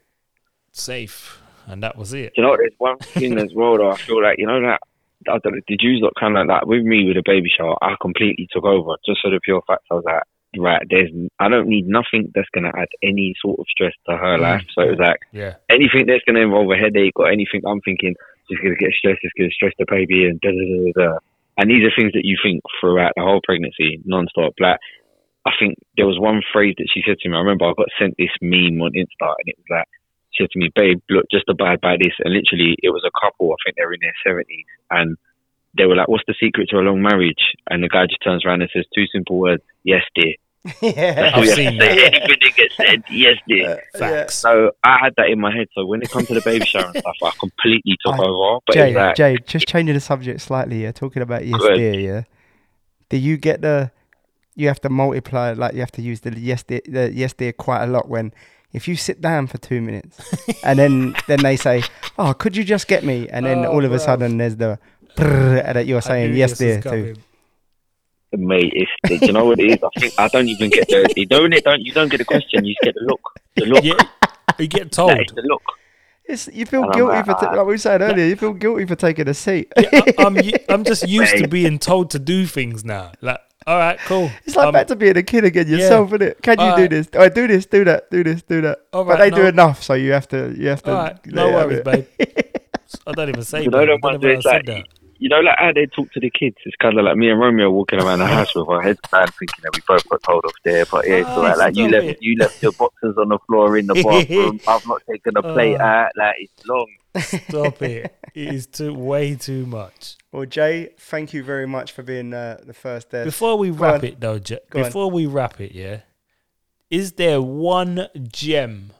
Speaker 2: Safe. And that was it.
Speaker 3: Do you know, what? there's one thing as well though. I feel like you know that I don't know, the Jews lot kind of like with me with the baby shower. I completely took over just for the pure fact I was like, right, there's I don't need nothing that's gonna add any sort of stress to her life. So it was like
Speaker 2: Yeah.
Speaker 3: anything that's gonna involve a headache or anything I'm thinking she's gonna get stressed, it's gonna stress the baby and da da da da. And these are things that you think throughout the whole pregnancy, non-stop. Like I think there was one phrase that she said to me. I remember I got sent this meme on Insta, and it was like, she said to me, babe, look, just abide by this. And literally, it was a couple, I think they were in their 70s, and they were like, what's the secret to a long marriage? And the guy just turns around and says two simple words, yes, dear.
Speaker 1: *laughs* yeah.
Speaker 3: So *laughs*
Speaker 2: I've
Speaker 3: you have
Speaker 2: seen
Speaker 3: to say
Speaker 2: that. Uh,
Speaker 3: Anything that gets said, yes, dear.
Speaker 2: Facts.
Speaker 3: So I had that in my head. So when it comes to the baby shower and stuff, I completely took
Speaker 1: I-
Speaker 3: over. But
Speaker 1: Jay,
Speaker 3: it's like,
Speaker 1: Jay, just changing the subject slightly. Yeah, talking about E yes,
Speaker 3: Go ahead.
Speaker 1: dear. Yeah, do you get the? You have to multiply. Like you have to use the E yes, dear, the yes, dear, quite a lot. When if you sit down for two minutes, and
Speaker 3: *laughs*
Speaker 1: then then they say, "Oh, could you just get me?" and then
Speaker 2: Oh,
Speaker 1: all of a
Speaker 2: bruv.
Speaker 1: sudden there's the brrr that you're
Speaker 2: I
Speaker 1: saying E
Speaker 2: knew
Speaker 1: yes,
Speaker 2: this
Speaker 1: dear.
Speaker 2: was
Speaker 1: To.
Speaker 2: coming.
Speaker 3: mate, it's, do you know what it is? I think I don't even get the, you don't, don't, you don't get the question, you just get the look. The look.
Speaker 2: *laughs* Yeah, you get told.
Speaker 3: That is *laughs* the look.
Speaker 1: It's, you feel
Speaker 3: And I'm
Speaker 1: guilty
Speaker 3: like,
Speaker 1: for ta-
Speaker 3: ah.
Speaker 1: like we said earlier. You feel guilty for taking a seat. *laughs*
Speaker 2: I, I'm, u- I'm just used to
Speaker 3: Mate.
Speaker 2: being told to do things now. Like, all right, cool.
Speaker 1: It's like
Speaker 2: Um,
Speaker 1: back to being a kid again yourself, isn't it? Can you
Speaker 2: Alright.
Speaker 1: do this? Oh, do this, do that, do this, do that.
Speaker 2: All
Speaker 1: but they
Speaker 2: right,
Speaker 1: do
Speaker 2: no.
Speaker 1: enough, so you have to, you have to.
Speaker 2: all right,
Speaker 1: let
Speaker 2: no
Speaker 1: it have
Speaker 2: worries,
Speaker 1: it.
Speaker 2: babe. I don't even say babe.
Speaker 3: You know
Speaker 2: I
Speaker 3: them
Speaker 2: don't
Speaker 3: ones
Speaker 2: know
Speaker 3: where
Speaker 2: why I
Speaker 3: it's
Speaker 2: said
Speaker 3: like,
Speaker 2: that.
Speaker 3: you know, like how they talk to the kids. It's kind of like me and Romeo walking around the house with our heads bowed, thinking that we both got told off there. But yeah, it's
Speaker 2: Ah,
Speaker 3: all right. Like you
Speaker 2: stop
Speaker 3: left,
Speaker 2: it.
Speaker 3: you left your boxes on the floor
Speaker 2: *laughs*
Speaker 3: in the bathroom. I've not taken a plate
Speaker 2: Ah.
Speaker 3: out. Like it's long.
Speaker 2: Stop it. It is too, way too much.
Speaker 1: *laughs* Well, Jay, thank you very much for being uh, the first there.
Speaker 2: Before we wrap
Speaker 1: on.
Speaker 2: it, though, Je-
Speaker 1: Go on.
Speaker 2: before we wrap it, yeah, is there one gem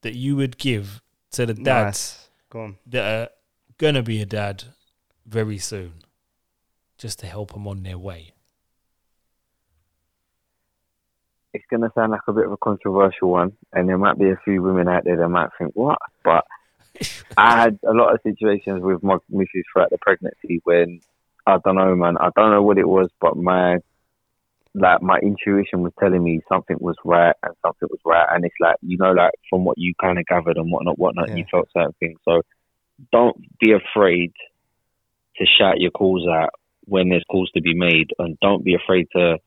Speaker 2: that you would give to the dads
Speaker 1: Nice. Go on.
Speaker 2: that are going to be a dad very soon just to help them on their way?
Speaker 3: It's gonna sound like a bit of a controversial one, and there might be a few women out there that might think what, but I had a lot of situations with my missus throughout the pregnancy when I don't know, man. I don't know what it was, but my like my intuition was telling me something was right and something was right, and it's like you know, like from what you kind of gathered and whatnot, whatnot,
Speaker 1: Yeah.
Speaker 3: you felt certain things. So don't be afraid to shout your calls out when there's calls to be made, and don't be afraid to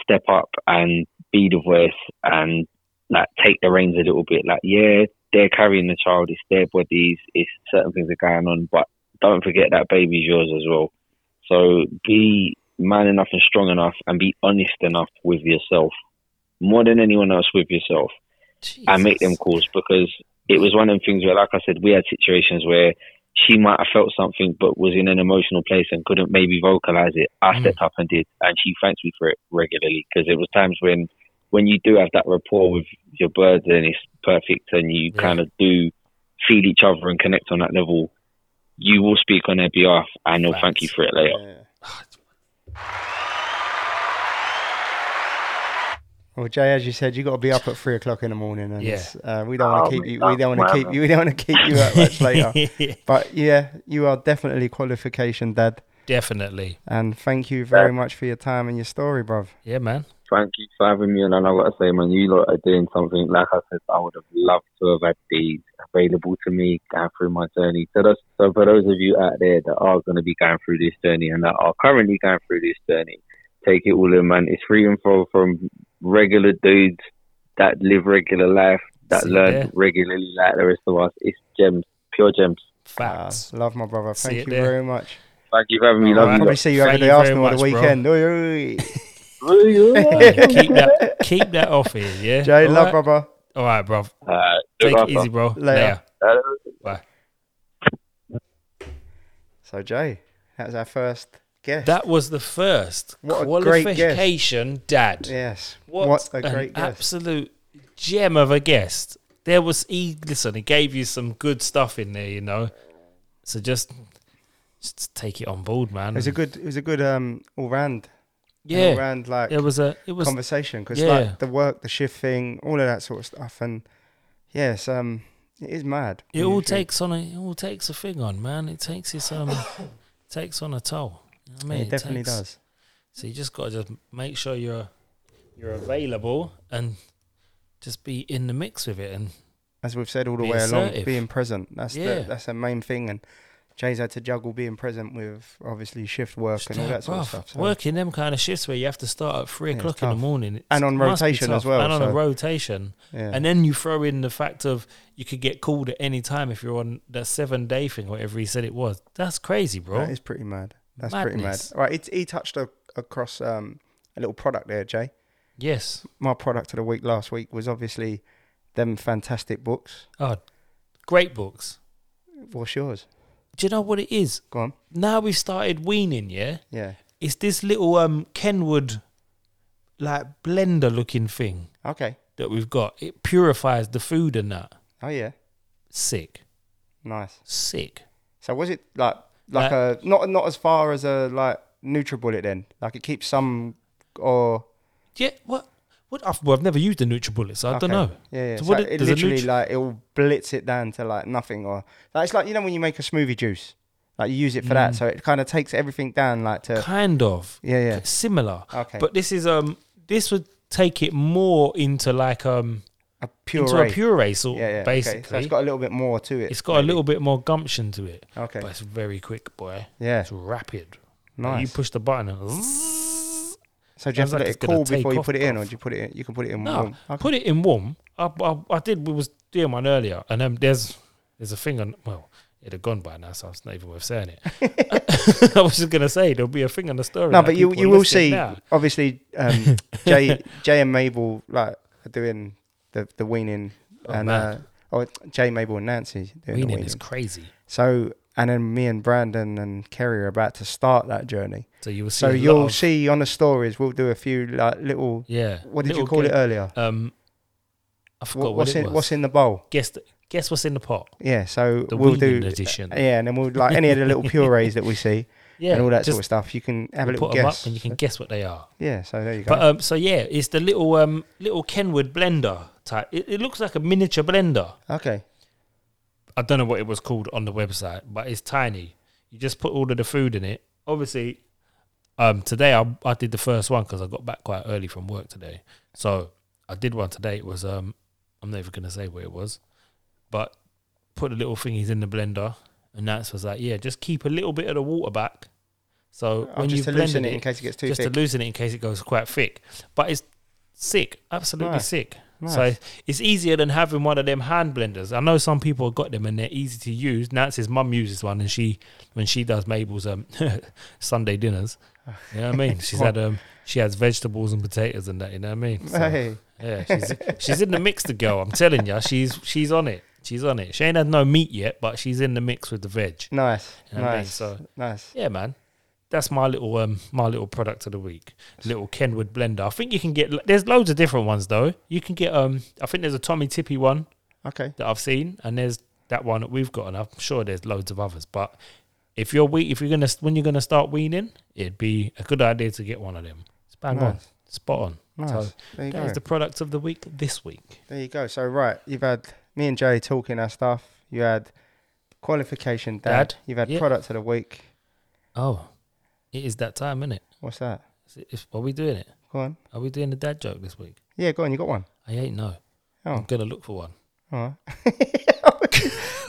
Speaker 3: step up and be the voice and like take the reins a little bit. Like, yeah, they're carrying the child, it's their bodies, it's certain things are going on, but don't forget that baby's yours as well. So be man enough and strong enough and be honest enough with yourself, more than anyone else with yourself, and make
Speaker 2: *laughs*
Speaker 3: them calls because it was one of the things where, like I said, we had situations where she might have felt something but was in an emotional place and couldn't maybe vocalize it. I
Speaker 2: Mm.
Speaker 3: stepped up and did, and she thanks me for it regularly because it was times when when you do have that rapport with your birds and it's perfect and you
Speaker 2: Yeah.
Speaker 3: kind of do feel each other and connect on that level, you will speak on their behalf and they'll thank you for it later.
Speaker 1: Yeah. Well, Jay, as you said, you got to be up at three o'clock in the morning, and
Speaker 2: Yeah.
Speaker 1: it's, uh, we don't want
Speaker 3: Oh,
Speaker 1: to keep you. We
Speaker 3: that's
Speaker 1: don't want to
Speaker 3: mad,
Speaker 1: keep
Speaker 3: man.
Speaker 1: you. We don't want to keep you up
Speaker 2: *laughs*
Speaker 1: much later. But yeah, you are definitely qualification, Dad.
Speaker 2: Definitely.
Speaker 1: And thank you very much for your time and your story, bruv.
Speaker 2: Yeah, man.
Speaker 3: Thank you for having me, and I've got to say, man, you lot are doing something like I said. I would have loved to have had these available to me going through my journey. So, that's, so for those of you out there that are going to be going through this journey and that are currently going through this journey, take it all in, man. It's free info from regular dudes that live regular life that
Speaker 2: See you
Speaker 3: learn
Speaker 2: there.
Speaker 3: regularly, like the rest of us. It's gems, pure gems.
Speaker 1: Uh,
Speaker 2: Facts.
Speaker 1: love my brother.
Speaker 2: See
Speaker 1: Thank
Speaker 2: it
Speaker 1: you
Speaker 2: there.
Speaker 1: very much.
Speaker 3: Thank you for having me.
Speaker 2: All
Speaker 3: Love
Speaker 2: right.
Speaker 3: you.
Speaker 1: Probably
Speaker 3: lot.
Speaker 1: see you over
Speaker 2: Thank
Speaker 1: the
Speaker 2: you very
Speaker 1: Arsenal on the
Speaker 2: much, bro.
Speaker 1: weekend. Oi, oi.
Speaker 2: *laughs* keep that keep that off here, yeah?
Speaker 1: Ah. Jay,
Speaker 2: All
Speaker 1: love,
Speaker 2: right?
Speaker 1: brother.
Speaker 2: All right, bruv.
Speaker 3: Uh,
Speaker 2: Take
Speaker 3: look
Speaker 2: it easy,
Speaker 3: after.
Speaker 2: bro.
Speaker 1: Later.
Speaker 2: Later.
Speaker 3: Uh,
Speaker 1: So, Jay, that was our first guest.
Speaker 2: That was the first
Speaker 1: What a great guest.
Speaker 2: qualification dad.
Speaker 1: yes.
Speaker 2: What,
Speaker 1: a great
Speaker 2: an
Speaker 1: guest.
Speaker 2: absolute gem of a guest. There was he listen, he gave you some good stuff in there, you know. So just just take it on board, man.
Speaker 1: It was a good, it was a good um, all round, all
Speaker 2: yeah.
Speaker 1: round like
Speaker 2: It was a it was
Speaker 1: conversation because
Speaker 2: yeah.
Speaker 1: like the work, the shift thing, all of that sort of stuff, and yes, um, it is mad.
Speaker 2: it
Speaker 1: when you
Speaker 2: all
Speaker 1: think-
Speaker 2: takes on a it all takes a thing on, man. It takes its um *coughs* takes on a toll. You know what I mean?
Speaker 1: it definitely
Speaker 2: takes-
Speaker 1: does.
Speaker 2: So you just gotta just make sure you're you're available and just be in the mix with it and
Speaker 1: As we've said all the
Speaker 2: Be
Speaker 1: way along,
Speaker 2: assertive.
Speaker 1: being present. That's the
Speaker 2: Yeah.
Speaker 1: that's the main thing, and Jay's had to juggle being present with obviously shift work and all
Speaker 2: Yeah,
Speaker 1: that sort of
Speaker 2: bruv,
Speaker 1: stuff. so-
Speaker 2: Working them kind of shifts where you have to start at three
Speaker 1: it's
Speaker 2: o'clock in the
Speaker 1: tough.
Speaker 2: morning it's-
Speaker 1: And on
Speaker 2: it must be
Speaker 1: rotation as
Speaker 2: tough,
Speaker 1: well,
Speaker 2: and on a
Speaker 1: so-
Speaker 2: rotation,
Speaker 1: yeah.
Speaker 2: and then you throw in the fact of you could get called at any time if you're on that seven day thing, whatever he said it was. That's crazy, bro.
Speaker 1: That is pretty mad. That's
Speaker 2: Madness.
Speaker 1: pretty mad. Right, it, he touched a, across um, a little product there, Jay.
Speaker 2: yes.
Speaker 1: My product of the week last week was obviously them fantastic books.
Speaker 2: Oh, great books.
Speaker 1: What's yours?
Speaker 2: Do you know what it is?
Speaker 1: Go on.
Speaker 2: Now we've started weaning, yeah.
Speaker 1: Yeah.
Speaker 2: It's this little um Kenwood, like blender looking thing
Speaker 1: Okay.
Speaker 2: that we've got. It purifies the food and that.
Speaker 1: Oh yeah.
Speaker 2: Sick,
Speaker 1: Nice.
Speaker 2: sick.
Speaker 1: So was it like like
Speaker 2: Uh,
Speaker 1: a not not as far as a like NutriBullet then? Like it keeps some or
Speaker 2: Yeah, what? What? I've, well, I've never used a NutriBullet, so I don't know.
Speaker 1: Okay. Yeah, yeah.
Speaker 2: So
Speaker 1: So
Speaker 2: what
Speaker 1: it
Speaker 2: does a
Speaker 1: literally
Speaker 2: Nutri-
Speaker 1: like it'll blitz it down to like nothing or like it's like you know when you make a smoothie juice. Like you use it for
Speaker 2: Mm.
Speaker 1: that, so it kind of takes everything down like to
Speaker 2: kind of
Speaker 1: Yeah, yeah.
Speaker 2: similar.
Speaker 1: Okay.
Speaker 2: but this is um this would take it more into like um
Speaker 1: a puree.
Speaker 2: into a puree sort
Speaker 1: yeah, yeah.
Speaker 2: basically.
Speaker 1: Okay. So it's got a little bit more to it.
Speaker 2: a little bit more gumption to it.
Speaker 1: Okay.
Speaker 2: but it's very quick, boy.
Speaker 1: yeah.
Speaker 2: It's rapid. Like,
Speaker 1: Nice.
Speaker 2: You push the button and zzz.
Speaker 1: so do you have to
Speaker 2: sounds like
Speaker 1: let
Speaker 2: it's
Speaker 1: it
Speaker 2: gonna
Speaker 1: cool
Speaker 2: take
Speaker 1: before you
Speaker 2: off,
Speaker 1: put it in,
Speaker 2: bruv.
Speaker 1: or do you put it in? You can put it in.
Speaker 2: no,
Speaker 1: warm. Okay.
Speaker 2: put it in warm. I, I, I did. We was doing one earlier, and um, there's there's a thing on. Well, it'd have gone by now, so it's not even worth
Speaker 1: *laughs*
Speaker 2: saying it. *laughs* I was just gonna say there'll be a thing on the story.
Speaker 1: No,
Speaker 2: like,
Speaker 1: but you
Speaker 2: people
Speaker 1: you will
Speaker 2: listening
Speaker 1: see.
Speaker 2: now. *laughs*
Speaker 1: Obviously, um, Jay Jay and Mabel like are doing the the weaning, and uh,
Speaker 2: Oh, man.
Speaker 1: or Jay Mabel and Nancy doing the
Speaker 2: Weaning
Speaker 1: weaning.
Speaker 2: is crazy.
Speaker 1: so and then me and Brandon and Kerry are about to start that journey.
Speaker 2: So you will see.
Speaker 1: So
Speaker 2: a lot
Speaker 1: you'll
Speaker 2: of-
Speaker 1: see on the stories we'll do a few like little.
Speaker 2: Yeah.
Speaker 1: What did you
Speaker 2: Little
Speaker 1: call it
Speaker 2: ga-
Speaker 1: earlier?
Speaker 2: Um, I
Speaker 1: What,
Speaker 2: forgot what,
Speaker 1: what's
Speaker 2: it
Speaker 1: in
Speaker 2: was.
Speaker 1: What's in the bowl?
Speaker 2: Guess th- guess what's in the pot.
Speaker 1: Yeah, so
Speaker 2: The
Speaker 1: we'll
Speaker 2: weaning
Speaker 1: do uh,
Speaker 2: edition.
Speaker 1: Yeah, and then we'll like any of the
Speaker 2: *laughs*
Speaker 1: little purees that we see
Speaker 2: Yeah,
Speaker 1: and all that
Speaker 2: just
Speaker 1: sort of stuff. You can have a
Speaker 2: put
Speaker 1: little
Speaker 2: them
Speaker 1: guess.
Speaker 2: up and you can guess what they are.
Speaker 1: yeah, so there you go.
Speaker 2: But um, so yeah, it's the little um little Kenwood blender type. It, it looks like a miniature blender.
Speaker 1: okay.
Speaker 2: I don't know what it was called on the website, but it's tiny. You just put all of the food in it. Obviously, Um, today I, I did the first one because I got back quite early from work today. So I did one today. It was um, I'm never gonna say what it was, but put the little thingies in the blender, and that's was like, yeah, just keep a little bit of the water back. So
Speaker 1: I'll
Speaker 2: when you
Speaker 1: just to
Speaker 2: blend
Speaker 1: loosen
Speaker 2: it,
Speaker 1: it in case it gets too
Speaker 2: just
Speaker 1: thick.
Speaker 2: to loosen it in case it goes quite thick. But it's sick, absolutely
Speaker 1: Nice.
Speaker 2: sick.
Speaker 1: Nice.
Speaker 2: So it's easier than having one of them hand blenders. I know some people have got them and they're easy to use. Nancy's mum uses one, and she when she does Mabel's um, *laughs* Sunday dinners, you know what I
Speaker 1: *laughs*
Speaker 2: mean. She's had um, she has vegetables and potatoes and that. You know what I mean? So,
Speaker 1: hey,
Speaker 2: Yeah, she's she's in the mix. The girl, I'm telling you, she's she's on it. She's on it. She ain't had no meat yet, but she's in the mix with the veg.
Speaker 1: nice,
Speaker 2: You know what I mean?
Speaker 1: nice,
Speaker 2: So-
Speaker 1: nice.
Speaker 2: Yeah, man. That's my little um my little product of the week. Little Kenwood blender. I think you can get there's loads of different ones though. You can get um I think there's a Tommy Tippy one
Speaker 1: Okay,
Speaker 2: that I've seen and there's that one that we've got and I'm sure there's loads of others. But if you're we if you're gonna when you're gonna start weaning, it'd be a good idea to get one of them. It's bang on.
Speaker 1: Nice.
Speaker 2: Spot on.
Speaker 1: nice.
Speaker 2: So
Speaker 1: there you
Speaker 2: that was
Speaker 1: go.
Speaker 2: the product of the week this week.
Speaker 1: There you go. So right, you've had me and Jay talking our stuff. You had qualification, Dad.
Speaker 2: Dad,
Speaker 1: You've had
Speaker 2: yeah.
Speaker 1: product of the week.
Speaker 2: Oh. It is that time, isn't it?
Speaker 1: What's that?
Speaker 2: Is it is, are we doing it?
Speaker 1: Go on.
Speaker 2: Are we doing the dad joke this week?
Speaker 1: Yeah, go on. You got one. *laughs*
Speaker 2: I ain't no. I'm
Speaker 1: Oh,
Speaker 2: gonna look for one.
Speaker 1: all right.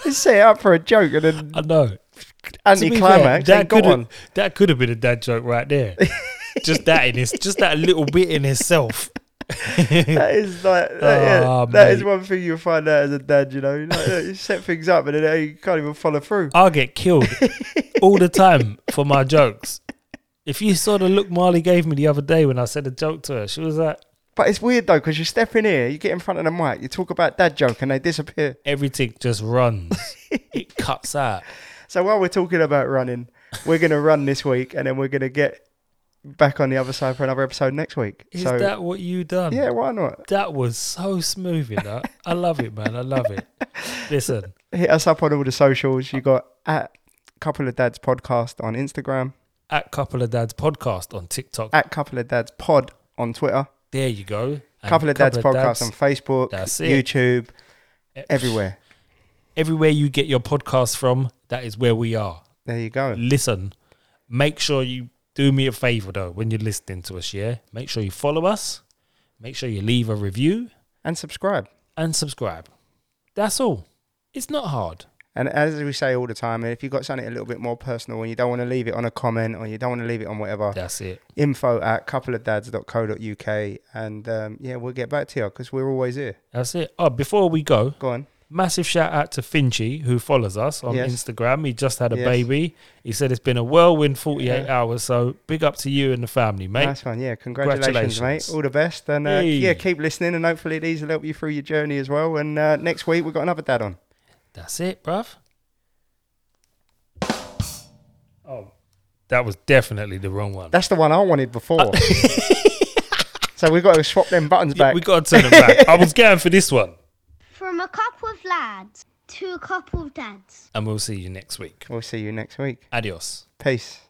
Speaker 1: Just set it up for a joke and then
Speaker 2: I know. To be fair,
Speaker 1: anticlimax. Ain't got
Speaker 2: could
Speaker 1: one.
Speaker 2: have, that could have been a dad joke right
Speaker 1: *laughs*
Speaker 2: there. just that in his, just that little bit in itself.
Speaker 1: That is like that, yeah,
Speaker 2: Oh,
Speaker 1: that is
Speaker 2: mate.
Speaker 1: one thing you'll find out as a dad. You know, you, know, you set things up and then you can't even follow through.
Speaker 2: I'll get killed all the time for my jokes. If you saw the look Marley gave me the other day when I said a joke to her, she was like,
Speaker 1: But it's weird though because you step in here, you get in front of the mic, you talk about dad joke, and they disappear.
Speaker 2: everything just runs.
Speaker 1: *laughs*
Speaker 2: it cuts out.
Speaker 1: So while we're talking about running, we're gonna run this week, and then we're gonna get back on the other side for another episode next week.
Speaker 2: Is
Speaker 1: so
Speaker 2: that what you done?
Speaker 1: yeah, why not?
Speaker 2: That was so smooth, you know. I love it, man. I love it. Listen,
Speaker 1: Hit us up on all the socials. You got at couple of dads podcast on Instagram,
Speaker 2: at Couple of Dads podcast on TikTok.
Speaker 1: at couple of dads pod on Twitter,
Speaker 2: there you go. And
Speaker 1: couple of dads podcast on Facebook,
Speaker 2: That's it.
Speaker 1: YouTube,
Speaker 2: Ex-
Speaker 1: everywhere.
Speaker 2: everywhere you get your podcast from, that is where we are.
Speaker 1: There you go.
Speaker 2: Listen, make sure you do me a favor though when you're listening to us, yeah? Make sure you follow us, make sure you leave a review
Speaker 1: and subscribe.
Speaker 2: and subscribe. That's all. It's not hard.
Speaker 1: And as we say all the time, if you've got something a little bit more personal and you don't want to leave it on a comment or you don't want to leave it on whatever,
Speaker 2: That's it.
Speaker 1: info at coupleofdads.co.uk. And um, yeah, we'll get back to you because we're always here.
Speaker 2: That's it. Oh, before we go,
Speaker 1: Go on.
Speaker 2: massive shout out to Finchy who follows us on
Speaker 1: Yes.
Speaker 2: Instagram. He just had a
Speaker 1: Yes.
Speaker 2: baby. He said it's been a whirlwind 48
Speaker 1: Yeah.
Speaker 2: hours. So big up to you and the family, mate.
Speaker 1: Nice one. Yeah. Congratulations,
Speaker 2: Congratulations.
Speaker 1: mate. All the best. And uh,
Speaker 2: Hey.
Speaker 1: yeah, keep listening. And hopefully these will help you through your journey as well. And uh, next week, we've got another dad on.
Speaker 2: That's it, bruv. Oh, that was definitely the wrong one.
Speaker 1: That's the one I wanted before.
Speaker 2: *laughs*
Speaker 1: so we've got to swap them buttons
Speaker 2: Uh, Yeah,
Speaker 1: back.
Speaker 2: we got to turn it back. I was going for this one.
Speaker 5: From a couple of lads to a couple of dads.
Speaker 2: *laughs* And we'll see you next week.
Speaker 1: we'll see you next week.
Speaker 2: Adios.
Speaker 1: Peace.